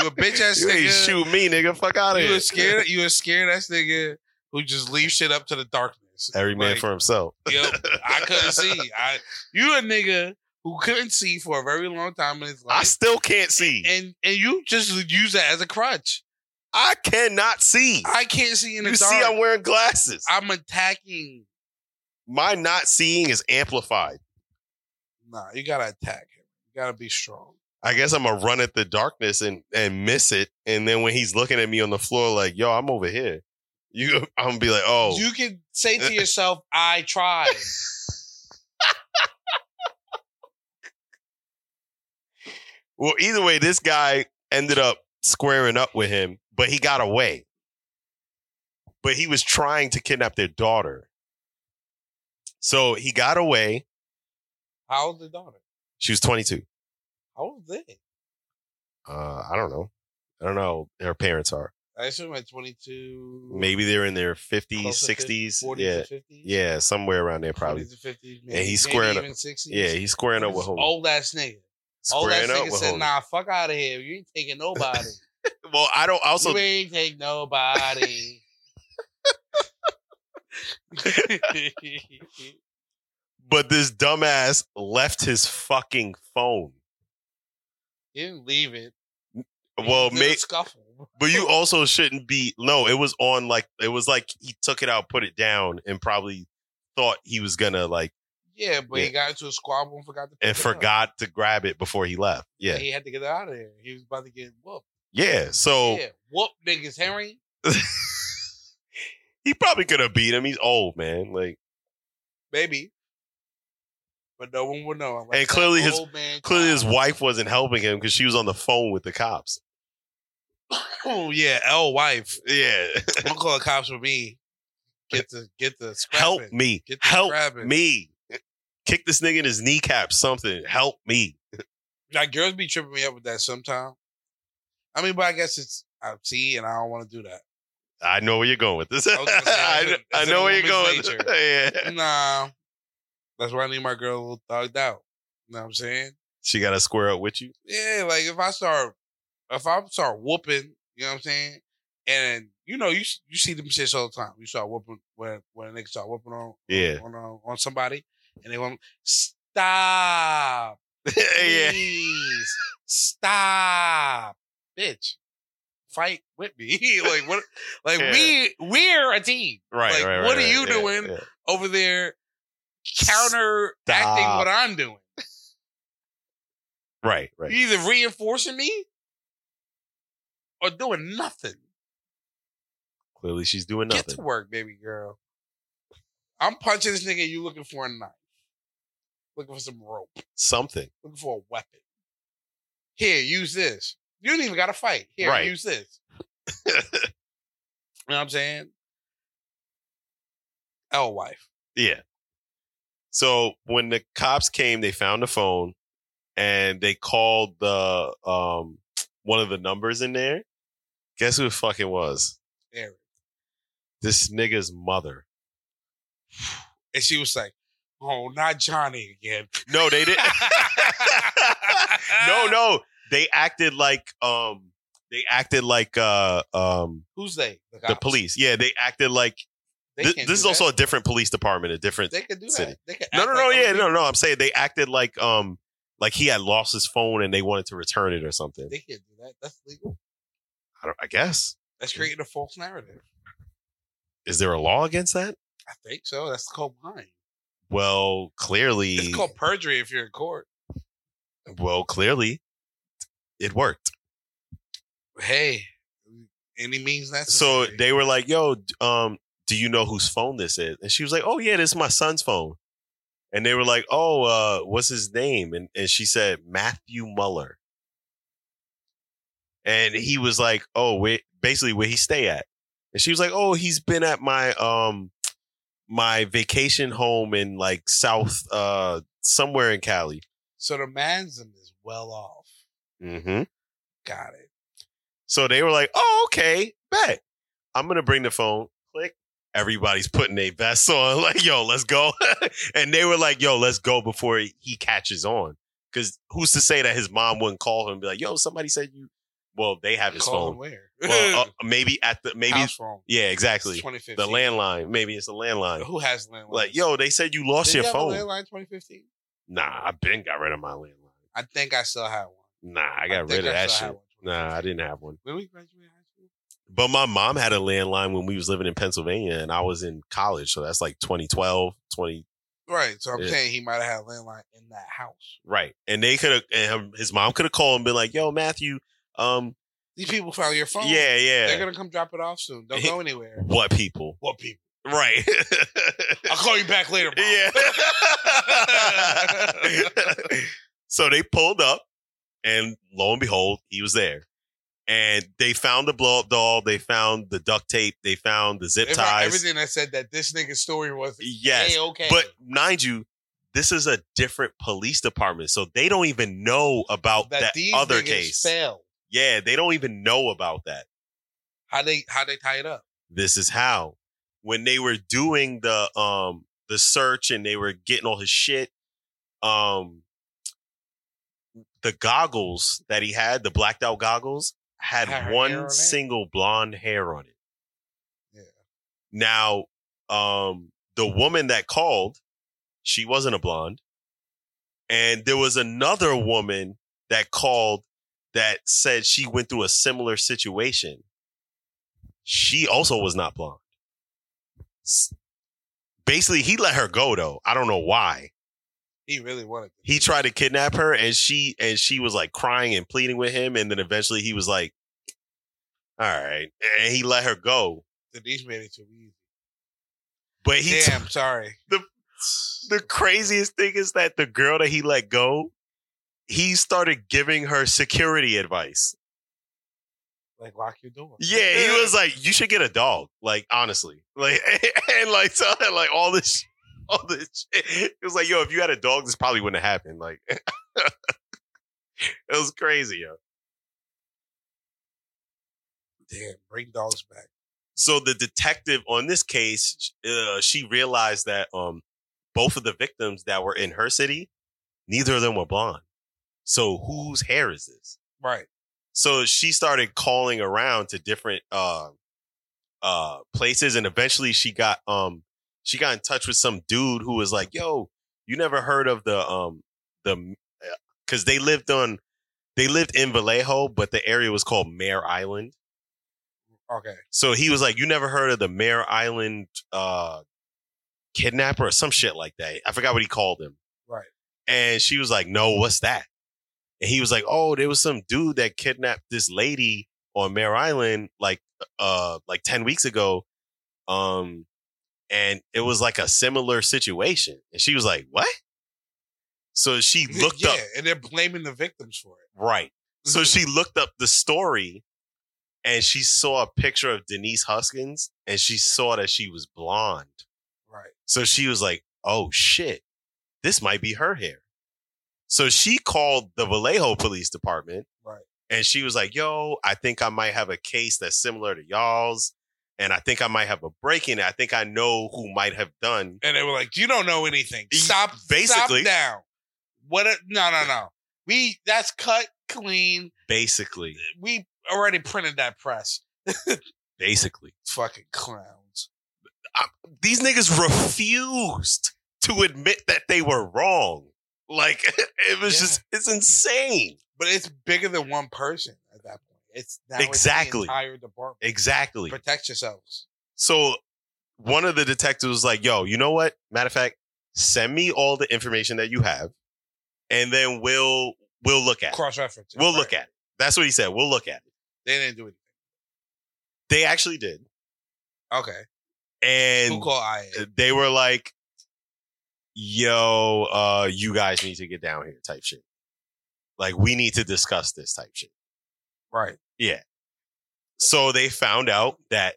S3: you a bitch ass
S5: You ain't
S3: nigga.
S5: shoot me, nigga. Fuck out of
S3: You
S5: here.
S3: a scared you a scared ass nigga who just leaves shit up to the darkness.
S5: Every man
S3: Like,
S5: for himself.
S3: Yo, I couldn't see. I you a nigga who couldn't see for a very long time in his
S5: I
S3: life,
S5: still can't see.
S3: and and you just use that as a crutch.
S5: I cannot see.
S3: I can't see in the
S5: You
S3: dark.
S5: see, I'm wearing glasses.
S3: I'm attacking.
S5: My not seeing is amplified.
S3: Nah, you gotta attack him. You gotta be strong.
S5: I guess I'm gonna run at the darkness and and miss it. And then when he's looking at me on the floor, like, yo, I'm over here. You, I'm gonna be like, oh,
S3: You can say to yourself, I tried.
S5: well. Either way, this guy ended up squaring up with him, but he got away. But he was trying to kidnap their daughter. So he got away.
S3: How old the daughter?
S5: She was 22.
S3: How old they?
S5: Uh, I don't know. I don't know. Her parents are.
S3: I assume at 22.
S5: Maybe they're in their 50s,
S3: close to 50,
S5: 60s.
S3: 40s
S5: yeah.
S3: to 50s.
S5: Yeah, somewhere around there probably.
S3: 40s to 50s.
S5: Yeah, he's squaring up.
S3: even 60s.
S5: Yeah, he's squaring up with homie.
S3: Old ass nigga. Old ass
S5: Squaring up
S3: nigga
S5: with
S3: said,
S5: homie.
S3: nah, fuck out of here. You ain't taking nobody.
S5: Well, I don't also
S3: you ain't take nobody.
S5: but this dumbass left his fucking phone.
S3: He didn't leave it. He
S5: Well,
S3: was in a
S5: mate,
S3: scuffle.
S5: but you also shouldn't be no, it was on like it was like he took it out, put it down, and probably thought he was gonna like
S3: Yeah, but he got into a squabble and forgot to. pick
S5: and
S3: it up.
S5: forgot to grab it before he left. Yeah.
S3: He had to get it out of there. He was about to get whooped.
S5: Yeah. So
S3: Yeah, whoop niggas, Henry.
S5: he probably could have beat him. He's old, man. Like
S3: Maybe. But no one will know.
S5: And clearly his-
S3: man
S5: clearly
S3: tried.
S5: his wife wasn't helping him because she was on the phone with the cops.
S3: Oh yeah, L wife.
S5: Yeah.
S3: I'm calling cops for me. Get the get the scrap
S5: Help
S3: it.
S5: me.
S3: Get the
S5: Help
S3: scrapping.
S5: me. Kick this nigga in his kneecap, something. Help me.
S3: Now girls be tripping me up with that sometime. I mean, but I guess it's I see, and I don't want to do that.
S5: I know where you're going with this. I,
S3: I was gonna say, that's
S5: kn-
S3: in-
S5: I
S3: that's
S5: know
S3: in
S5: where you're going.
S3: woman's nature.
S5: yeah.
S3: Nah, that's why I need my girl a little thugged out. You know what I'm saying?
S5: She got to square up with you.
S3: Yeah, like if I start, if I start whooping, you know what I'm saying, and you know you s- you see them shits all the time. You start whooping when when a nigga start whooping on
S5: Yeah.
S3: on on, on somebody, and they want stop,
S5: yeah.
S3: please stop, bitch, fight with me. like what? Like
S5: Yeah.
S3: we we're a team
S5: Right,
S3: Like,
S5: right, right.
S3: what are
S5: right,
S3: you
S5: yeah,
S3: doing?
S5: yeah.
S3: over there, counter acting
S5: Stop.
S3: what I'm doing.
S5: Right, right.
S3: You either reinforcing me or doing nothing.
S5: Clearly, she's doing
S3: Get
S5: nothing.
S3: to work, baby girl. I'm punching this nigga. You looking for a knife? Looking for some rope?
S5: Something.
S3: Looking for a weapon? Here, use this. You don't even got to fight. Here,
S5: Right.
S3: use this. You know what I'm saying? L wife.
S5: Yeah. So when the cops came, they found the phone and they called the um one of the numbers in there. Guess who it fucking was?
S3: Aaron.
S5: This nigga's mother.
S3: And she was like, "Oh, not Johnny again."
S5: No, they didn't. no, no. They acted like um they acted like uh um
S3: Who's they?
S5: the
S3: cops.
S5: police. Yeah, they acted like
S3: They
S5: thi-
S3: can't
S5: this is
S3: do
S5: also
S3: that.
S5: a different police department, a different
S3: they can do
S5: city.
S3: that. They can
S5: No,
S3: act
S5: no,
S3: like
S5: no,
S3: other
S5: yeah,
S3: people.
S5: no, no. I'm saying they acted like um like he had lost his phone and they wanted to return it or something.
S3: They can't do that. That's legal.
S5: I, don't, I guess.
S3: That's creating a false narrative.
S5: Is there a law against that?
S3: I think so. That's called lying.
S5: Well, clearly,
S3: It's called perjury if you're in court.
S5: well, clearly, it worked.
S3: Hey, any means
S5: So
S3: necessary.
S5: they were like, "Yo, d- um, do you know whose phone this is?" And she was like, "Oh yeah, this is my son's phone." And they were like, "Oh, uh, what's his name?" And and she said Matthew Muller. And he was like, "Oh, wait, basically where he stay at?" And she was like, "Oh, he's been at my um my vacation home in like South uh somewhere in Cali."
S3: so the man's is well off.
S5: Mm-hmm.
S3: Got it.
S5: So they were like, "Oh, okay, bet I'm gonna bring the phone." Click. Everybody's putting their vests on, like, "Yo, let's go!" and they were like, "Yo, let's go before he catches on." Because who's to say that his mom wouldn't call him and be like, "Yo, somebody said you." Well, they have his
S3: Call him
S5: phone.
S3: where?
S5: Well, uh, maybe at the maybe
S3: House phone.
S5: yeah,
S3: It's
S5: exactly
S3: 2015.
S5: the landline. Maybe it's a landline.
S3: Who has landline?
S5: Like, yo, they said you lost
S3: Did
S5: your
S3: you have a
S5: phone.
S3: Landline 2015.
S5: Nah, I've been got rid of my landline.
S3: I think I still have one.
S5: Nah, I got
S3: think
S5: rid of
S3: I
S5: that
S3: still have
S5: shit.
S3: one.
S5: Nah, I didn't have one.
S3: When we graduated high school,
S5: But my mom had a landline when we was living in Pennsylvania and I was in college. So that's like 2012, 20.
S3: right? So I'm
S5: Yeah.
S3: saying he might have had a landline in that house.
S5: Right. And they could have, and his mom could have called and been like, yo, Matthew, um,
S3: These people found your phone.
S5: yeah,
S3: They're
S5: yeah.
S3: gonna come drop it off soon. Don't go anywhere.
S5: what people?
S3: What people?
S5: Right.
S3: Oh, I'll call you back later. Mom.
S5: yeah. so they pulled up and lo and behold, he was there. And they found the blow up doll. They found the duct tape. They found the zip
S3: They found
S5: ties.
S3: Everything that said that this nigga's story was
S5: Yes.
S3: hey, okay.
S5: But mind you, this is a different police department, so they don't even know about that,
S3: these
S5: other
S3: niggas
S5: case.
S3: failed.
S5: yeah, they don't even know about that.
S3: How they how they tie it up?
S5: this is how when they were doing the um the search and they were getting all his shit um the goggles that he had the blacked out goggles had
S3: Had hair
S5: one
S3: on it.
S5: single blonde hair on it
S3: Yeah.
S5: now um the woman that called she wasn't a blonde and there was another woman that called that said she went through a similar situation she also was not blonde. S- Basically, he let her go though. I don't know why.
S3: He really wanted. to.
S5: He tried to kidnap her and she and she was like crying and pleading with him and then eventually he was like all right, and he let her go.
S3: Denise made it too easy.
S5: But he
S3: Damn, sorry.
S5: the craziest thing is that the girl that he let go, he started giving her security advice.
S3: Like lock your door.
S5: Yeah, he was like, "You should get a dog." Like honestly, like and like tell her like all this, sh- all this. Shit. It was like, "Yo, if you had a dog, this probably wouldn't have happened." Like, it was crazy, yo.
S3: Damn, bring dogs back.
S5: So the detective on this case, uh, she realized that um, both of the victims that were in her city, neither of them were blonde. So whose hair is this?
S3: Right.
S5: so she started calling around to different uh uh places and eventually she got um she got in touch with some dude who was like yo you never heard of the um the because they lived on they lived in vallejo but the area was called mare island
S3: Okay.
S5: so he was like, "You never heard of the Mare Island uh, kidnapper or some shit like that?" I forgot what he called him.
S3: Right.
S5: And she was like, "No, what's that?" And he was like, "Oh, there was some dude that kidnapped this lady on Mare Island like uh like ten weeks ago, um, and it was like a similar situation." And she was like, "What?" So she looked
S3: yeah,
S5: up
S3: and they're blaming the victims for it.
S5: right. So she looked up the story and she saw a picture of Denise Huskins and she saw that she was blonde.
S3: Right.
S5: So she was like, oh shit, this might be her hair. So she called the Vallejo Police Department.
S3: Right.
S5: And she was like, yo, I think I might have a case that's similar to y'all's. And I think I might have a break in. I think I know who might have done.
S3: And they were like, "You don't know anything.
S5: E-
S3: Stop.
S5: basically.
S3: stop down. What? A, no, no, no. We that's cut clean.
S5: Basically,
S3: We already printed that press.
S5: basically.
S3: Fucking clowns.
S5: these niggas refused to admit that they were wrong. Like it was
S3: Yeah.
S5: just it's insane.
S3: But it's bigger than one person at that point. It's now
S5: Exactly.
S3: it's the entire department.
S5: Exactly.
S3: Protect yourselves.
S5: So one of the detectives was like, yo, you know what? Matter of fact, send me all the information that you have, and then we'll we'll look at it.
S3: Cross reference.
S5: We'll look at it. That's what he said. We'll look at it.
S3: They didn't do anything.
S5: They actually did.
S3: Okay.
S5: And
S3: Who called IA?
S5: they were like, yo, uh, you guys need to get down here, type shit. Like, we need to discuss this type shit.
S3: Right.
S5: So they found out that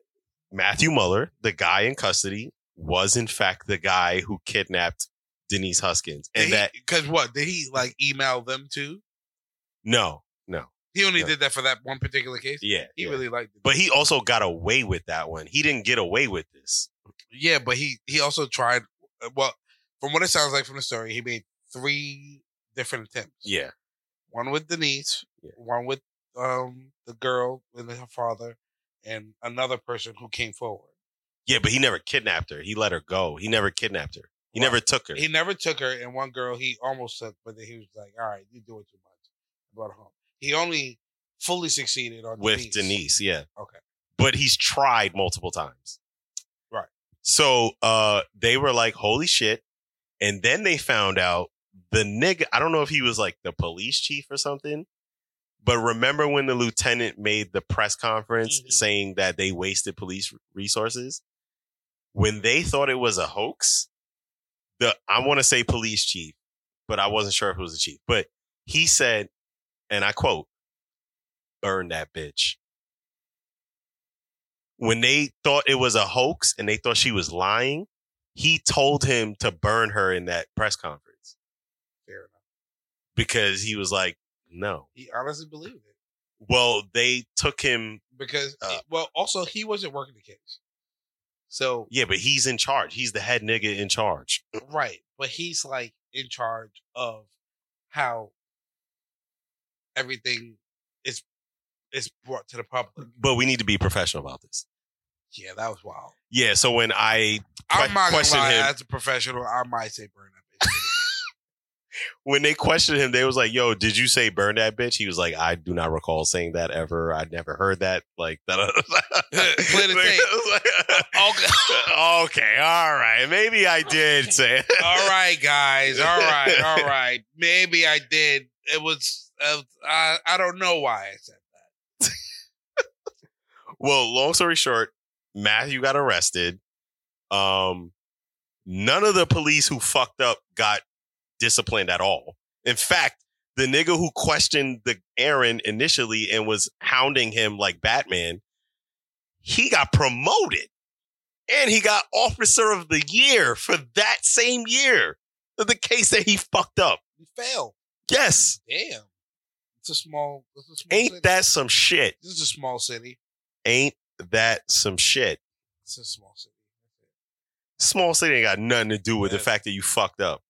S5: Matthew Muller, the guy in custody, was in fact the guy who kidnapped Denise Huskins. And that
S3: because what did he like email them to?
S5: no, no.
S3: He only
S5: Yeah.
S3: did that for that one particular case.
S5: Yeah.
S3: He
S5: yeah.
S3: really liked it.
S5: but he also got away with that one. He didn't get away with this.
S3: Yeah, but he he also tried. uh, Well, from what it sounds like from the story, he made three different attempts.
S5: Yeah.
S3: one with Denise,
S5: Yeah.
S3: one with um the girl and her father, and another person who came forward.
S5: Yeah, but he never kidnapped her. He let her go. He never kidnapped her. He
S3: Right.
S5: never took her.
S3: He never took her, and one girl he almost took, but then he was like, "All right, you do it too much." Brought her home. He only fully succeeded on
S5: with Denise, yeah.
S3: Okay.
S5: But he's tried multiple times.
S3: Right.
S5: So uh they were like, holy shit. And then they found out the nigga, I don't know if he was like the police chief or something, but remember when the lieutenant made the press conference
S3: Mhm.
S5: saying that they wasted police resources? When they thought it was a hoax, the I want to say police chief, but I wasn't sure if it was the chief. But he said, and I quote, burn that bitch. When they thought it was a hoax and they thought she was lying, he told him to burn her in that press conference
S3: Fair enough.
S5: because he was like, no.
S3: He honestly believed it.
S5: Well, they took him.
S3: because
S5: Uh,
S3: well, also he wasn't working the case, so
S5: Yeah, but he's in charge. He's the head nigga in charge.
S3: right. But he's like in charge of how everything is is brought to the public.
S5: But we need to be professional about this.
S3: Yeah, that was wild.
S5: Yeah. So when I
S3: I'm
S5: Que-
S3: not gonna
S5: question
S3: lie,
S5: him.
S3: as a professional, I might say burn that bitch.
S5: when they questioned him, they was like, "Yo, did you say burn that bitch?" He was like, "I do not recall saying that ever. I never heard that." Like that.
S3: Play the tape.
S5: okay. okay. All right. Maybe I did say. It.
S3: all right, guys. All right, all right. Maybe I did. It was. Uh, I I don't know why I said that.
S5: Well, long story short, Matthew got arrested. Um, none of the police who fucked up got disciplined at all. In fact, the nigga who questioned the Aaron initially and was hounding him like Batman, he got promoted. And he got officer of the year for that same year. The case that he fucked up.
S3: You failed.
S5: Yes.
S3: Damn. It's a small. It's a small city.
S5: Ain't that some shit?
S3: This is a small city.
S5: Ain't that some shit?
S3: It's a small city.
S5: small city ain't got nothing to do with the
S3: Yeah.
S5: fact that you fucked up.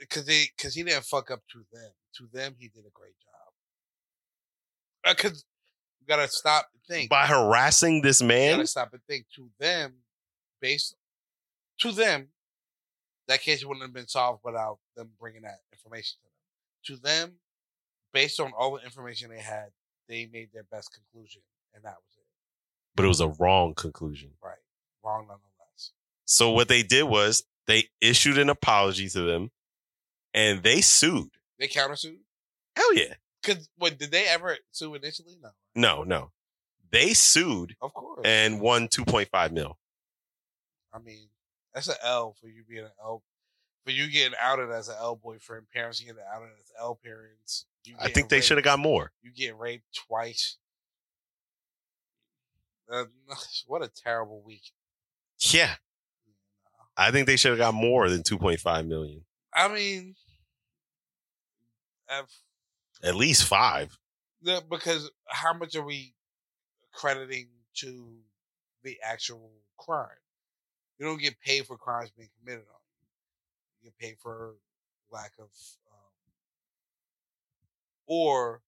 S3: Because they, because he didn't fuck up to them. To them, he did a great job. Because you gotta stop and think.
S5: By harassing this
S3: You
S5: man,
S3: gotta stop and think. To them, based to them, that case wouldn't have been solved without them bringing that information to them. To them, based on all the information they had, they made their best conclusion, and that was it.
S5: but it was a wrong conclusion.
S3: Right, wrong nonetheless.
S5: So what they did was they issued an apology to them and they sued.
S3: They countersued.
S5: Hell yeah.
S3: Cause what did they ever sue initially? No,
S5: No, no. They sued
S3: of course.
S5: and won 2.5 mil.
S3: I mean, that's an L for you being an L. For you getting outed as an L boyfriend, parents getting outed as L parents. You
S5: I
S3: getting
S5: think they
S3: raped-
S5: should have got more.
S3: You get raped twice. Uh, what a terrible week.
S5: Yeah. I think they should have got more than 2.5 million.
S3: I mean, I've-
S5: At least 5.
S3: the- because how much are we crediting to the actual crime? You don't get paid for crimes being committed on you. You get paid for lack of, um, or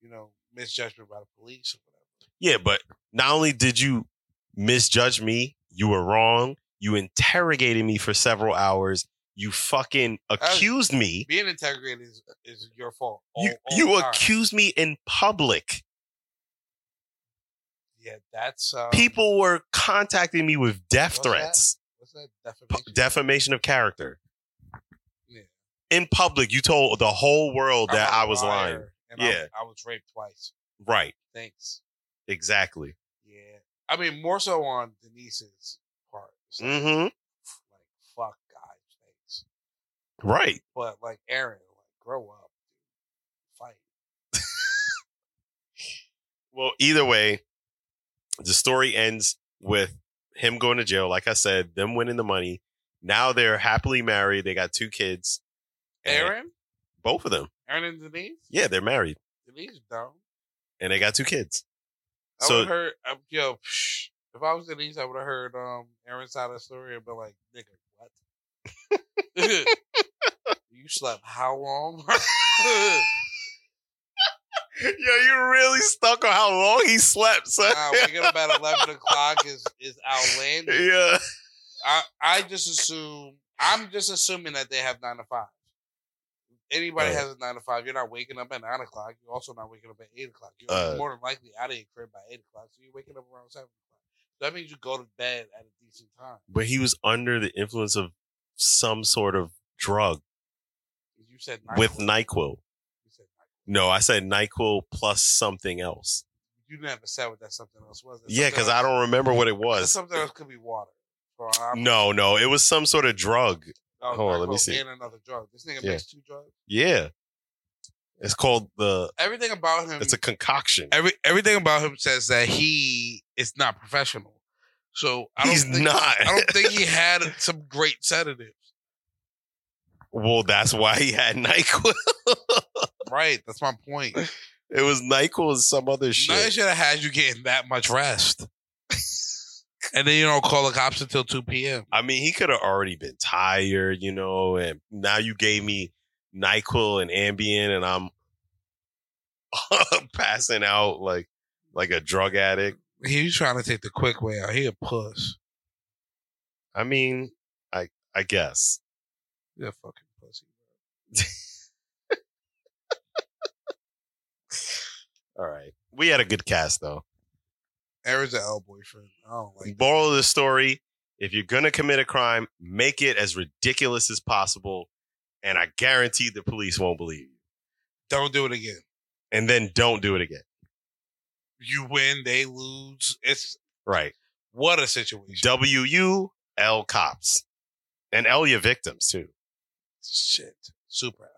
S3: you know, misjudgment by the police or whatever.
S5: Yeah, but not only did you misjudge me, you were wrong. You interrogated me for several hours. You fucking accused me.
S3: Being integrated is, is your fault. all-
S5: You,
S3: all
S5: you
S3: the time.
S5: accused me in public.
S3: Yeah, that's um,
S5: People were contacting me with
S3: what's
S5: death
S3: that?
S5: threats,
S3: What's that?
S5: p-
S3: Defamation.
S5: defamation of character.
S3: Yeah.
S5: In public, you told the whole world
S3: I'm
S5: that
S3: a
S5: I was
S3: liar,
S5: lying.
S3: and I-
S5: Yeah.
S3: I was raped twice.
S5: Right.
S3: Thanks.
S5: Exactly.
S3: Yeah. I mean, more so on Denise's part. It's like,
S5: hmm
S3: like, fuck, guys, thanks.
S5: Right.
S3: But, like, Aaron, like, grow up. Fight.
S5: Well, either way, the story ends with him going to jail. Like I said, them winning the money. Now they're happily married. They got two kids. And
S3: Aaron?
S5: Both of them.
S3: Aaron and Denise?
S5: Eh. Yeah, they're married
S3: Denise dumb.
S5: and they got two kids.
S3: I
S5: So-
S3: would have heard, um, yo, psh, if I was Denise, I would have heard um, Aaron's side of the story and been like, nigga, what? you slept how long?
S5: Yo, you really stuck on how long he slept, son.
S3: nah, waking up at 11 o'clock is, is outlandish.
S5: yeah.
S3: I I just assume I'm just assuming that they have nine to five. Anybody
S5: Right.
S3: has a nine to five. You're not waking up at nine o'clock. You're also not waking up at eight o'clock. You're
S5: Uh,
S3: more than likely out of your crib by eight o'clock, so you're waking up around seven o'clock. So that means you go to bed at a decent time.
S5: But he was under the influence of some sort of drug
S3: You said nine
S5: with
S3: o'clock.
S5: NyQuil.
S3: You, said nine.
S5: No, I said NyQuil plus something else.
S3: you never said what that something else was. That
S5: Yeah,
S3: something
S5: because I
S3: else-
S5: don't remember what it
S3: that
S5: was.
S3: Something else could be water. So I'm-
S5: No, no, it was some sort of drug.
S3: oh,
S5: hold on, let me
S3: narco
S5: see.
S3: And another drug. This nigga
S5: Yeah.
S3: makes two drugs.
S5: Yeah. It's called the
S3: Everything about him.
S5: it's a concoction.
S3: every everything about him says that he is not professional. So I don't
S5: He's
S3: think,
S5: not.
S3: I don't think he had some great sedatives.
S5: Well, that's why he had NyQuil.
S3: Right. That's my point.
S5: It was Nyquil and some other
S3: Nothing
S5: shit.
S3: should have had you getting that much rest. and then you don't call the cops until 2 p.m.
S5: I mean, he could have already been tired, you know, and now you gave me NyQuil and Ambien and I'm passing out like like a drug addict.
S3: He was trying to take the quick way out. He a puss.
S5: I mean, I I guess.
S3: He a fucking pussy.
S5: All right. We had a good cast though.
S3: Aaron's an L boyfriend. I don't like that.
S5: Moral of the story, if you're gonna commit a crime, make it as ridiculous as possible, and I guarantee the police won't believe you.
S3: Don't do it again.
S5: And then don't do it again.
S3: You win, they lose. It's
S5: Right.
S3: what a situation.
S5: W U L cops. And L your victims too.
S3: Shit. Super L.